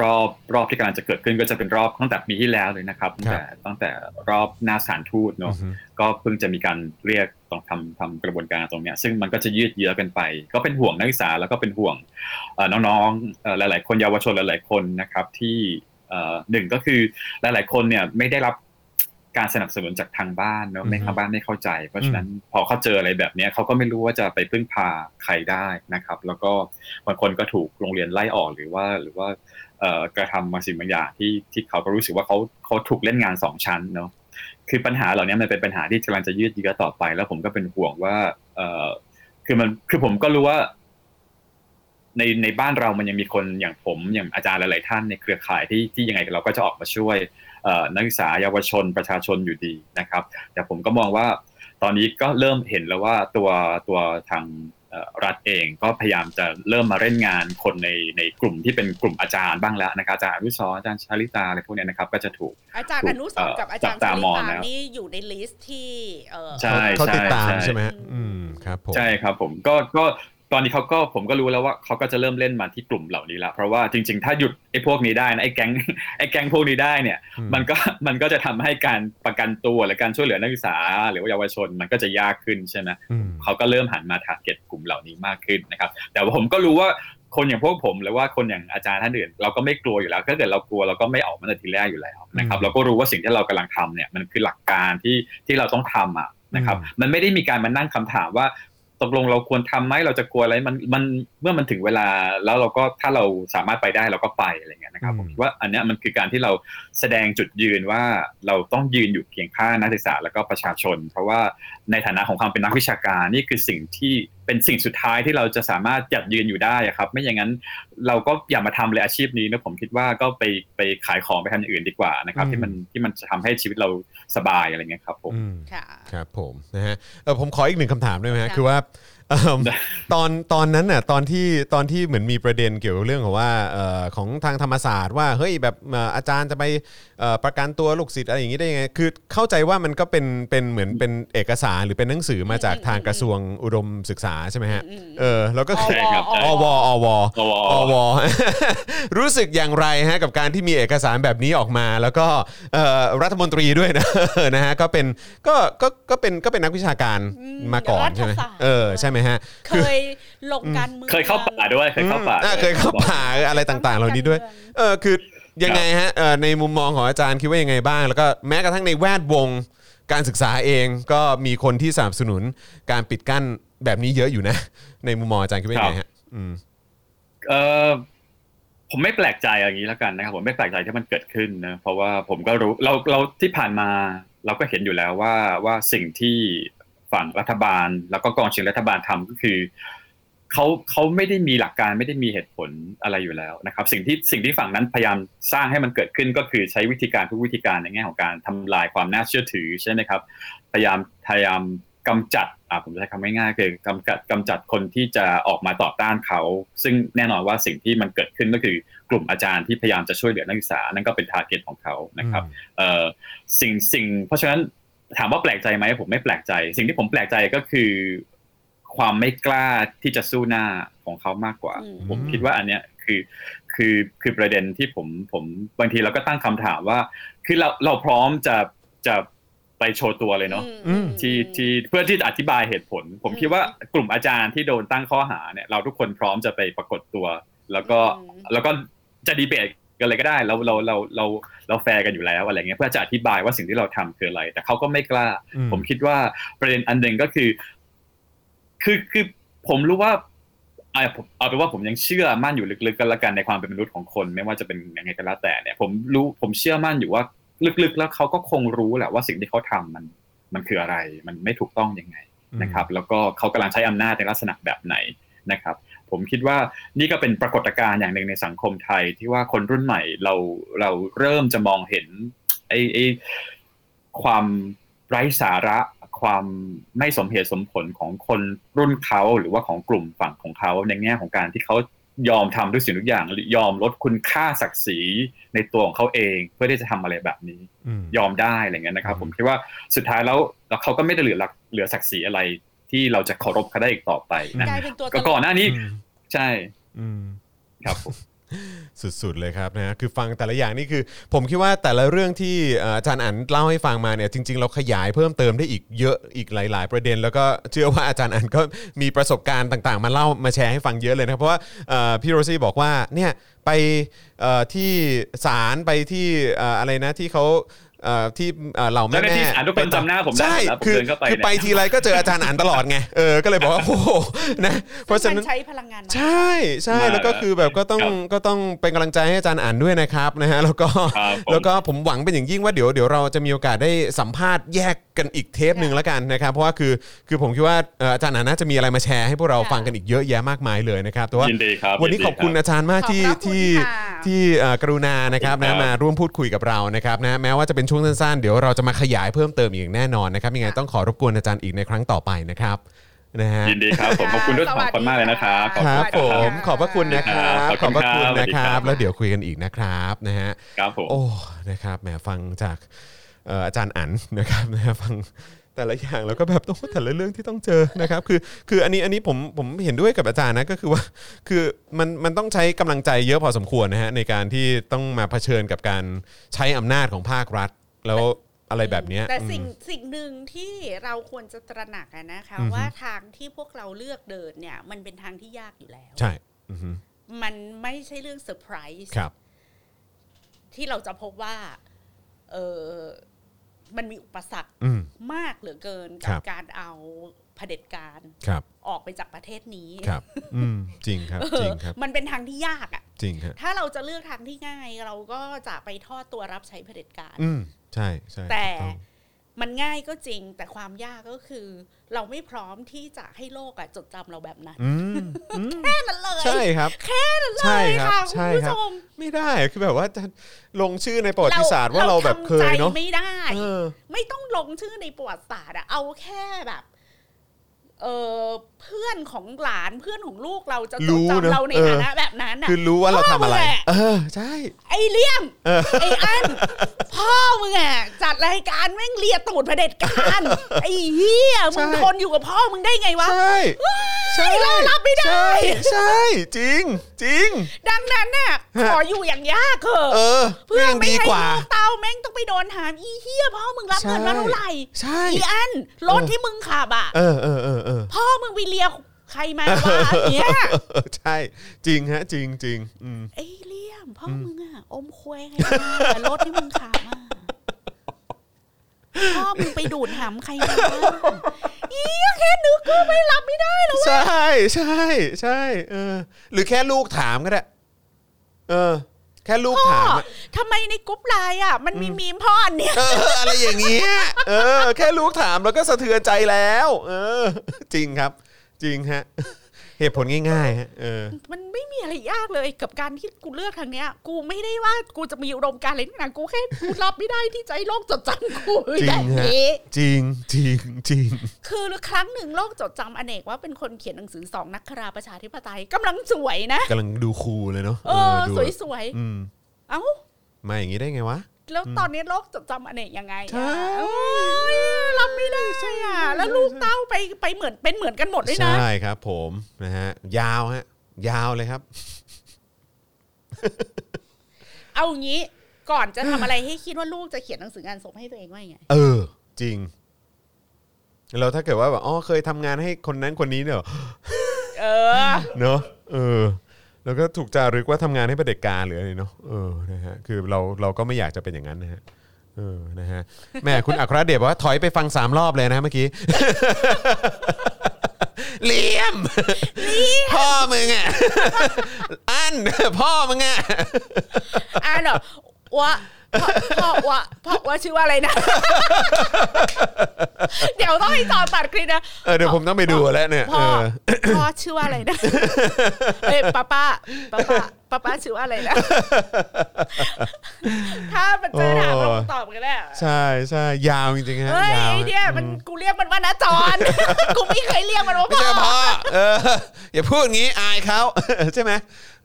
[SPEAKER 5] รอบรอบที่กำลังจะเกิดขึ้นก็จะเป็นรอบตั้งแต่ปีที่แล้วเลยนะครับตั้งแต่ตั้งแต่รอบหน้าสถานทูต
[SPEAKER 1] อื
[SPEAKER 5] เนาะ
[SPEAKER 1] อฮึ
[SPEAKER 5] ก็เพิ่งจะมีการเรียกต้องทำทำกระบวนการตรงเนี้ยซึ่งมันก็จะยืดเยื้อกันไป ก็เป็นห่วงนักศึกษาแล้วก็เป็นห่วงเอ่อน้องๆเอ่อหลาย ๆ คนเยาวชนหลาย ๆ คนนะครับที่เอ่อหนึ่งก็คือหลาย ๆ คนเนี่ยไม่ได้รับการสนับสนุนจากทางบ้านเนอะไม่
[SPEAKER 1] อือฮึ
[SPEAKER 5] ทางบ้านไม่เข้าใจ เพราะฉะนั้นพอเขาเจออะไรแบบเนี้ยเขาก็ไม่รู้ว่าจะไปพึ่งพาใครได้นะครับ แล้วก็บางคนก็ถูกโรงเรียนไล่ออกหรือว่าหรือว่าเอ่อกระทำบางสิ่งบางอย่างที่ที่เขาก็รู้สึกว่าเขาเขาถูกเล่นงานสองชั้นเนอะ คือปัญหาเหล่านี้มันเป็นปัญหาที่กำลังจะยืดเยื้อต่อไป แล้วผมก็เป็นห่วงว่า เออคือมันคือผมก็รู้ว่า ในในบ้านเรามันยังมีคนอย่างผมอย่างอาจารย์หลาย ๆ ท่านในเครือข่ายที่ที่ยังไงเราก็จะออกมาช่วยเอ่อนักศึกษาเยาวชนประชาชนอยู่ดีนะครับ แต่ผมก็มองว่า ตอนนี้ก็เริ่มเห็นแล้วว่าตัวตัวทางเอ่อรัฐเองก็พยายามจะเริ่มมาเล่นงานคนในในกลุ่มที่เป็นกลุ่มอาจารย์บ้างแล้วนะครับอาจารย์อนุสรณ์อาจารย์ชาลิตาอะไรพวกเนี้ยนะครับ ก็จะถูก
[SPEAKER 2] อาจารย์อนุสรณ์กับอาจารย์
[SPEAKER 5] จั
[SPEAKER 2] ช
[SPEAKER 5] บตา
[SPEAKER 2] ลิ
[SPEAKER 5] มอง
[SPEAKER 2] ตา
[SPEAKER 5] แล้ว
[SPEAKER 2] นี่อยู่ในลิสต์ที่เออ
[SPEAKER 5] ใช่
[SPEAKER 1] เขาเขา
[SPEAKER 5] ใช่
[SPEAKER 1] ติดตาม
[SPEAKER 5] ใช่
[SPEAKER 1] ใช่ไหมฮะอืมครับผม
[SPEAKER 5] ใช่ครับผมก็ก็ตอนนี้เขาก็ผมก็รู้แล้วว่าเขาก็จะเริ่มเล่นมาที่กลุ่มเหล่านี้ละเพราะว่าจริง ๆ ถ้าหยุดไอ้พวกนี้ได้นะไอ้แก๊ง ไอ้แก๊งพวกนี้ได้เนี่ย
[SPEAKER 1] อืม
[SPEAKER 5] มันก็ มันก็จะทำให้การประกันตัวและการช่วยเหลือนักศึกษา หรือว่าเยาวชนมันก็จะยากขึ้นใช่ไหม
[SPEAKER 1] อืม
[SPEAKER 5] เขาก็เริ่มหันมา target กลุ่มเหล่านี้มากขึ้นนะครับ แต่ว่าผมก็รู้ว่าคนอย่างพวกผม หรือว่าคนอย่างอาจารย์ท่านอื่น เราก็ไม่กลัวอยู่แล้ว ถ้าเกิดเรากลัวเราก็ไม่ออกมาตั้งแต่ทีแรกอยู่แล้วนะครับ
[SPEAKER 1] อืม
[SPEAKER 5] เราก็รู้ว่าสิ่งที่เรากำลังทำเนี่ยมันคือหลักการที่ที่เราต้องทำอ่ะนะครับ
[SPEAKER 1] อืม
[SPEAKER 5] มันไม่ได้มีการมานั่งคำถามว่าตกลงเราควรทำไหมเราจะกลัวอะไรมันมันเมื่อมันถึงเวลาแล้วเราก็ถ้าเราสามารถไปได้เราก็ไปอะไรเงี้ยนะครับผมว่าอันเนี้ยมันคือการที่เรา แสดงจุดยืนว่าเราต้องยืนอยู่เคียงข้างนักศึกษาแล้วก็ประชาชน เพราะว่าในฐานะของความเป็นนักวิชาการนี่คือสิ่งที่ เป็นสิ่งสุดท้ายที่เราจะสามารถหยัดยืนอยู่ได้อะครับ ไม่อย่างนั้นเราก็อย่ามาทำเลยอาชีพนี้นะผมคิดว่าก็ไปไปขายของไปทำอย่างอื่นดีกว่านะครับ
[SPEAKER 1] อืม
[SPEAKER 5] ที่มันที่มันจะทำให้ชีวิตเราสบายอะไรเงี้ยครับผม
[SPEAKER 1] อืม
[SPEAKER 2] ค่ะ
[SPEAKER 1] ครับผมนะฮะเออผมขออีกหนึ่งคำถามได้ไหมฮะ
[SPEAKER 2] ค่ะ
[SPEAKER 1] คือว่าเอิ่ม
[SPEAKER 5] ได้
[SPEAKER 1] ตอนตอนนั้นน่ะตอนที่ตอนที่เหมือนมีประเด็นเกี่ยวกับเรื่องของว่าเออของทางธรรมศาสตร์ว่าเฮ้ยแบบเอ่ออาจารย์จะไปเอ่อประกันตัวลูกศิษย์อะไรอย่างนี้ได้ยังไงคือเข้าใจว่ามันก็เป็นเป็นเหมือนเป็นเอกสารหรือเป็นหนังสือมาจากทางกระทรวงอุดมศึกษาใช่ไหมฮะ
[SPEAKER 2] อืม
[SPEAKER 1] เออแล้วก็
[SPEAKER 2] อ
[SPEAKER 1] คือ
[SPEAKER 2] ว
[SPEAKER 5] ครับ
[SPEAKER 1] อวอว
[SPEAKER 5] อว
[SPEAKER 1] อ ว รู้สึกอย่างไรฮะกับการที่มีเอกสารแบบนี้ออกมา แล้วก็เอ่อรัฐมนตรีด้วยนะ นะฮะก็เป็นก็ก็ก็เป็นก็เป็นนักวิชาการ
[SPEAKER 2] อืม
[SPEAKER 1] มาก่อนใช่ไหม
[SPEAKER 2] รัฐศาสตร์
[SPEAKER 1] เออใช่ไหมฮะ
[SPEAKER 2] เคยลงการเมือง
[SPEAKER 5] เคยเข้าป่าด้วยเคยเข้าป่า
[SPEAKER 1] อืมอ่เคยเข้าป่าอะไรต่างๆ เหล่านี้ด้วย เออคือยังไงฮะเอ่อในมุมมองของอาจารย์คิดว่ายังไงบ้าง แล้วก็แม้กระทั่งในแวดวงการศึกษาเองก็มีคนที่สนับสนุนการปิดกั้นแบบนี้เยอะอยู่นะ ในมุมมองอาจารย์คิดว่ายังไงฮะอืม
[SPEAKER 5] เออผมไม่แปลกใจอย่างนี้แล้วกันนะครับ ผมไม่แปลกใจที่มันเกิดขึ้นนะเพราะว่าผมก็รู้เราเราที่ผ่านมา เราก็เห็นอยู่แล้วว่าว่าสิ่งที่ฝั่งรัฐบาล แล้วก็กองเชียงรัฐบาลทำก็คือเขาเขาไม่ได้มีหลักการไม่ได้มีเหตุผลอะไรอยู่แล้วนะครับ สิ่งที่สิ่งที่ฝั่งนั้นพยายามสร้างให้มันเกิดขึ้นก็คือใช้วิธีการทุกวิธีการในแง่ของการทำลายความน่าเชื่อถือใช่ไหมครับ พยายามพยายามกำจัดอ่าผมจะใช้คำง่ายๆคือกำจัดกำจัดคนที่จะออกมาต่อต้านเขา ซึ่งแน่นอนว่าสิ่งที่มันเกิดขึ้นก็คือกลุ่มอาจารย์ที่พยายามจะช่วยเหลือนักศึกษานั่นก็เป็นทาร์เก็ตของเขานะครับ เอ่อสิ่งสิ่งเพราะฉะนั้นถามว่าแปลกใจไหมผมไม่แปลกใจ สิ่งที่ผมแปลกใจก็คือ ความไม่กล้าที่จะสู้หน้าของเขามากกว่า
[SPEAKER 2] อืม
[SPEAKER 5] ผมคิดว่าอันเนี้ยคือคือคือประเด็นที่ผมผมบางทีเราก็ตั้งคำถามว่า คือเราเราพร้อมจะจะไปโชว์ตัวเลยเนาะ
[SPEAKER 1] อืม
[SPEAKER 5] ที่ที่เพื่อที่จะอธิบายเหตุผล ผม
[SPEAKER 2] อืม
[SPEAKER 5] คิดว่ากลุ่มอาจารย์ที่โดนตั้งข้อหาเนี่ยเราทุกคนพร้อมจะไปปรากฏตัว แล้วก็
[SPEAKER 2] อืม
[SPEAKER 5] แล้วก็จะดีเบตกันเลยก็ได้เราเราเราเราเราแฟร์กันอยู่แล้วอะไรเงี้ยเพื่อจะอธิบายว่าสิ่งที่เราทำคืออะไร แต่เขาก็ไม่กล้า
[SPEAKER 1] อืม
[SPEAKER 5] ผมคิดว่าประเด็นอันหนึ่งก็คือ คือคือผมรู้ว่าเอาผมเอาเป็นว่าผมยังเชื่อมั่นอยู่ลึกๆกันละกันในความเป็นมนุษย์ของคน ไม่ว่าจะเป็นยังไงก็แล้วแต่เนี่ยผมรู้ผมเชื่อมั่นอยู่ว่าลึกๆ แล้วเขาก็คงรู้แหละว่าสิ่งที่เขาทำมัน มันคืออะไรมันไม่ถูกต้องยังไงนะครับ แล้วก็เขากำลังใช้อำนาจในลักษณะแบบไหนนะครับ ผมคิดว่านี่ก็เป็นปรากฏการณ์อย่างหนึ่งในสังคมไทยที่ว่าคนรุ่นใหม่เราเราเริ่มจะมองเห็นไอ้ไอ้ความไร้สาระ ความไม่สมเหตุสมผลของคนรุ่นเขาหรือว่าของกลุ่มฝั่งของเขาในแง่ของการที่เขายอมทำทุกสิ่งทุกอย่างหรือยอมลดคุณค่าศักดิ์ศรีในตัวของเขาเอง เพื่อที่จะทำอะไรแบบนี้
[SPEAKER 1] อืม
[SPEAKER 5] ยอมได้อะไรเงี้ยนะครับ
[SPEAKER 1] อืม
[SPEAKER 5] ผมคิดว่าสุดท้ายแล้วแล้วเขาก็ไม่ได้เหลือหลักเหลือศักดิ์ศรีอะไรที่เราจะเคารพเขาได้อีกต่อไปนะ
[SPEAKER 2] กลายเป็นตัวต
[SPEAKER 5] ก็
[SPEAKER 2] ล
[SPEAKER 5] ก่อก นหน้านี้
[SPEAKER 1] อืม
[SPEAKER 5] ใช่
[SPEAKER 1] อืม
[SPEAKER 5] ครับผม
[SPEAKER 1] สุดๆเลยครับนะฮะคือฟังแต่ละอย่างนี่คือ ผมคิดว่าแต่ละเรื่องที่เอ่ออาจารย์อั๋นเล่าให้ฟังมาเนี่ยจริง ๆ เราขยายเพิ่มเติมได้อีกเยอะอีกหลาย ๆ ประเด็น แล้วก็เชื่อว่าอาจารย์อั๋นก็มีประสบการณ์ต่างๆ มาเล่ามาแชร์ให้ฟังเยอะเลยนะครับเพราะว่าเอ่อพี่โรซี่บอกว่าเนี่ยไปเอ่อที่ศาลไปที่เอ่ออะไรนะที่เขาเอ่อที่เอ่อเหล่าแม่
[SPEAKER 5] เจ้าหน้าที่
[SPEAKER 1] แม่
[SPEAKER 5] ศาลทุกคนจำหน้าผมได้
[SPEAKER 1] ใช่
[SPEAKER 5] ครับผม
[SPEAKER 1] คือ
[SPEAKER 5] เดินเข้าไป
[SPEAKER 1] คือ
[SPEAKER 5] เนี่ย
[SPEAKER 1] ไปทีไรก็เจออาจารย์อั๋นตลอดไงเออก็เลยบอกว่าโอ้โหนะเพราะฉะนั้น
[SPEAKER 2] มัใช้พลังงานมาก
[SPEAKER 1] ใช่ใช่
[SPEAKER 5] มาก
[SPEAKER 1] แล้วก็คือแบบก็ต้อง
[SPEAKER 5] ครับ
[SPEAKER 1] ก็ต้องเป็นกำลังใจให้อาจารย์อ่านด้วยนะครับนะฮะแล้วก็
[SPEAKER 5] ครับผม
[SPEAKER 1] แล้วก็ผมหวังเป็นอย่างยิ่งว่าเดี๋ยวเดี๋ยวเราจะมีโอกาสได้สัมภาษณ์แยกกันอีกเทปหนึ่งแล้วกันนะครับ เพราะว่าคือคือผมคิดว่าเอ่ออาจารย์อ่านน่าจะมีอะไรมาแชร์ให้พวกเรา
[SPEAKER 2] ค่ะ
[SPEAKER 1] ฟังกันอีกเยอะแยะมากมายเลยนะครับแต่ว่า
[SPEAKER 5] ยินดีครับ
[SPEAKER 1] วันนี้
[SPEAKER 5] ยิดี
[SPEAKER 1] ขอบคุณ
[SPEAKER 5] รั
[SPEAKER 1] อาจารย์มากที่
[SPEAKER 2] ขอบพระคุณ
[SPEAKER 1] ที่
[SPEAKER 2] ค่ะ
[SPEAKER 1] ที่เอ่อกรุณานะครับ
[SPEAKER 5] ครั
[SPEAKER 1] นะ
[SPEAKER 5] บ
[SPEAKER 1] มาร่วมพูดคุยกับเรานะครับนะแม้ว่าจะเป็นช่วงสั้นๆ เดี๋ยวเราจะมาขยายเพิ่มเติมอีกอย่างแน่นอนนะครับยังไง
[SPEAKER 2] ค่ะ
[SPEAKER 1] ต้องขอรบกวนอาจารย์อีกในครั้งต่อไปนะครับนะฮะ
[SPEAKER 5] ยินดีครับผมขอบคุณด้วย
[SPEAKER 2] ส
[SPEAKER 5] ข
[SPEAKER 2] วัส
[SPEAKER 5] อบ
[SPEAKER 2] ดี
[SPEAKER 5] คุณมากเลยนะครับขอบ
[SPEAKER 1] ค
[SPEAKER 5] คุ
[SPEAKER 1] รับ
[SPEAKER 5] ณ
[SPEAKER 1] ผ
[SPEAKER 5] ค
[SPEAKER 1] ม
[SPEAKER 5] รับ
[SPEAKER 1] ขอบพระคุณนะครับ
[SPEAKER 5] ครับ
[SPEAKER 1] ขอบพระคุณ
[SPEAKER 5] ขอบคุณครับ
[SPEAKER 1] นะครับ
[SPEAKER 5] สวัสดีครับ
[SPEAKER 1] แล้วเดี๋ยวคุยกันอีกนะครับนะฮะ
[SPEAKER 5] ครับผม
[SPEAKER 1] โอ้นะครับแหมฟังจากเอ่ออาจารย์อั๋นนะครับนะฮะฟังแต่ละอย่างแล้วก็แบบโอ้แต่ละเรื่องที่ต้องเจอนะครับคือคืออันนี้อันนี้ผมผมเห็นด้วยกับอาจารย์นะก็คือว่าคือมันมันต้องใช้กำลังใจเยอะพอสมควรนะฮะในการที่ต้องมาเผชิญกับการใช้อำนาจของภาครัฐ แล้วอะไรแบบเนี้ย
[SPEAKER 2] แต่
[SPEAKER 1] อืม
[SPEAKER 2] สิ่งสิ่งหนึ่งที่เราควรจะตระหนักอะนะคะ
[SPEAKER 1] อือฮึ
[SPEAKER 2] ว่าทางที่พวกเราเลือกเดินเนี่ย มันเป็นทางที่ยากอยู่แล้ว
[SPEAKER 1] ใช่อือฮึ
[SPEAKER 2] มันไม่ใช่เรื่องเซอร์ไพรส์
[SPEAKER 1] ครับ
[SPEAKER 2] ที่เราจะพบว่าเออมันมีอุปสรรค
[SPEAKER 1] อืม
[SPEAKER 2] มากเหลือเกิน
[SPEAKER 1] ค
[SPEAKER 2] กั
[SPEAKER 1] รั
[SPEAKER 2] บบ การเอาเผด็จการ
[SPEAKER 1] ครับ
[SPEAKER 2] ออกไปจากประเทศนี้
[SPEAKER 1] ครับอืมจริงครับ
[SPEAKER 2] เอ
[SPEAKER 1] จ
[SPEAKER 2] อ
[SPEAKER 1] ริงครับ
[SPEAKER 2] มันเป็นทางที่ยากอะ
[SPEAKER 1] จริงครับ
[SPEAKER 2] ถ้าเราจะเลือกทางที่ง่าย เราก็จะไปทอดตัวรับใช้เผด็จการ
[SPEAKER 1] อืมใช่ใช่
[SPEAKER 2] แต่
[SPEAKER 1] ถูกอง
[SPEAKER 2] มันง่ายก็จริงแต่ความยากก็คือ เราไม่พร้อมที่จะให้โลกอะจดจำเราแบบนั้น
[SPEAKER 1] อืมอืม
[SPEAKER 2] แค่นั้นเลย
[SPEAKER 1] ใช่ครับ
[SPEAKER 2] แค่นั้นเล
[SPEAKER 1] ใช่
[SPEAKER 2] ย
[SPEAKER 1] ครับ
[SPEAKER 2] ค่ะ
[SPEAKER 1] ใช่
[SPEAKER 2] คุณผู้
[SPEAKER 1] ครั
[SPEAKER 2] ช
[SPEAKER 1] บ
[SPEAKER 2] ม
[SPEAKER 1] ไม่ได้คือแบบว่าจะลงชื่อในประวัติศาสตร์ว่าเราแบบเคยเนาะ
[SPEAKER 2] รทำใจไม่ได้
[SPEAKER 1] เออ
[SPEAKER 2] ไม่ต้องลงชื่อในประวัติศาสตร์อะเอาแค่แบบเออเพื่อนของหลานเพื่อนของลูกเราจะจ
[SPEAKER 1] รู้
[SPEAKER 2] ด
[SPEAKER 1] เนอะ
[SPEAKER 2] จำเราใน
[SPEAKER 1] เออ
[SPEAKER 2] ฐานะแบบนั้นอะ
[SPEAKER 1] คือรู้ว่าเราทำอะไร
[SPEAKER 2] พ่อแหละ
[SPEAKER 1] เออใช่
[SPEAKER 2] ไอเลี่ยม
[SPEAKER 1] เออ
[SPEAKER 2] ไออันพ่อมึงอะจัดรายการแม่งเลียตูดเผด็จการไอเหี้ยมึง
[SPEAKER 1] ใช่
[SPEAKER 2] ทนอยู่กับพ่อมึงได้ไงวะ
[SPEAKER 1] ใช่ใช่
[SPEAKER 2] เรารับไม่ได้
[SPEAKER 1] ใช่ใช่จริงจริง
[SPEAKER 2] ดังนั้นน่ะ
[SPEAKER 1] ฮะ
[SPEAKER 2] ขออยู่อย่างยากเถอะ
[SPEAKER 1] เออ
[SPEAKER 2] เพื่อ
[SPEAKER 1] ยัง
[SPEAKER 2] ไม่
[SPEAKER 1] ดี
[SPEAKER 2] ให้
[SPEAKER 1] กว่า
[SPEAKER 2] ลูกเต้าแม่งต้องไปโดนถามอีเหี้ยพ่อมึงรับเงินมาเท่าไหร่
[SPEAKER 1] ใช่
[SPEAKER 2] อีอันรถ
[SPEAKER 1] เออ
[SPEAKER 2] ที่มึงขับอะ
[SPEAKER 1] เออเออเออเออ
[SPEAKER 2] พ่อมึงไปเลียใครมาวะเนี้ย
[SPEAKER 1] ใช่จริงฮะ จริงจริงอืม
[SPEAKER 2] ไอ้เลี่ยมพ่ออ
[SPEAKER 1] ม
[SPEAKER 2] มึงอะอมควยใครมารถที่มึงขับ อะพ่อมึงไปดูดหำใครมาอีแค่นึกก็ไม่รับไม่ได้แล้ว
[SPEAKER 1] ใช่ใช่ใช่เออ หรือแค่ลูกถามก็ได้เออ แค่ลูก
[SPEAKER 2] พ่อ
[SPEAKER 1] ถามอะ
[SPEAKER 2] ทำไมในกรุ๊ปไลน์อะมันมี
[SPEAKER 1] อืม
[SPEAKER 2] มีมพ่ออันเนี้ย
[SPEAKER 1] เอออะไรอย่างเงี้ยเออ แค่ลูกถามแล้วก็สะเทือนใจแล้ว เออ จริงครับ จริงฮะ เหตุผลง่ายๆฮะเออ
[SPEAKER 2] มันไม่มีอะไรยากเลยกับการที่กูเลือกทางเนี้ย กูไม่ได้ว่ากูจะมีอุดมการณ์อะไรนักหนากูแค่กูรับไม่ได้ที่ใจะให้โลกจดจำกู
[SPEAKER 1] จริง
[SPEAKER 2] แบ
[SPEAKER 1] ฮะ
[SPEAKER 2] บนี้
[SPEAKER 1] จริงจริงจริง
[SPEAKER 2] คือครั้งหนึ่งโลกจดจำอเนกว่าเป็นคนเขียนหนังสือสองนักคราประชาธิปไตยกำลังสวยนะ
[SPEAKER 1] กำลังดูคูลเลยเนาะ
[SPEAKER 2] เออ
[SPEAKER 1] ดู
[SPEAKER 2] สวย
[SPEAKER 1] อืม
[SPEAKER 2] ๆเอ้า
[SPEAKER 1] มาอย่างนี้ได้ไงวะ
[SPEAKER 2] แล้วตอนนี้โลกจดจำอเนกยังไงอะ
[SPEAKER 1] ใช่
[SPEAKER 2] โอ๊ยรับไม่ได้ใช่อะแล้วลูกเต้าไปไปเหมือนเป็นเหมือนกันหมดด้วยนะ
[SPEAKER 1] ใช่ครับผมนะฮะ ยาวฮะ ยาวเลยครับ
[SPEAKER 2] เอางี้ก่อนจะทำอะไรให้คิดว่าลูกจะเขียนหนังสืองานศพให้ตัวเองว่ายังไง
[SPEAKER 1] เออ จริง เราถ้าเกิดว่าแบบอ๋อเคยทำงานให้คนนั้นคนนี้เนี่ยเหรอ
[SPEAKER 2] เออ
[SPEAKER 1] เนอะเออ แล้วก็ถูกจารึกว่าทำงานให้ประเผด็จการหรืออะไรเนาะเออนะฮะคือเราเราก็ไม่อยากจะเป็นอย่างนั้นนะฮะเออนะฮะแหม่คุณอัครเดชบอกว่าถอยไปฟังสามรอบเลยนะเมื่อ กี้เหลี่ยมพ่อมึงอ่ะอันพ่อมึงอ่ะ
[SPEAKER 2] อ่านเหรอวะพ่อพ่อวะพ่อวะชื่อว่าอะไร นะ เดี๋ยวต้องให้ต่อตัดคลิปนะ
[SPEAKER 1] เออเดี๋ยวผมต้องไปดูแล้วเนี่ย
[SPEAKER 2] พ่อ
[SPEAKER 1] เออ
[SPEAKER 2] พ่อชื่อว่าอะไรนะเอ้ยป้าป้าป้าป้าป้าป้าชื่อว่าอะไรนะ ถ้ามันเจอถามเราตอบกันแหละ
[SPEAKER 1] ใช่ใช่ยาวจริงๆฮะ
[SPEAKER 2] เฮ้ย
[SPEAKER 1] ยาว
[SPEAKER 2] ไอ
[SPEAKER 1] ฮะ
[SPEAKER 2] เดียมันกูเรียกมันว่านะจอน กูไม่เคยเรียกมันว่า
[SPEAKER 1] ไม่
[SPEAKER 2] พ่
[SPEAKER 1] ใช่พ่อ
[SPEAKER 2] อ
[SPEAKER 1] เออ อย่าพูดงี้อายเขา ใช่ไหม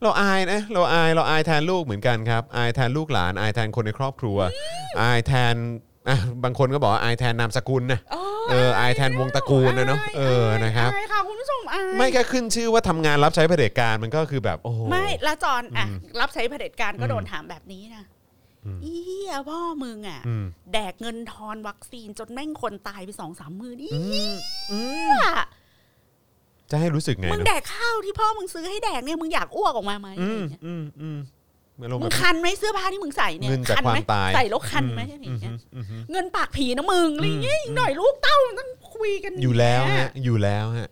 [SPEAKER 1] เราอายนะเราอายเราอายแทนลูกเหมือนกันครับอายแทนลูกหลานอายแทนคนในครอบครัวอายแทนอ่ะบางคนก็บอกว่าอายแทนนามสกุลนะ
[SPEAKER 2] เออ
[SPEAKER 1] เอออายแทนวงตระกูลนะเนาะเออนะครับ
[SPEAKER 2] อายค่ะคุณผู้ชมอาย
[SPEAKER 1] ไม่แค่ขึ้นชื่อว่าทำงานรับใช้เผด็จการมันก็คือแบบโอ้โห
[SPEAKER 2] ไม่ละจอนอ่ะ
[SPEAKER 1] อืม
[SPEAKER 2] รับใช้เผด็จการก็
[SPEAKER 1] อืม
[SPEAKER 2] โดนถามแบบนี้นะ
[SPEAKER 1] อืม
[SPEAKER 2] อีเหี้ยพ่อมึงอ่ะ
[SPEAKER 1] อืม
[SPEAKER 2] แดกเงินทอนวัคซีนจนแม่งคนตายไปสองสามหมื่นอี
[SPEAKER 1] อืมอืม
[SPEAKER 2] อ่ะ
[SPEAKER 1] จะให้รู้สึกไง
[SPEAKER 2] มึง
[SPEAKER 1] เนาะ
[SPEAKER 2] แดกข้าวที่พ่อมึงซื้อให้แดกเนี่ยมึงอยากอ้วกออกมาไหม
[SPEAKER 1] อืมอืมอืมอารมณ์
[SPEAKER 2] มึ
[SPEAKER 1] แบ
[SPEAKER 2] ง
[SPEAKER 1] บ
[SPEAKER 2] คันไหมเสื้อผ้าที่มึงใส่เนี่ย
[SPEAKER 1] เงินจาก
[SPEAKER 2] คั
[SPEAKER 1] ความ
[SPEAKER 2] ไหม
[SPEAKER 1] ตาย
[SPEAKER 2] ใส่แล้วคันไหมอะไรอย่างเงี้ย
[SPEAKER 1] อืมอืม
[SPEAKER 2] เงินปากผีนะมึงอะไรอย่างเงี้ยอีกหน่อยลูกเต้ามันต้องคุยกัน
[SPEAKER 1] อยู่แล้ว
[SPEAKER 2] เนี่ย
[SPEAKER 1] ฮะ อยู่แล้วฮะ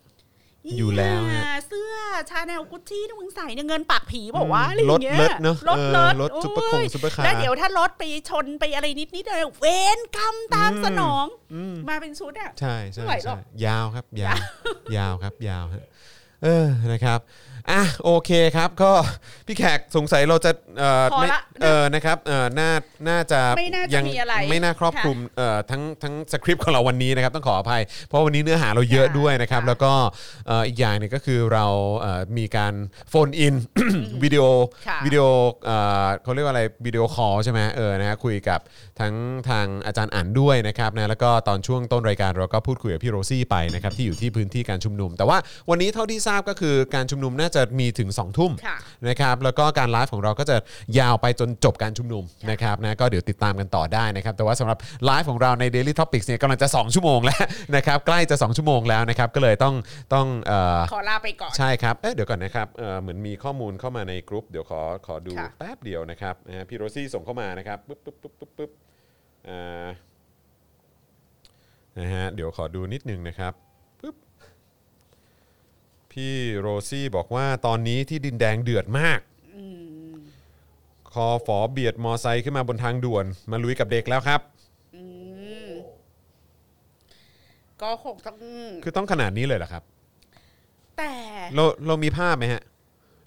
[SPEAKER 1] อยู่แล้วฮะ
[SPEAKER 2] เนี่ยเสื้อชาแนลกุชชี่ที่มึงใส่เนี่ยเงินปากผีบอกว่าวะอะไรอ
[SPEAKER 1] ร
[SPEAKER 2] ย่า
[SPEAKER 1] ถ
[SPEAKER 2] งเงี้ย
[SPEAKER 1] เลิศเนอะ
[SPEAKER 2] รถ
[SPEAKER 1] ออ
[SPEAKER 2] เลิศ
[SPEAKER 1] รถซุปเปอร์คง
[SPEAKER 2] โย
[SPEAKER 1] ซุปเปอร์คาร์
[SPEAKER 2] แล้วเดี๋ยวถ้ารถไปชนไปอะไรนิดนิดเลยเวนกรรมตาม
[SPEAKER 1] อืม
[SPEAKER 2] สนอง
[SPEAKER 1] อืม
[SPEAKER 2] มาเป็นชุดอ่ะ
[SPEAKER 1] ใช่ใช่
[SPEAKER 2] ไม่ไหวหร
[SPEAKER 1] ใช่
[SPEAKER 2] อก
[SPEAKER 1] ยาวครับ ยาว ยาวครับ ยาวฮะ เออ นะครับ อ่ะ โอเคครับ ก็ พี่แขกสงสัยเราจะ เอ่อ
[SPEAKER 2] พอละ
[SPEAKER 1] ไม่
[SPEAKER 2] นะ
[SPEAKER 1] เออนะครับ เออน่า น่าจะ
[SPEAKER 2] ไม่น่าจะมีอะไร
[SPEAKER 1] ไม่น่าครอบ
[SPEAKER 2] ค่ะ
[SPEAKER 1] คลุม เอ่อ ทั้ง ทั้งสคริปต์ของเราวันนี้นะครับ ต้องขออภัย เพราะวันนี้เนื้อหาเราเยอะ
[SPEAKER 2] ค่ะ
[SPEAKER 1] ด้วยนะครับ
[SPEAKER 2] ค่ะ
[SPEAKER 1] แล้วก็ เอ่อ อีกอย่างหนึงก็คือเรา เอ่อ มีการโฟนอิน วิดีโอ
[SPEAKER 2] ค่ะ
[SPEAKER 1] วิดีโอเอ่อเขาเรียกว่าอะไรวิดีโอคอลใช่ไหมเออนะฮะคุยกับทั้งทางอาจารย์อ่านด้วยนะครับนะแล้วก็ตอนช่วงต้นรายการเราก็พูดคุยกับพี่โรซี่ไปนะครับที่อยู่ที่พื้นที่การชุมนุม แต่ว่าวันนี้เท่าที่ทราบก็คือการชุมนุมน่าจะมีถึง2องทุ่ม
[SPEAKER 2] ค่ะ
[SPEAKER 1] นะครับแล้วก็การไลฟ์ของเราก็จะยาวไปจนจบการชุมนุมนะครับนะก็เดี๋ยวติดตามกันต่อได้นะครับ แต่ว่าสำหรับไลฟ์ของเราใน Daily Topics เนี่ยกำลังจะ 2 ชั่วโมงแล้ว นะครับใกล้จะ 2 ชั่วโมงแล้วนะครับก็เลยต้องต้องเอ่อ
[SPEAKER 2] ขอลาไปก่อน
[SPEAKER 1] ใช่ครับ เอ๊ะเดี๋ยวก่อนนะครับเอ่อเหมือนมีข้อมูลเข้ามาในกรุ๊ป เดี๋ยวขอขอดู
[SPEAKER 2] ค่ะ
[SPEAKER 1] แป๊บเดียวนะครับนะฮะพี่โรซี่ส่งเข้ามานะครับปึ๊บปึ๊บปึ๊บปึ๊บปึ๊บอ่านะฮะเดี๋ยวขอดูนิดนึงนะครับปึ๊บพี่โรซี่บอกว่าตอนนี้ที่ดินแดงเดือดมาก
[SPEAKER 2] อืม
[SPEAKER 1] คอฝอเบียดมอไซค์ขึ้นมาบนทางด่วน มาลุยกับเด็กแล้วครับ
[SPEAKER 2] อืม ก็คงต้อง
[SPEAKER 1] คือต้องขนาดนี้เลยเหรอครับ
[SPEAKER 2] แต่
[SPEAKER 1] เราเรามีภาพไหมฮะ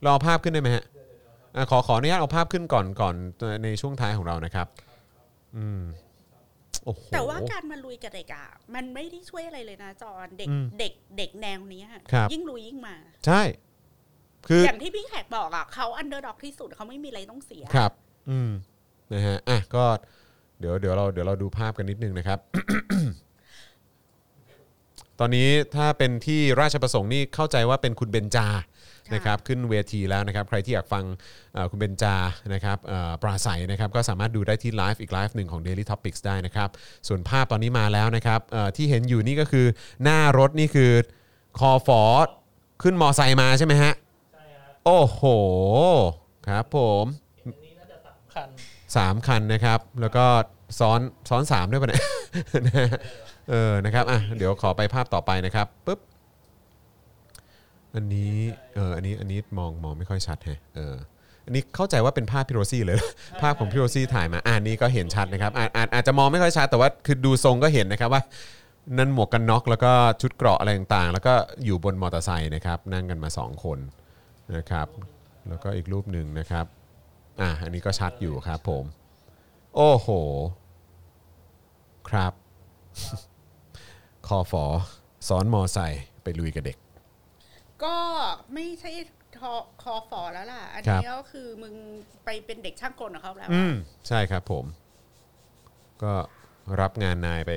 [SPEAKER 1] เราเอาภาพขึ้นได้ไหมฮะอ่ะขอขออนุญาตเอาภาพขึ้นก่อนก่อนในช่วงท้ายของเรานะครับ อืมโอ้โห
[SPEAKER 2] แต่ว่าการมาลุยกับเด็กอะมันไม่ได้ช่วยอะไรเลยนะจอนเด็ก
[SPEAKER 1] อืม
[SPEAKER 2] เด็กเด็กแนวเนี้ย
[SPEAKER 1] ครับ
[SPEAKER 2] ยิ่งลุยยิ่งมา
[SPEAKER 1] ใช่ คืออ
[SPEAKER 2] อย่างที่พี่แขกบอกอะเขาอันเดอร์ด็อกที่สุดเขาไม่มีอะไรต้องเสีย
[SPEAKER 1] ครับ อืมนะฮะอ่ะก็เดี๋ยวเดี๋ยวเราเดี๋ยวเราดูภาพกันนิดนึงนะครับ ตอนนี้ถ้าเป็นที่ราชประสงค์นี่เข้าใจว่าเป็นคุณเบนจา
[SPEAKER 2] ะ
[SPEAKER 1] นะครับ ขึ้นเวทีแล้วนะครับ ใครที่อยากฟังเอ่อคุณเบนจานะครับเอ่อปราศัยนะครับ ก็สามารถดูได้ที่ไลฟ์อีกไลฟ์หนึ่งของ Daily Topics ได้นะครับ ส่วนภาพตอนนี้มาแล้วนะครับเอ่อที่เห็นอยู่นี่ก็คือหน้ารถนี่คือคอฟอขึ้นมอไซค์มาใช่ไหมฮะ โอ้โห ครับผม
[SPEAKER 3] คัน
[SPEAKER 1] สามคันนะครับ แล้วก็ซ้อนซ้อนสามด้วยป่ะเนี่ย เออนะครับอ่ะเดี๋ยวขอไปภาพต่อไปนะครับปุ๊บอันนี้เอออันนี้อันนี้มองมองไม่ค่อยชัดแฮะเอออันนี้เข้าใจว่าเป็นภาพพี่โรซี่เลย ภาพของพี่โรซี่ถ่ายมาอ่านนี้ก็เห็นชัดนะครับอาจอาจอาจจะมองไม่ค่อยชัดแต่ว่าคือดูทรงก็เห็นนะครับว่า นั่นหมวกกันน็อกแล้วก็ชุดเกราะอะไรต่างๆ แล้วก็อยู่บนมอเตอร์ไซค์นะครับ นั่งกันมาสองคนนะครับ แล้วก็อีกรูปหนึ่งนะครับ อ่ะอันนี้ก็ชัดอยู่ครับผม โอ้โห ครับ คอฟอสอนมอไซค์ไปลุยกับเด็ก
[SPEAKER 2] ก็ไม่ใช่ทอคอฟอแล้วล่ะ อัน
[SPEAKER 1] ครับ
[SPEAKER 2] นี้ก็คือมึงไปเป็นเด็กช่างกลของเขาแล้วอะ
[SPEAKER 1] อืมใช่ครับผม ก็รับงานนายไป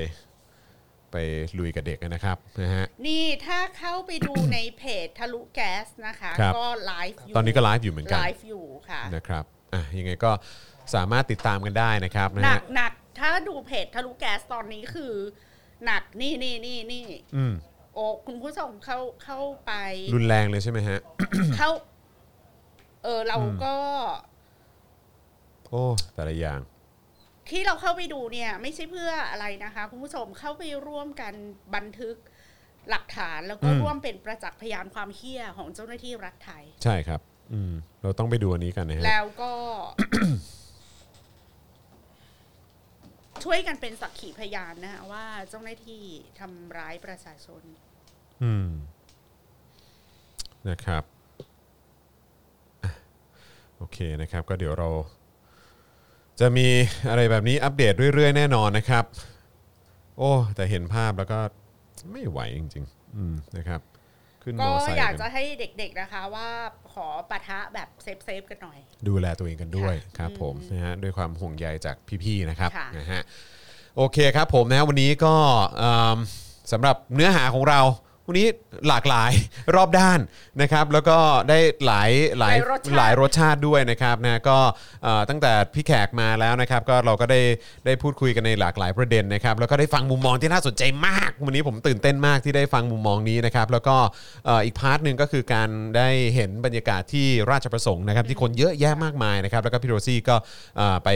[SPEAKER 1] ไปลุยกับเด็กนะครับนะฮะ
[SPEAKER 2] นี่ถ้าเข้าไปดู ในเพจทะลุแก๊สนะคะ
[SPEAKER 1] ครับ
[SPEAKER 2] ก็ไลฟ์อยู่
[SPEAKER 1] ตอนนี้ก็ไลฟ์อยู่เหมือนกัน
[SPEAKER 2] ไลฟ์อยู่ค่ะ
[SPEAKER 1] นะครับอ่ะยังไงก็สามารถติดตามกันได้นะครับนะ
[SPEAKER 2] หนั
[SPEAKER 1] ฮะ
[SPEAKER 2] กหนักถ้าดูเพจทะลุแก๊สตอนนี้คือ หนักนี่นี่นี่นี่
[SPEAKER 1] อืม
[SPEAKER 2] โอ้คุณผู้ชมเข้าเข้าไป
[SPEAKER 1] รุนแรงเลยใช่ไหมฮะ
[SPEAKER 2] เข้า เออเราก็
[SPEAKER 1] โอ้แต่ละอย่าง
[SPEAKER 2] ที่เราเข้าไปดูเนี่ย ไม่ใช่เพื่ออะไรนะคะ คุณผู้ชมเข้าไปร่วมกันบันทึกหลักฐานแล้วก็
[SPEAKER 1] อืม
[SPEAKER 2] ร่วมเป็นประจักษ์พยานความเฮี้ยของเจ้าหน้าที่รัฐไทย
[SPEAKER 1] ใช่ครับ อืมเราต้องไปดูอันนี้กันนะฮะ
[SPEAKER 2] แล้วก็ ช่วยกันเป็นสักขีพยานนะคะว่าเจ้าหน้าที่ทำร้ายประชาชน
[SPEAKER 1] อืม นะครับอ่ะโอเคนะครับ ก็เดี๋ยวเรา จะมีอะไรแบบนี้อัปเดตเรื่อย ๆ แน่นอนนะครับ โอ้ แต่เห็นภาพแล้วก็ไม่ไหวจริง ๆ อืมนะครับ ขึ้นม
[SPEAKER 2] ก็
[SPEAKER 1] อไซค์
[SPEAKER 2] อยาก
[SPEAKER 1] กั
[SPEAKER 2] จะ
[SPEAKER 1] น
[SPEAKER 2] ให้เด็กๆนะคะ ว่าขอปะทะแบบเซฟๆกันหน่อย
[SPEAKER 1] ดูแลตัวเองกันด้วยครับ ผมนะฮะด้วยความห่วงใยจากพี่ๆนะครับ
[SPEAKER 2] ค่ะ
[SPEAKER 1] นะฮะ โอเคครับผมนะวันนี้ก็เอิ่มสำหรับเนื้อหาของเรา วันนี้หลากหลาย รอบด้านนะครับ แล้วก็ได้หลายหลาย
[SPEAKER 2] หลายรสชา
[SPEAKER 1] หลายรสชา
[SPEAKER 2] ติ
[SPEAKER 1] ติด้วยนะครับนะก็เอ่อตั้งแต่พี่แขกมาแล้วนะครับ ก็เราก็ได้ได้พูดคุยกันในหลากหลายประเด็นนะครับ แล้วก็ได้ฟังมุมมองที่น่าสนใจมาก วันนี้ผมตื่นเต้นมากที่ได้ฟังมุมมองนี้นะครับ แล้วก็เอ่ออีกพาร์ทหนึ่งก็คือการได้เห็นบรรยากาศที่ราชประสงค์นะครับ ที่คนเยอะแยะมากมายนะครับ แล้วก็พี่โรซี่ก็เอ่อไป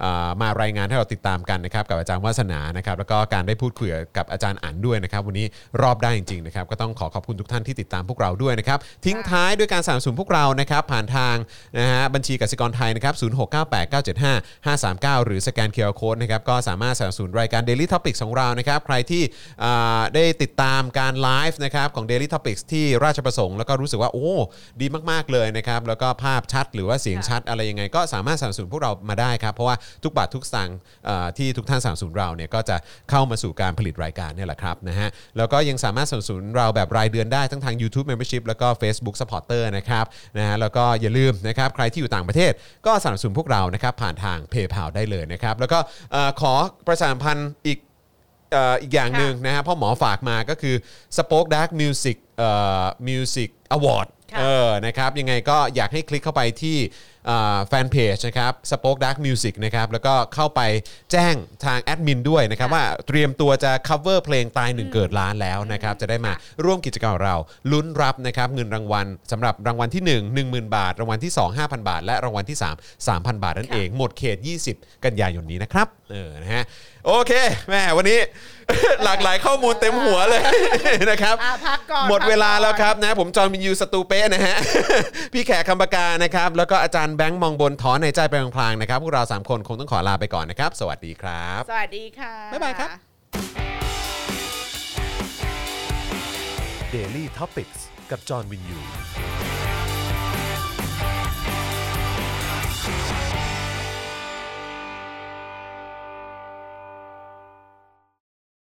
[SPEAKER 1] เอ่อมารายงานให้เราติดตามกันนะครับ กับอาจารย์วาสนานะครับ แล้วก็การได้พูดคุยกับอาจารย์อั๋นด้วยนะครับ วันนี้รอบได้จริงๆนะครับ ก็ต้องขอขอบคุณทุกท่านที่ติดตามพวกเราด้วยนะครับ ทิ้งท้ายด้วยการสนับสนุนพวกเรานะครับ ผ่านทางนะฮะบัญชีกสิกรไทยนะครับ 0698975539 หรือสแกนเคอร์โค้ดนะครับ ก็สามารถสนับสนุนรายการ Daily Topics ของเรานะครับ ใครที่อ่าได้ติดตามการไลฟ์นะครับของ Daily Topics ที่ราชประสงค์แล้วก็รู้สึกว่าโอ้ ดีมากๆเลยนะครับ แล้วก็ภาพชัดหรือว่าเสียงชัดอะไรยังไง ก็สามารถสนับสนุนพวกเรามาได้ครับ เพราะว่าทุกบาททุกสตางค์เอ่อที่ทุกท่านสนับสนุนเราเนี่ยก็จะเข้ามาสู่การผลิตรายการเนี่ยแหละครับนะฮะแล้วก็ยังสามารถสนับสนุนเราแบบรายเดือนได้ทั้งทาง YouTube Membership แล้วก็ Facebook Supporter นะครับนะฮะแล้วก็อย่าลืมนะครับใครที่อยู่ต่างประเทศก็สนับสนุนพวกเรานะครับผ่านทาง PayPal ได้เลยนะครับแล้วก็เอ่อขอประชาสัมพันธ์อีก เอ่ออีกอย่างหนึ่งนะฮะพ่อหมอฝากมาก็คือ Spoke Dark Music เอ่อ Music Award
[SPEAKER 2] ค่ะ
[SPEAKER 1] เออนะครับยังไงก็อยากให้คลิกเข้าไปที่แฟนเพจนะครับ Spoke Dark Music นะครับแล้วก็เข้าไปแจ้งทางแอดมินด้วยนะครับ
[SPEAKER 2] ค่ะ
[SPEAKER 1] ว่าเตรียมตัวจะ cover เพลงตายหนึ่งเกิดล้านแล้วนะครับ จะได้มาร่วมกิจกรรมกับเราลุ้นรับนะครับเงินรางวัลสำหรับรางวัลที่ 1 10,000 บาท รางวัลที่ 2 5,000 บาท และรางวัลที่ 3 3,000 บาทนั่นเอง หมดเขต 20 กันยายนนี้นะครับเออนะฮะโอเคแม่วันนี้ หลากหลายข้อมูลเต็มหัวเลย นะครับ
[SPEAKER 2] อ่ะพักก่อน
[SPEAKER 1] หมดเวลาแล้วค
[SPEAKER 2] พักก่อน
[SPEAKER 1] รับนะผมจอห์นวินยูสตูเป้นะฮะ พี่แขกคำปากานะครับ แล้วก็อาจารย์แบงค์มองบนถอนในใจไปพลางๆนะครับพวกเราสามคนคงต้องขอลาไปก่อนนะครับ สวัสดีครับ
[SPEAKER 2] สวัสดีค่ะ
[SPEAKER 1] บ๊ายบายครับ Daily t o p i c กกับจอห์นวินยู